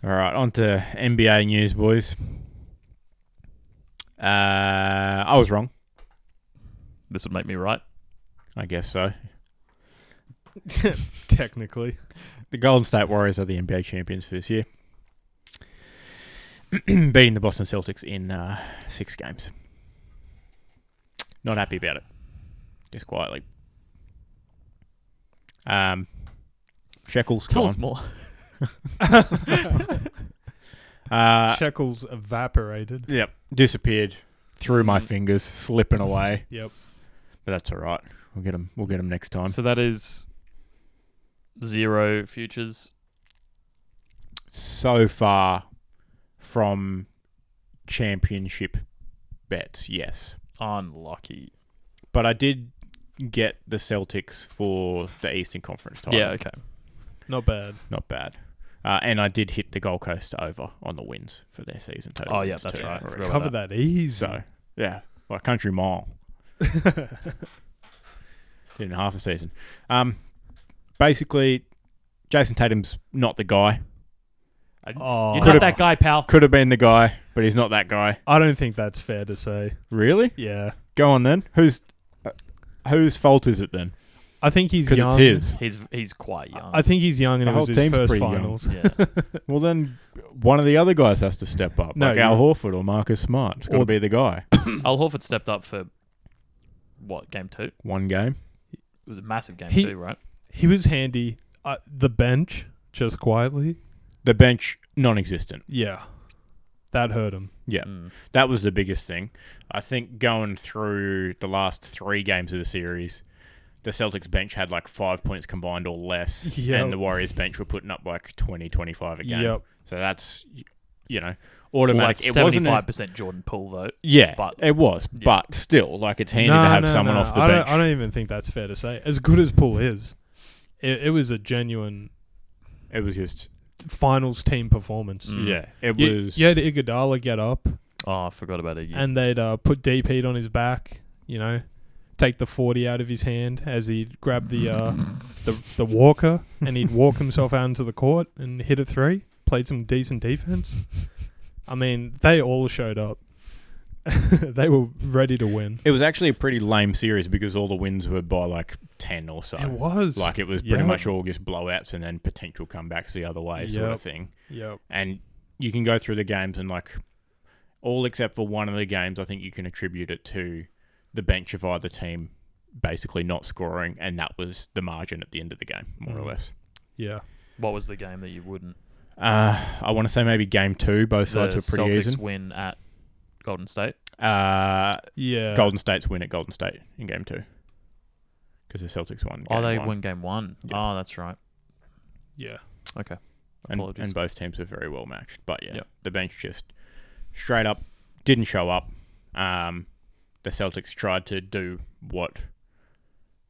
S2: All right, on to NBA news, boys. Uh, I was wrong.
S3: this would make me right.
S2: I guess so.
S1: Technically,
S2: The Golden State Warriors are the NBA champions for this year, beating the Boston Celtics in uh, six games. Not happy about it, just quietly. Um, Shekels
S3: Tell
S2: gone.
S3: us more.
S2: Uh,
S1: shekels evaporated.
S2: yep, disappeared through my
S3: Mm.
S2: fingers, slipping away.
S1: Yep.
S2: But that's all right. We'll get them. We'll get them next time.
S3: So that is zero futures.
S2: so far from championship bets, yes.
S3: Unlucky.
S2: But I did get the Celtics for the Eastern Conference title.
S3: Yeah, okay.
S1: Not bad.
S2: Not bad. Uh, and I did hit the Gold Coast over on the wins for their season total.
S3: Oh, yeah,
S2: wins
S3: that's
S2: too.
S3: right. I forgot about
S1: Cover that easy.
S2: So, yeah, well, country mile. Did it in half a season. Um, basically, Jason Tatum's not the guy.
S1: Oh,
S3: You're not that guy, pal.
S2: Could have been the guy, but he's not that guy.
S1: I don't think that's fair to say.
S2: Really?
S1: Yeah,
S2: Go on then. Who's uh, whose fault is it then?
S1: I think he's
S2: Because
S1: young.
S2: it's his.
S3: He's he's quite young.
S1: I think he's young, and
S2: Oh. The
S1: it
S2: whole
S1: was his
S2: team's
S1: first
S2: pretty young.
S1: finals.
S3: yeah.
S2: Well, then one of the other guys has to step up,
S1: No,
S2: like Al
S1: you-
S2: Horford or Marcus Smart. It's got to
S1: Or-
S2: be the guy.
S3: Al Horford stepped up for what game two? It
S2: One game.
S3: was a massive game
S1: He-
S3: two, right?
S1: He was handy. Uh, the bench, just quietly.
S2: The bench non-existent.
S1: Yeah, that hurt him.
S2: Yeah,
S3: Mm.
S2: that was the biggest thing. I think going through the last three games of the series, the Celtics bench had like five points combined or less,
S1: Yep.
S2: and the Warriors bench were putting up like 20, 25 a game.
S1: Yep.
S2: So that's you know
S3: Well,
S2: automatic.
S3: that's
S2: it wasn't.
S3: seventy-five
S2: A,
S3: percent Jordan Poole though.
S2: yeah,
S3: but-
S2: it was,
S3: Yeah.
S2: but still, like it's handy to have someone off the
S1: I
S2: bench.
S1: Don't, I don't even think that's fair to say. As good as Paul is, it, it was a genuine
S2: It was just
S1: finals team performance.
S3: Mm.
S2: yeah. It
S1: You,
S2: was
S1: you had Iguodala get up,
S3: Oh, I forgot about it.
S1: and they'd uh, put Deep Heat on his back. You know, take the forty out of his hand as he'd grab the uh, the the walker and he'd walk himself out into the court and hit a three. Played some decent defense. I mean, they all showed up. they were ready to win.
S2: It was actually a pretty lame series because all the wins were by like ten or so.
S1: It was
S2: Like it was pretty
S1: Yeah.
S2: much all just blowouts and then potential comebacks the other way sort
S1: Yep.
S2: of thing.
S1: Yep.
S2: And you can go through the games and like all except for one of the games, I think you can attribute it to the bench of either team basically not scoring, and that was the margin at the end of the game, more
S1: Mm.
S2: or less.
S1: Yeah.
S3: What was the game that you wouldn't?
S2: Uh, I want to say maybe game two, both sides
S3: the
S2: were pretty
S3: Celtics
S2: even.
S3: win at Golden State.
S2: Uh,
S1: Yeah.
S2: Golden State's win at Golden State in game two because the Celtics won.
S3: oh,
S2: game
S3: they
S2: one.
S3: win game one.
S2: Yeah.
S3: Oh, that's right.
S1: Yeah.
S3: Okay.
S2: and,
S3: Apologies.
S2: and both teams are very well matched. But yeah,
S3: Yep.
S2: the bench just straight up didn't show up. Um, the Celtics tried to do what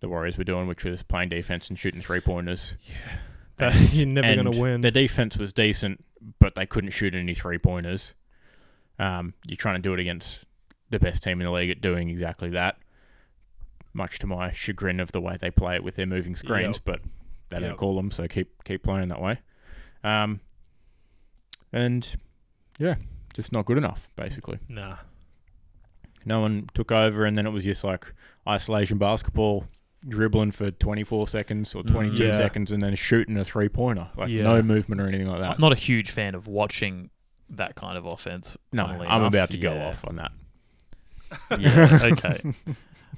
S2: the Warriors were doing, which was playing defense and shooting three pointers.
S1: That, you're never
S2: And
S1: gonna win.
S2: Their defense was decent, but they couldn't shoot any three pointers. Um, you're trying to do it against the best team in the league at doing exactly that. Much to my chagrin of the way they play it with their moving screens, but they don't
S1: Yep.
S2: call them, so keep keep playing that way. Um, and yeah, just not good enough, basically.
S1: nah.
S2: No one took over, and then it was just like isolation basketball, dribbling for 24 seconds or
S3: Mm.
S2: 22
S1: Yeah.
S2: seconds, and then shooting a three pointer. Like
S1: Yeah.
S2: no movement or anything like that.
S3: I'm not a huge fan of watching that kind of offense.
S2: No, I'm
S3: funnily enough.
S2: about to go
S3: Yeah.
S2: off on that.
S3: Yeah. Okay.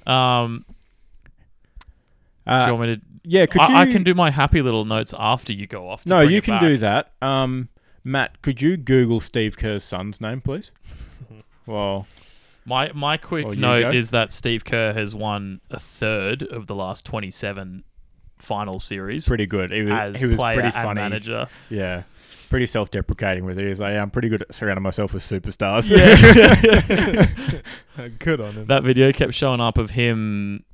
S3: Um, do you
S2: Uh,
S3: want me to?
S2: yeah, could
S3: I,
S2: you?
S3: I can do my happy little notes after you go off. to
S2: No,
S3: bring
S2: you
S3: it
S2: can
S3: back.
S2: do that. Um, Matt, could you Google Steve Kerr's son's name, please? Well,
S3: My my quick
S2: Well, Oh, you
S3: note
S2: go.
S3: is that Steve Kerr has won a third of the last 27 final series
S2: pretty good. He was,
S3: as
S2: he was
S3: player
S2: pretty
S3: and
S2: funny.
S3: manager.
S2: Yeah, pretty self-deprecating with it. He's like, yeah, I'm pretty good at surrounding myself with superstars.
S1: Good on him.
S3: that video kept showing up of him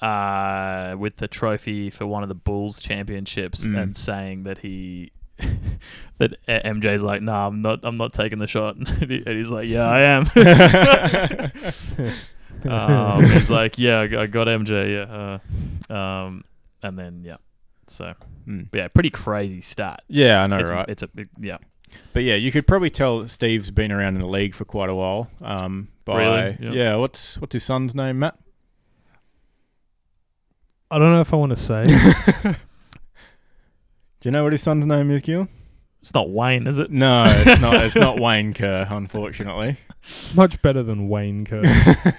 S3: uh, with the trophy for one of the Bulls championships
S2: Mm.
S3: and saying that he that uh, MJ's like, nah, I'm not, I'm not taking the shot, and, he- and he's like, yeah, I am. um, he's like, yeah, I g- I got MJ, yeah, uh, um, and then yeah, so
S2: Mm.
S3: but yeah, pretty crazy stat.
S2: Yeah, I know,
S3: it's,
S2: right?
S3: It's a big- yeah,
S2: But yeah, you could probably tell that Steve's been around in the league for quite a while. Um, by
S3: Really? Yeah.
S2: yeah, what's what's his son's name, Matt?
S1: I don't know if I want to say.
S2: Do you know what his son's name is, Gil?
S3: it's not Wayne, is it?
S2: No, it's not. It's not Wayne Kerr, unfortunately.
S1: It's much better than Wayne Kerr. It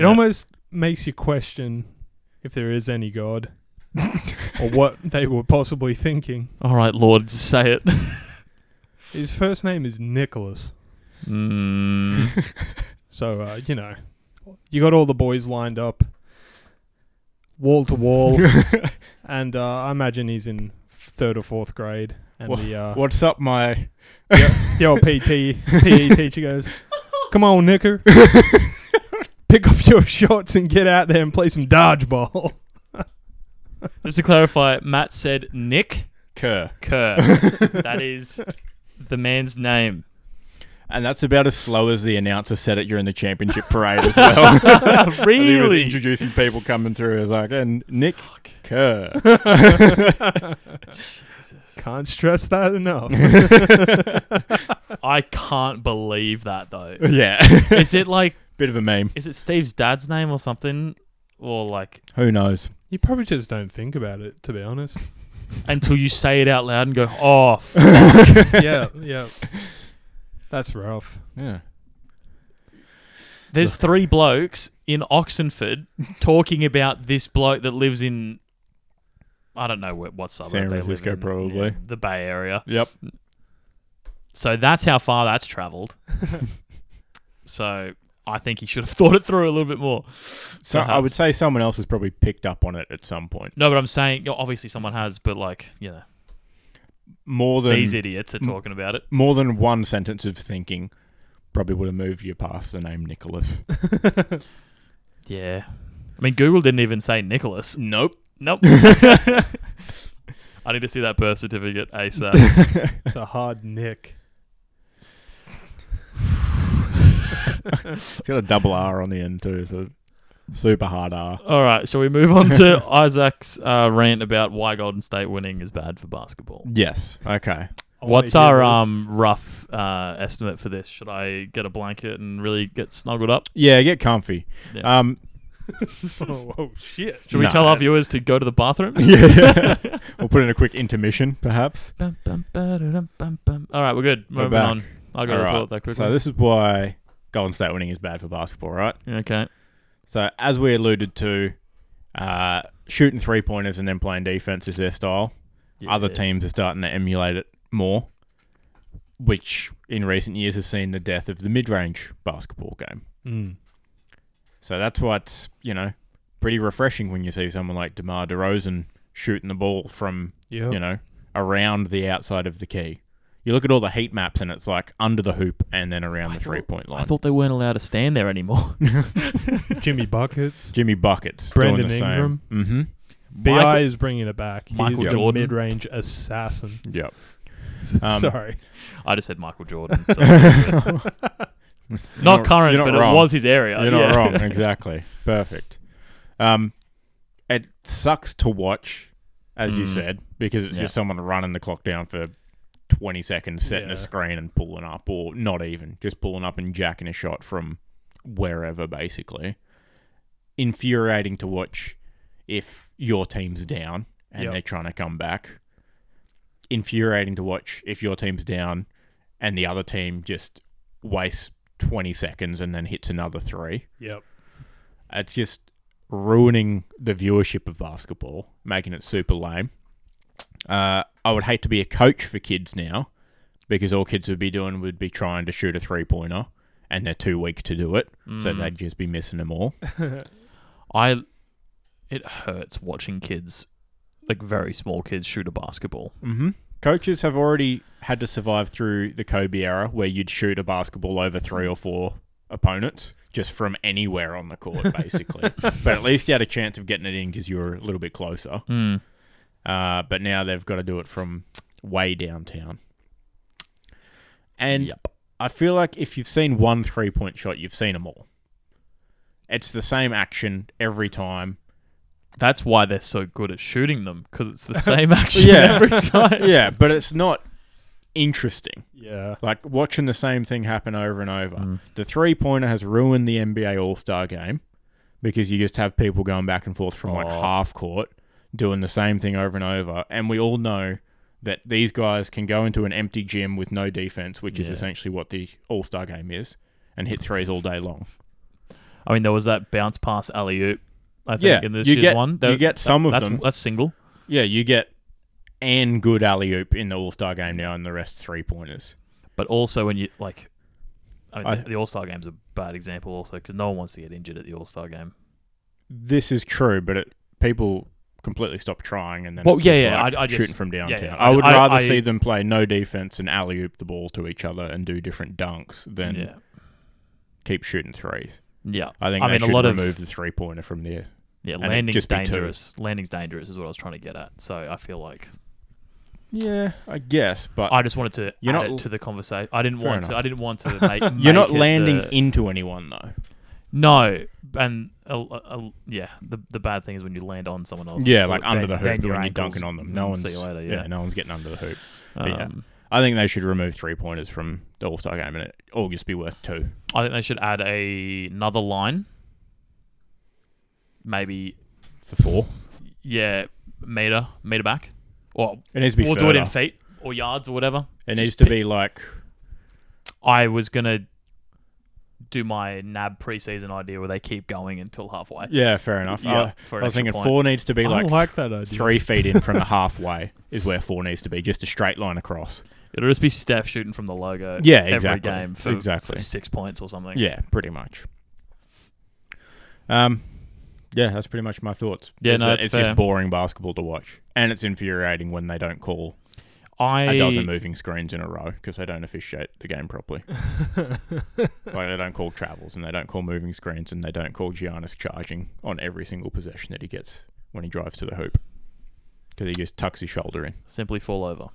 S3: Yeah.
S1: almost makes you question if there is any God or what they were possibly thinking.
S3: All right, Lord, say it.
S1: His first name is Nicholas.
S3: Mm.
S1: So, uh, you know, you got all the boys lined up, wall to wall. And uh, I imagine he's in third or fourth grade. And
S2: Wha-
S1: the, uh,
S2: What's up, my?
S1: the old PT, PE E teacher goes, Come on, Nicker. Pick up your shorts and get out there and play some dodgeball.
S3: Just to clarify, Matt said Nick
S2: Kerr.
S3: Kerr. that is the man's name.
S2: And that's about as slow as the announcer said it during the championship parade as well. he was
S3: really?
S2: introducing people coming through. It was like, and Nick Kerr.
S1: Can't stress that enough.
S3: I can't believe that though.
S2: yeah,
S3: Is it like
S2: bit of a meme.
S3: is it Steve's dad's name or something? Or like
S2: Who knows?
S1: you probably just don't think about it, to be honest.
S3: until you say it out loud and go, Oh f-.
S1: yeah, yeah. That's rough.
S2: Yeah.
S3: there's three blokes in Oxenford talking about this bloke that lives in I don't know what, what suburb
S2: San
S3: they live
S2: Francisco,
S3: in,
S2: probably.
S3: yeah, the Bay Area.
S2: Yep.
S3: So that's how far that's traveled. so I think he should have thought it through a little bit more.
S2: So I
S3: Perhaps.
S2: would say someone else has probably picked up on it at some point.
S3: No, but I'm saying you know, obviously someone has, but like you know,
S2: More than
S3: these idiots are talking about it.
S2: more than one sentence of thinking probably would have moved you past the name Nicholas.
S3: Yeah, I mean Google didn't even say Nicholas.
S2: nope.
S3: Nope. I need to see that birth certificate asap.
S1: It's a hard nick.
S2: It's got a double R on the end too, so Super hard R.
S3: All right, shall we move on to Isaac's uh, rant about why Golden State winning is bad for basketball?
S2: Yes. Okay.
S1: I wanna
S3: What's
S1: hear
S3: our
S1: this.
S3: um rough uh, estimate for this? Should I get a blanket and really get snuggled up?
S2: Yeah, get comfy.
S3: Yeah.
S2: Um,
S1: oh, oh, shit.
S3: Should we
S2: no.
S3: tell our viewers to go to the bathroom?
S2: yeah. we'll put in a quick intermission, perhaps.
S3: Bum, bum, ba-da-dum, bum, bum. All right, we're good.
S2: We're
S3: Moving
S2: back.
S3: on. I'll go
S2: All
S3: to the
S2: right.
S3: toilet that quickly.
S2: So this is why Golden State winning is bad for basketball, right?
S3: okay.
S2: So as we alluded to, uh, shooting three pointers and then playing defense is their style. Other
S3: Yeah.
S2: teams are starting to emulate it more, which in recent years has seen the death of the mid-range basketball game.
S1: Mm.
S2: So that's what's you know pretty refreshing when you see someone like DeMar DeRozan shooting the ball from
S1: Yep.
S2: you know, around the outside of the key. You look at all the heat maps and it's like under the hoop and then around
S3: I
S2: the
S3: thought-
S2: three point
S3: I
S2: line.
S3: thought they weren't allowed to stand there anymore.
S1: Jimmy Buckets.
S2: Jimmy Buckets.
S1: Brandon Ingram.
S2: Mm
S1: BI
S3: Michael-
S1: is bringing it back.
S3: Michael
S1: He's the
S3: Jordan.
S1: mid-range assassin.
S2: hmm. Yep. Um,
S1: Sorry.
S3: I just said Michael Jordan. so it's all good. not current, but it was his area.
S2: You're not
S3: yeah.
S2: wrong. Exactly. Perfect. Um, it sucks to watch, as you
S3: Mm.
S2: said, because it's
S3: Yeah.
S2: just someone running the clock down for 20 seconds, setting
S1: Yeah.
S2: a screen and pulling up, or not even, just pulling up and jacking a shot from wherever, basically. Infuriating to watch if your team's down and
S1: Yep.
S2: they're trying to come back. Infuriating to watch if your team's down and the other team just wastes 20 seconds and then hits another three.
S1: Yep.
S2: It's just ruining the viewership of basketball, making it super lame. Uh, I would hate to be a coach for kids now because all kids would be doing would be trying to shoot a three pointer and they're too weak to do it. So
S3: Mm.
S2: they'd just be missing them all.
S3: I it hurts watching kids like very small kids shoot a basketball.
S2: Mm-hmm. Coaches have already had to survive through the Kobe era where you'd shoot a basketball over three or four opponents just from anywhere on the court, basically. but at least you had a chance of getting it in because you were a little bit closer. Uh, but now they've got to do it from way downtown. And
S3: Yep.
S2: I feel like if you've seen one three point shot, you've seen them all. It's the same action every time.
S3: That's why they're so good at shooting them because it's the same action
S2: Yeah.
S3: every time.
S2: Yeah, but it's not interesting.
S1: Yeah.
S2: Like watching the same thing happen over and over.
S3: Mm.
S2: The three pointer has ruined the NBA All Star game because you just have people going back and forth from like
S3: Aw.
S2: half court doing the same thing over and over. And we all know that these guys can go into an empty gym with no defense, which is
S3: Yeah.
S2: essentially what the All Star game is, and hit threes all day long.
S3: I mean, there was that bounce pass alley oop. I think
S2: Yeah,
S3: in this
S2: you
S3: year's
S2: get-
S3: one,
S2: you
S3: There-
S2: get some of
S3: that's,
S2: them.
S3: That's single.
S2: Yeah, you get and good alley oop in the All Star game now, and the rest three pointers.
S3: but also when you like, I mean,
S2: I-
S3: the, All Star game's a bad example also because no one wants to get injured at the All Star game.
S2: This is true, but it, people completely stop trying and then
S3: Well,
S2: it's
S3: yeah,
S2: just
S3: yeah,
S2: like
S3: I- I just-
S2: shooting from downtown.
S3: yeah,
S2: I would
S3: I-
S2: rather
S3: I-
S2: see them play no defense and alley oop the ball to each other and do different dunks than
S3: yeah,
S2: keep shooting threes.
S3: yeah,
S2: I think
S3: I
S2: they
S3: mean, a
S2: should
S3: lot of-
S2: remove the three pointer from there.
S3: yeah.
S2: it'd
S3: Landing's
S2: just be two.
S3: dangerous. Landing's dangerous is what I was trying to get at. So I feel like
S2: Yeah, I guess, but
S3: I just wanted to
S2: You're
S3: add
S2: not
S3: it
S2: l-
S3: to the conversation. I didn't
S2: Fair
S3: want to.
S2: enough.
S3: I didn't want to make.
S2: you're not
S3: make it
S2: landing
S3: the-
S2: into anyone though.
S3: No, and uh, uh, yeah, the the bad thing is when you land on someone else.
S2: Yeah, like under the
S3: then
S2: hoop
S3: your
S2: when you're
S3: ankles-
S2: dunking on them. No
S3: Mm,
S2: one's
S3: See you later.
S2: yeah,
S3: Yeah.
S2: no one's getting under the hoop.
S3: Um,
S2: yeah. I think they should remove three pointers from the All Star game, and it all just be worth two.
S3: I think they should add a, another line. Maybe
S2: for four.
S3: yeah, meter meter back, or
S2: It needs to be.
S3: we'll do it in
S2: further.
S3: feet or yards or whatever.
S2: It
S3: Just
S2: needs to
S3: pick-
S2: be like
S3: I was gonna do my NAB preseason idea where they keep going until halfway.
S2: yeah, fair enough.
S3: Yeah,
S2: I-
S3: for
S2: I, was
S3: an extra
S2: thinking
S3: point.
S2: four needs to be
S1: I
S2: like,
S1: like, like that idea.
S2: three feet in from the halfway is where four needs to be, just a straight line across.
S3: It'll just be Steph shooting from the logo.
S2: Yeah,
S3: every
S2: exactly.
S3: game for,
S2: Exactly.
S3: for six points or something.
S2: Yeah, pretty much. Um, yeah, that's pretty much my thoughts.
S3: Yeah,
S2: it's
S3: no,
S2: that-
S3: that's
S2: it's
S3: fair.
S2: just boring basketball to watch, and it's infuriating when they don't call a dozen
S3: I
S2: moving screens in a row because they don't officiate the game properly. like they don't call travels, and they don't call moving screens, and they don't call Giannis charging on every single possession that he gets when he drives to the hoop because he just tucks his shoulder in.
S3: simply fall over.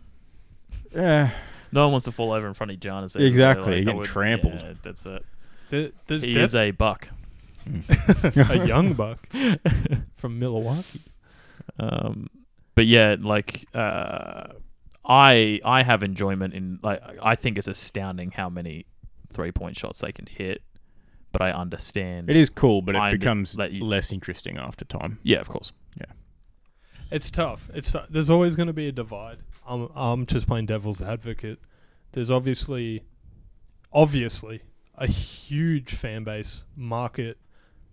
S2: Yeah,
S3: No one wants to fall over in front of Giannis. either,
S2: Exactly, you're
S3: Like, that
S2: getting trampled.
S3: Yeah, that's it.
S1: There- there's
S3: he
S1: def-
S3: is a buck.
S1: a young buck from Milwaukee.
S3: Um, but yeah, like uh, I I have enjoyment in like I think it's astounding how many three point shots they can hit, but I understand.
S2: It is cool, but it
S3: Mind it,
S2: becomes
S3: let you-
S2: less interesting after time.
S3: Yeah, of course.
S1: It's tough. It's tou- there's always going to be a divide. I'm I'm just playing devil's advocate. There's obviously, obviously, a huge fan base market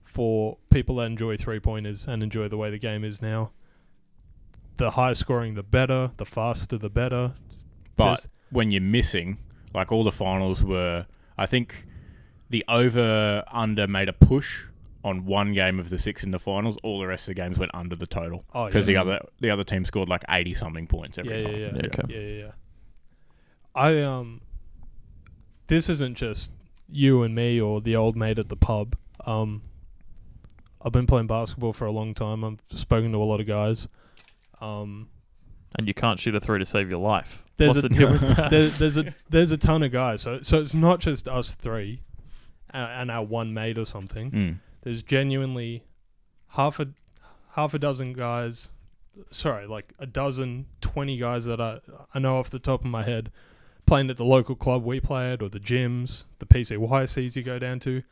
S1: for people that enjoy three pointers and enjoy the way the game is now. The higher scoring, the better. The faster, the better.
S2: But
S1: There's-
S2: when you're missing, like all the finals were, I think the over under made a push on one game of the six in the finals. All the rest of the games went under the total
S1: oh
S2: because
S1: yeah.
S2: the other the other team scored like eighty something points
S1: yeah,
S2: every time.
S1: yeah, yeah,
S3: Yeah, okay.
S1: yeah, yeah, yeah. I um, this isn't just you and me or the old mate at the pub. Um, I've been playing basketball for a long time. I've spoken to a lot of guys. Um,
S3: And you can't shoot a three to save your life.
S1: There's
S3: What's
S1: a-
S3: the deal with that?
S1: there, there's a there's a ton of guys. So so it's not just us three, and, and our one mate or something.
S2: Mm.
S1: There's genuinely half a half a dozen guys sorry like a dozen 20 guys that I, I know off the top of my head playing at the local club we play at or the gyms the pcycs you go down to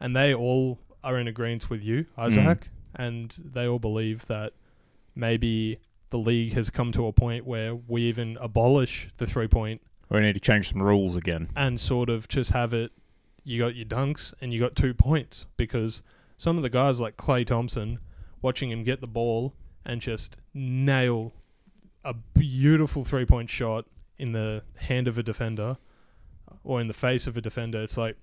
S1: and they all are in agreement with you isaac and they all believe that maybe the league has come to a point where we even abolish the three point
S2: We need to change some rules again.
S1: and sort of just have it. You got your dunks and you got two points because some of the guys like Clay Thompson, watching him get the ball and just nail a beautiful three point shot in the hand of a defender or in the face of a defender, it's like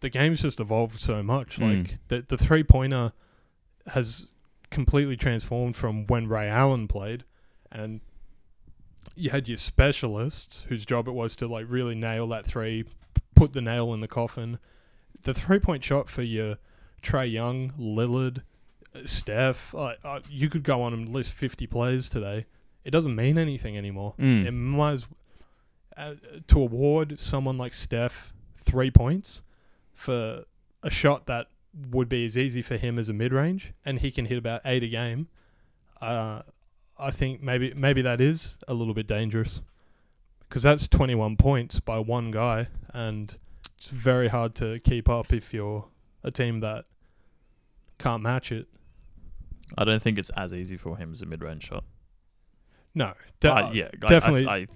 S1: the game's just evolved so much.
S2: Mm.
S1: Like the the three pointer has completely transformed from when Ray Allen played and you had your specialists whose job it was to like really nail that three, p- put the nail in the coffin. The three point shot for your Trey Young, Lillard, uh, Steph, uh, uh, you could go on and list 50 players today. It doesn't mean anything anymore.
S2: Mm.
S3: Hmm.
S1: It might as uh, to award someone like Steph three points for a shot that would be as easy for him as a mid range, and he can hit about eight a game. Uh, I think maybe maybe that is a little bit dangerous because that's 21 points by one guy, and it's very hard to keep up if you're a team that can't match it.
S3: I don't think it's as easy for him as a mid range shot.
S1: No, de-
S3: Uh, yeah, I- I-
S1: definitely.
S3: I,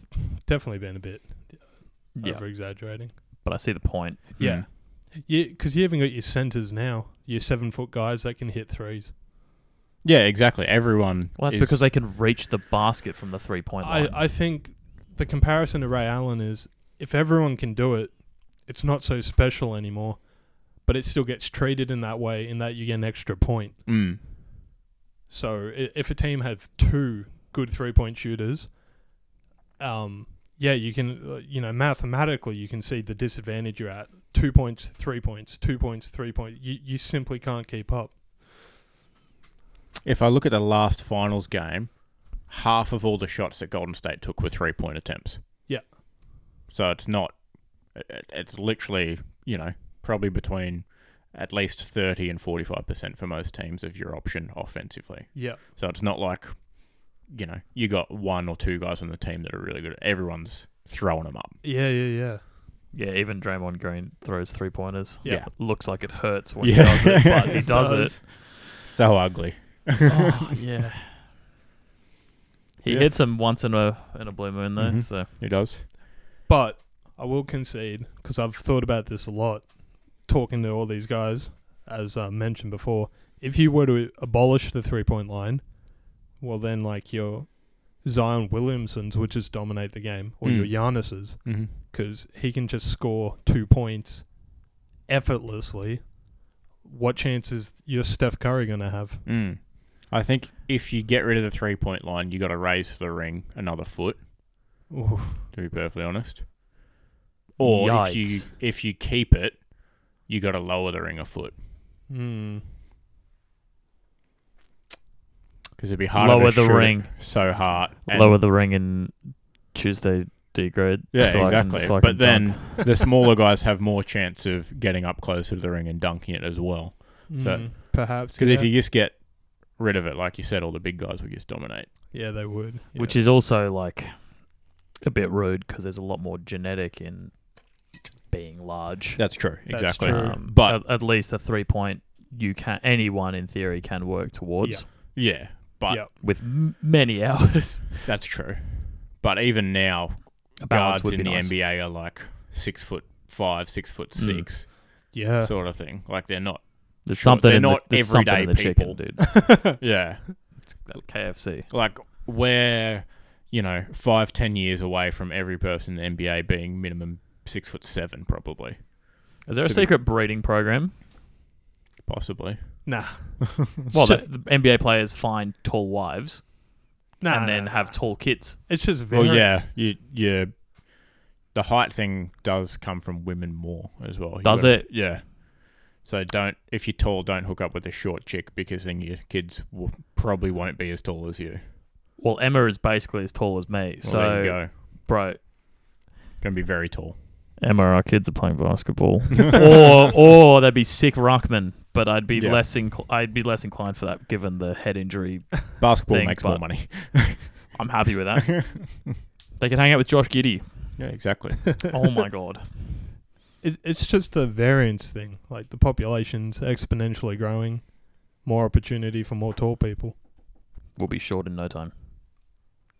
S1: definitely been a bit
S3: yeah,
S1: over exaggerating.
S3: but I see the point.
S1: Yeah. Yeah, because you even got your centers now, your seven foot guys that can hit threes.
S2: Yeah, exactly. Everyone.
S3: Well, that's
S2: is-
S3: because they can reach the basket from the three point
S1: I,
S3: line.
S1: I think the comparison to Ray Allen is if everyone can do it, it's not so special anymore, but it still gets treated in that way, in that you get an extra point.
S2: Mm.
S1: So i- if a team have two good three point shooters, um, yeah, you can, uh, you know, mathematically you can see the disadvantage you're at. Two points, three points, two points, three points. You, you simply can't keep up.
S2: If I look at the last finals game, half of all the shots that Golden State took were three point attempts.
S1: Yeah.
S2: So it's not. it- it- It's literally you know probably between at least thirty and forty five percent for most teams of your option offensively.
S1: Yeah.
S2: So it's not like you know you got one or two guys on the team that are really good. Everyone's throwing them up.
S1: Yeah, yeah, yeah.
S3: yeah, even Draymond Green throws three pointers.
S1: Yeah.
S2: Yeah.
S3: Looks like it hurts when
S2: Yeah.
S3: he does it, but he
S1: It
S3: does,
S1: does.
S2: So ugly.
S3: it. Oh, yeah. He
S2: Yeah.
S3: hits him once in a in a blue moon though,
S2: Mhm.
S3: so
S2: It does.
S1: But I will concede because I've thought about this a lot, talking to all these guys, as I mentioned before. If you were to abolish the three point line, well, then like your Zion Williamsons would just dominate the game, or your
S2: Mm.
S1: Giannis's,
S2: Mm-hmm.
S1: because he can just score two points effortlessly. What chances your Steph Curry gonna have?
S2: Mm. I think if you get rid of the three point line, you got to raise the ring another foot.
S1: Ooh.
S2: To be perfectly honest, or if you
S3: Yikes.
S2: if you keep it, you got to lower the ring a foot
S1: Hmm.
S2: because it'd be harder.
S3: lower
S2: to
S3: the
S2: shoot it
S3: ring.
S2: so hard. and
S3: Lower the ring in Tuesday D grade.
S2: Yeah,
S3: so I can-
S2: exactly.
S3: so I
S2: but
S3: can
S2: then
S3: dunk.
S2: the smaller guys have more chance of getting up closer to the ring and dunking it as well. So-
S1: Mm, perhaps
S2: Because
S1: yeah.
S2: if you just get rid of it, like you said, all the big guys will just dominate.
S1: yeah, they would. Yeah.
S3: which is also like a bit rude because there's a lot more genetic in being large.
S2: That's true.
S1: That's
S2: exactly.
S1: true.
S2: But-
S3: Um, at, at least a three point you can anyone in theory can work towards
S1: Yeah.
S2: Yeah, but
S1: Yeah.
S3: with m- many hours.
S2: that's true. But even now,
S3: A balance
S2: guards
S3: would
S2: in
S3: be
S2: the
S3: nice.
S2: NBA are like six foot five, six foot
S3: Mm.
S2: six,
S1: yeah,
S2: sort of thing. Like they're not.
S3: There's
S2: Sure,
S3: something
S2: they're
S3: in the,
S2: not
S3: there's something
S2: everyday
S3: in the
S2: people.
S3: chicken, dude.
S2: Yeah,
S3: It's that KFC.
S2: like we're you know five, ten years away from every person in the NBA being minimum six foot seven, probably,
S3: Is there a
S2: To be-
S3: secret breeding program?
S2: possibly.
S1: nah,
S3: Well,
S1: ju-
S3: the, the NBA players find tall wives
S1: nah,
S3: and then
S1: nah,
S3: have
S1: nah.
S3: tall kids.
S1: It's just
S2: Well,
S1: very
S2: yeah, you you. The height thing does come from women more as well. You
S3: Does
S2: gotta-
S3: it?
S2: Yeah. So don't if you're tall, don't hook up with a short chick because then your kids will, probably won't be as tall as you.
S3: Well, Emma is basically as tall as me.
S2: Well,
S3: so,
S2: there you go.
S3: bro,
S2: Gonna be very tall.
S3: Emma, our kids are playing basketball, or or they'd be sick ruckman. But I'd be
S2: Yeah.
S3: less incl- I'd be less inclined for that given the head injury.
S2: Basketball
S3: Thing,
S2: makes
S3: but-
S2: more money.
S3: I'm happy with that. they can hang out with Josh Giddy.
S2: Yeah, exactly.
S3: Oh my god.
S1: It, it's just a variance thing. Like the population's exponentially growing, more opportunity for more tall people.
S3: We'll be short in no time.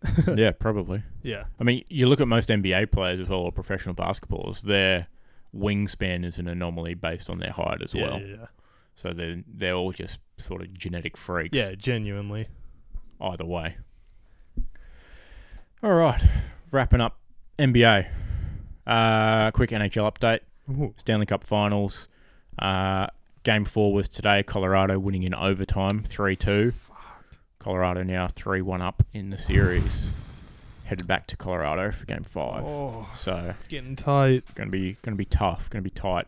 S2: yeah, probably.
S1: Yeah,
S2: I mean, you look at most NBA players as well, or professional basketballers. Their wingspan is an anomaly based on their height as
S1: yeah,
S2: well.
S1: yeah, yeah.
S2: So they're they're all just sort of genetic freaks.
S1: yeah, genuinely.
S2: either way. All right, wrapping up NBA. Uh, quick NHL update:
S1: Ooh.
S2: Stanley Cup Finals. Uh, game four was today. Colorado winning in overtime, three-two. Colorado now three-one up in the series. Headed back to Colorado for game five.
S1: Oh,
S2: So
S1: getting tight.
S2: gonna be gonna be tough. Gonna be tight.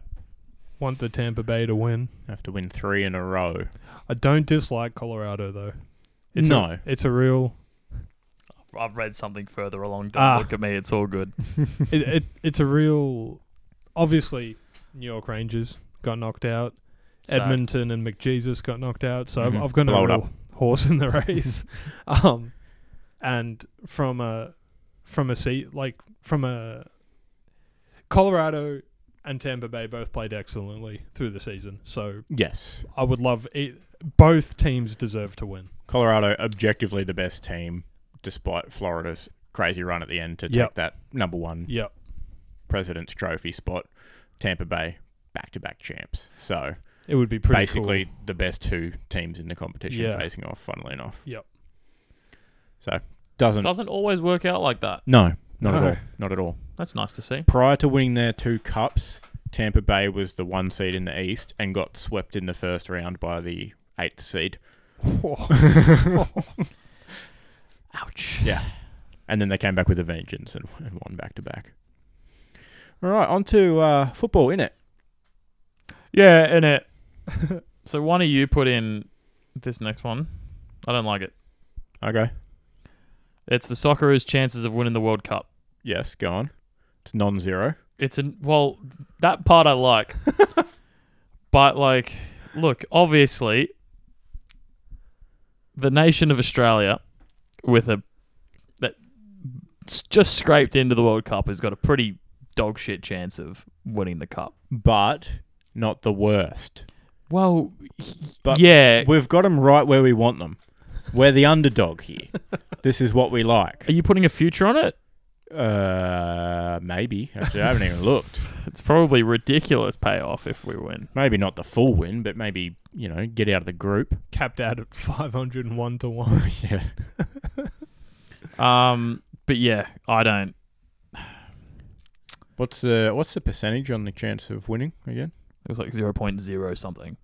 S1: Want the Tampa Bay to win.
S2: Have to win three in a row.
S1: I don't dislike Colorado though. It's
S2: No.
S1: a, it's a real.
S3: I've- I've read something further along. Don't
S1: Ah.
S3: look at me. It's all good.
S1: it, it it's a real. Obviously, New York Rangers got knocked out.
S3: Sad.
S1: Edmonton and McJesus got knocked out, so
S2: Mhm.
S1: I've, I've got no
S2: Blow it
S1: real horse in the race. um, and from a from a seat like from a Colorado and Tampa Bay both played excellently through the season, so
S2: Yes.
S1: I would love it. Both teams deserve to win.
S2: Colorado objectively the best team, despite Florida's crazy run at the end to
S1: Yep.
S2: take that number one
S1: Yep,
S2: President's Trophy spot. Tampa Bay back to back champs. So
S1: it would be pretty
S2: basically the best two teams in the competition
S1: Yeah.
S2: facing off. Funnily enough.
S1: Yep.
S2: So doesn't
S3: Doesn't always work out like that.
S2: no not at
S1: No.
S2: all not at all.
S3: That's nice to see.
S2: Prior to winning their two cups, Tampa Bay was the one seed in the East and got swept in the first round by the eighth seed.
S1: cool.
S3: Ouch.
S2: Yeah. And then they came back with a vengeance and, and won back to back. All right, on to uh, football, innit?
S3: Yeah, and it. so one of you put in this next one. I don't like it.
S2: Okay.
S3: It's the Socceroos' chances of winning the World Cup.
S2: Yes, go on. It's non zero.
S3: It's an well, that part I like. but like, look, obviously, the nation of Australia, with a that s- just scraped into the World Cup, has got a pretty dog shit chance of winning the cup.
S2: But not the worst.
S3: Well,
S2: But
S3: yeah.
S2: We've got them right where we want them. We're the underdog here. this is what we like.
S3: Are you putting a future on it?
S2: Uh, maybe. Actually, I haven't even looked.
S3: It's probably ridiculous payoff if we win.
S2: Maybe not the full win, but maybe, you know, get out of the group.
S1: capped out at five hundred and one to one.
S2: yeah.
S3: Um, but yeah, I don't.
S2: What's the what's the percentage on the chance of winning again?
S3: It was like zero point zero something.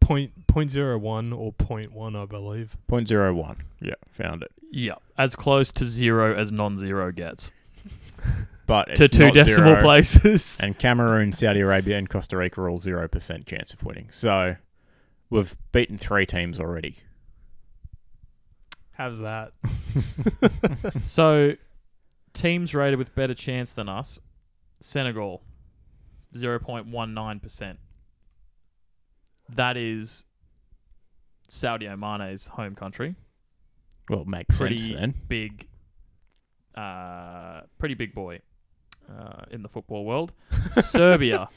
S1: point point zero one or point one, I believe.
S2: Point zero one. Yeah, found it.
S3: Yeah, as close to zero as non-zero gets.
S2: but it's
S3: to two
S2: not
S3: decimal
S2: zero.
S3: places.
S2: And Cameroon, Saudi Arabia, and Costa Rica are all zero percent chance of winning. So we've beaten three teams already.
S1: How's that?
S3: so teams rated with better chance than us Senegal, 0.19%. That is Sadio Mane's home country.
S2: Well, it makes
S3: Pretty
S2: sense then.
S3: big, uh, pretty big boy uh, in the football world. Serbia.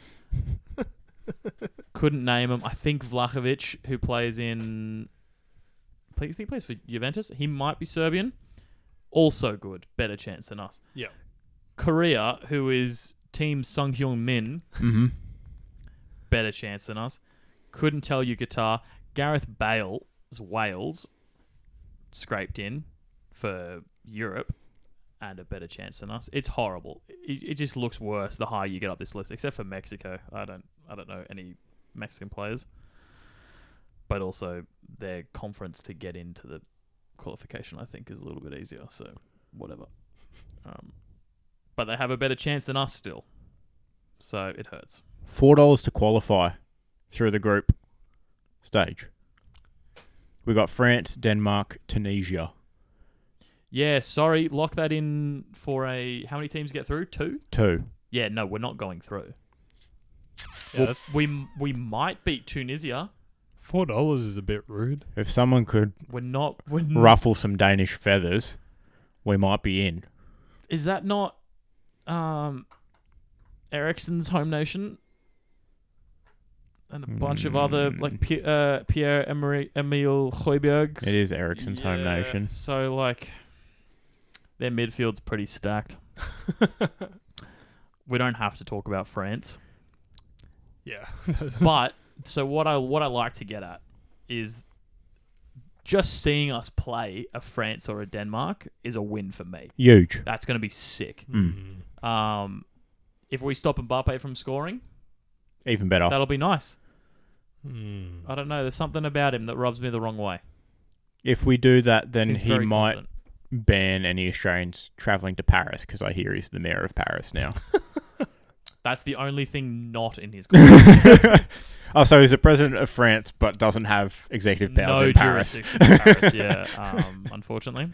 S3: Couldn't name him. I think Vlahovic, who plays in. Please, he plays for Juventus. He might be Serbian. Also good. Better chance than us.
S1: Yeah.
S3: Korea, who is Team Sung Hyung Min,
S2: Mm-hmm.
S3: better chance than us. Couldn't tell you Qatar. Gareth Bale's Wales scraped in for Europe and a better chance than us. It's horrible. It, it just looks worse the higher you get up this list, except for Mexico. I don't I don't know any Mexican players. But also their conference to get into the qualification I think is a little bit easier, so whatever. Um, but they have a better chance than us still. So it hurts.
S2: Four dollars to qualify through the group stage. We got France, Denmark, Tunisia.
S3: Yeah, sorry, lock that in for a how many teams get through? Two?
S2: Two.
S3: Yeah, no, we're not going through.
S1: Yeah,
S3: Well,
S1: that's-
S3: we we might beat Tunisia.
S1: Four dollars is a bit rude.
S2: If someone could
S3: We're not. We're n-
S2: ruffle some Danish feathers, we might be in.
S3: Is that not um, Ericsson's home nation? And a bunch of other
S2: Hmm.
S3: like P- uh, Pierre Emery, Emile Hoiberg's.
S2: It is Ericsson's home
S3: Yeah,
S2: nation.
S3: So like, their midfield's pretty stacked. we don't have to talk about France.
S1: Yeah.
S3: but so what I what I like to get at is just seeing us play a France or a Denmark is a win for me.
S2: Huge.
S3: That's going to be sick.
S1: Hmm.
S2: Mm.
S3: Um, if we stop Mbappe from scoring,
S2: Even better.
S3: that'll be nice.
S1: Mm.
S3: I don't know. There's something about him that rubs me the wrong way.
S2: If we do that, then
S3: Seems
S2: he
S3: very
S2: might
S3: confident.
S2: ban any Australians travelling to Paris because I hear he's the mayor of Paris now.
S3: That's the only thing not in his contract.
S2: oh, so he's the president of France, but doesn't have executive powers
S3: no
S2: in Paris.
S3: jurisdiction in Paris. Yeah, um, unfortunately.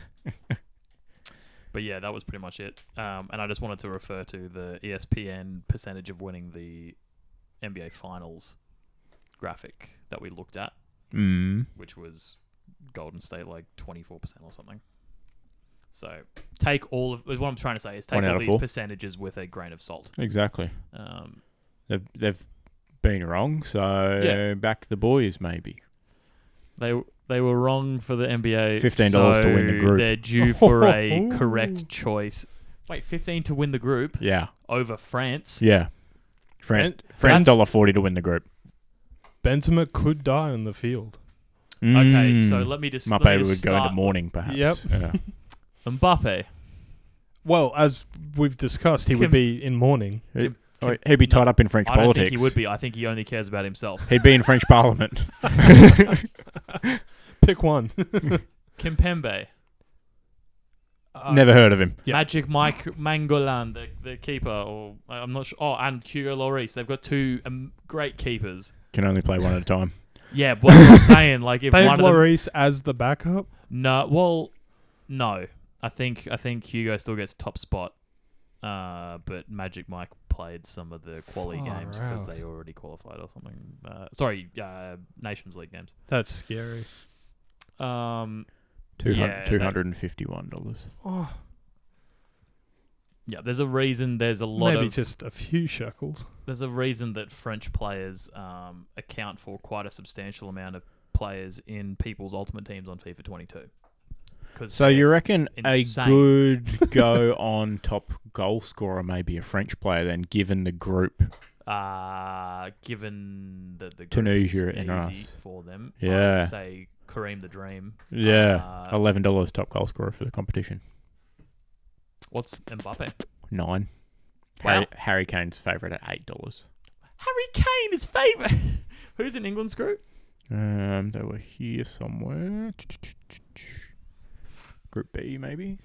S3: But yeah, that was pretty much it. Um, and I just wanted to refer to the E ESPN percentage of winning the NBA Finals graphic that we looked at,
S2: Mm.
S3: which was Golden State like twenty four percent or something. So take all of what I'm trying to say is take
S2: One out
S3: all
S2: of
S3: these
S2: four.
S3: percentages with a grain of salt.
S2: Exactly.
S3: Um,
S2: They've, they've been wrong, so
S3: Yeah.
S2: back the boys maybe.
S3: They they were wrong for the NBA.
S2: $15 to win the
S3: so
S2: group.
S3: They're due for a correct choice. Wait, fifteen to win the group
S2: Yeah,
S3: over France.
S2: yeah. France,
S1: And-
S2: France
S1: and-
S2: dollar forty to win the group.
S1: Benzema could die on the field.
S3: Okay, so
S2: Mm.
S3: let me just.
S2: my
S3: let me
S2: baby
S3: just
S2: would go into
S3: start-
S2: mourning, perhaps.
S1: Yep.
S2: Yeah.
S3: Mbappe.
S1: Well, as we've discussed, he
S3: Kim-
S1: would be in mourning.
S2: Oh, he'd be tied up in French
S3: I don't
S2: politics.
S3: think he would be. I think he only cares about himself.
S2: He'd be in French Parliament.
S1: Pick one.
S3: Kimpembe, Uh,
S2: Uh, Never heard of him.
S1: Yeah.
S3: Magic Mike Mangolan, the, the keeper, or I'm not sure. Oh, and Hugo Lloris. They've got two um, great keepers.
S2: Can only play one at a time.
S3: Yeah, but I'm saying like if
S1: They
S3: one
S1: have
S3: of them
S1: Lloris as the backup.
S3: No, well, no. I think I think Hugo still gets top spot, uh, but Magic Mike played some of the quali games
S1: Far
S3: 'cause games because
S1: out.
S3: they already qualified or something. Uh, sorry, uh, Nations League games.
S1: That's scary.
S3: Um,
S2: Two
S3: Yeah, that-
S2: hundred and fifty-one dollars.
S1: Oh,
S3: yeah, there's a reason. There's a lot
S1: maybe
S3: of
S1: just a few shekels.
S3: there's a reason that French players um, account for quite a substantial amount of players in people's ultimate teams on FIFA 22. Cause
S2: So you reckon a
S3: Insane.
S2: good go on top goal scorer may be a French player then, given the group?
S3: uh, given that the group
S2: Tunisia
S3: is
S2: and
S3: easy
S2: us.
S3: for them. I
S2: Yeah.
S3: would say Kareem the Dream.
S2: Yeah,
S3: Uh,
S2: eleven dollars top goal scorer for the competition.
S3: what's Mbappe?
S2: Nine.
S3: Wow.
S2: Harry, Harry Kane's favourite at eight dollars.
S3: Harry Kane is favourite. Who's in England's group?
S2: Um, they were here somewhere. Group B, maybe.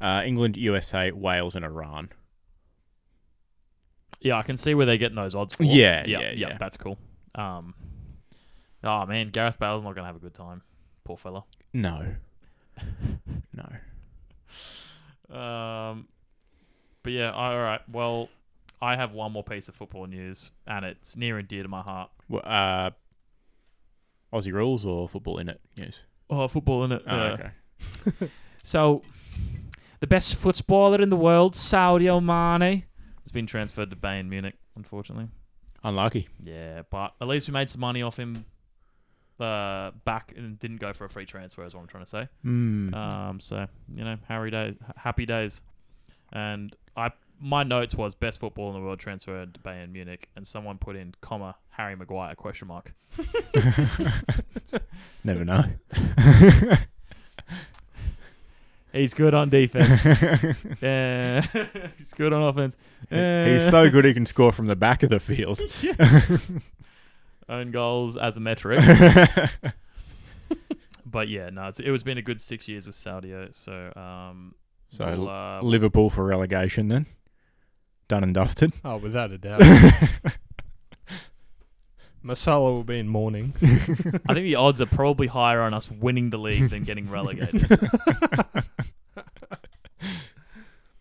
S2: Uh, England, USA, Wales, and Iran.
S3: Yeah, I can see where they're getting those odds for.
S2: Yeah, yeah, yeah.
S3: That's cool. Um, oh man, Gareth Bale's not gonna have a good time. Poor fella.
S2: No, no.
S3: Um, but yeah, all right. Well, I have one more piece of football news, and it's near and dear to my heart.
S2: Well, uh, Aussie rules or football in it news?
S3: Oh, football in it.
S2: Oh, okay.
S3: So, the best footballer in the world, Sadio Mane, has been transferred to Bayern Munich. Unfortunately,
S2: Unlucky.
S3: yeah, but at least we made some money off him. Uh, back and didn't go for a free transfer is what I'm trying to say.
S2: Hmm.
S3: Um, so you know, Harry days, happy days, and I my notes was best football in the world transferred to Bayern Munich, and someone put in comma Harry Maguire question mark.
S2: Never know.
S3: He's good on defense. yeah, he's good on offense.
S2: He's so good he can score from the back of the field.
S3: own goals as a metric. but yeah, no, it's, it was been a good six years with Saudio. So um,
S2: So,
S3: we'll, uh,
S2: Liverpool for relegation then. Done and dusted.
S1: Oh, without a doubt. Masala will be in mourning.
S3: I think the odds are probably higher on us winning the league than getting relegated.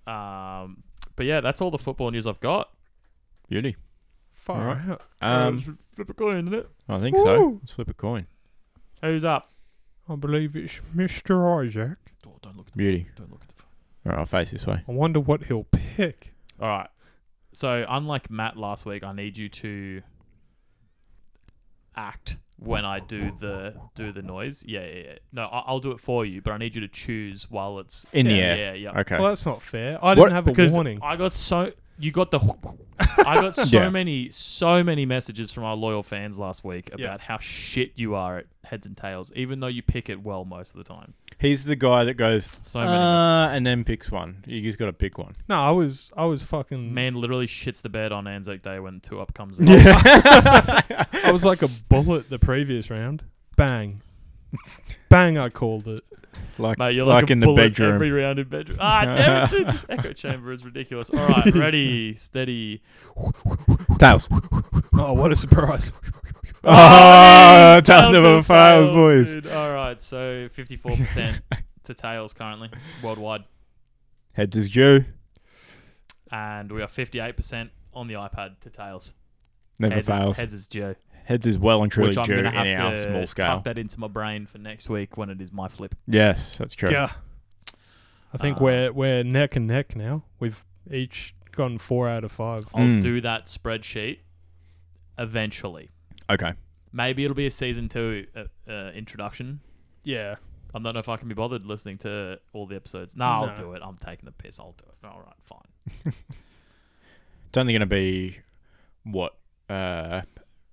S3: um, but yeah, that's all the football news I've got.
S2: Beauty.
S1: Far
S2: Alright.
S1: out.
S2: Um,
S3: flip a coin, innit?
S2: I think so.
S1: Woo.
S2: Let's flip a coin.
S3: Who's up?
S1: I believe it's Mr. Isaac.
S3: Oh, don't look at
S2: Beauty.
S3: phone, Don't look at the phone.
S2: All right, I'll face this way.
S1: I wonder what he'll pick.
S3: All right. So unlike Matt last week, I need you to act when I do the do the noise. Yeah, yeah, yeah. No, I- I'll do it for you, but I need you to choose while it's
S2: In the
S3: yeah,
S2: air.
S3: Yeah, yeah.
S2: Okay.
S1: Well, that's not fair. I didn't
S2: What-
S1: have a
S3: because
S1: warning.
S3: I got so you got the I got so
S2: Yeah.
S3: many so many messages from our loyal fans last week about
S1: Yeah.
S3: how shit you are at heads and tails, even though you pick it well most of the time.
S2: He's the guy that goes
S3: So many. messages.
S2: uh, and then picks one. You just got to pick one.
S1: No, I was, I was fucking.
S3: Man literally shits the bed on Anzac Day when two up comes. in.
S1: I was like a bullet the previous round. Bang, bang! I called it.
S2: like
S3: Mate, you're
S2: like
S3: like, a
S2: in the
S3: bullet
S2: bedroom.
S3: Every round in bedroom. Ah, damn it, dude. This echo chamber is ridiculous. All right, ready, steady.
S2: tails.
S1: Oh, what a surprise!
S2: Oh,
S3: Tails
S2: Ah, tails never
S3: to
S2: fails,
S3: tails,
S2: boys.
S3: dude. All right, so 54% to tails currently worldwide.
S2: Heads is due.
S3: And we are 58% on the iPad to tails.
S2: Never
S3: heads
S2: fails.
S3: Is, heads is due.
S2: Heads is well and truly
S3: which I'm
S2: due
S3: going
S2: in
S3: to have
S2: our
S3: to
S2: small
S3: tuck
S2: scale.
S3: that into my brain for next week when it is my flip.
S2: Yes, that's true.
S1: Yeah, I think
S3: Uh,
S1: we're we're neck and neck now. We've each gone four out of five.
S3: I'll
S2: Mm.
S3: do that spreadsheet eventually.
S2: Okay.
S3: Maybe it'll be a season two uh, uh, introduction.
S1: Yeah,
S3: I don't know if I can be bothered listening to all the episodes. Nah,
S1: No.
S3: I'll do it. I'm taking the piss. I'll do it. All right, fine.
S2: It's only going to be what uh,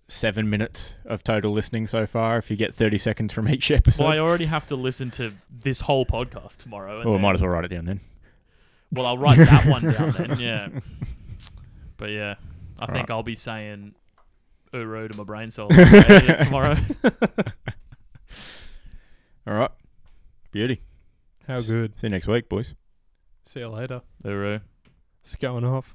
S2: seven minutes of total listening so far. If you get thirty seconds from each
S3: well, I
S2: episode,
S3: already have to listen to this whole podcast tomorrow. and
S2: well, we
S3: then-
S2: Oh, might as well write it down then.
S3: well, I'll write that one down then. Yeah. But yeah, I
S2: All
S3: think
S2: right.
S3: I'll be saying Uro to my brain cell tomorrow.
S2: All right. Beauty.
S1: how good.
S2: See you next week, boys.
S1: See you later.
S3: Uru.
S1: It's going off.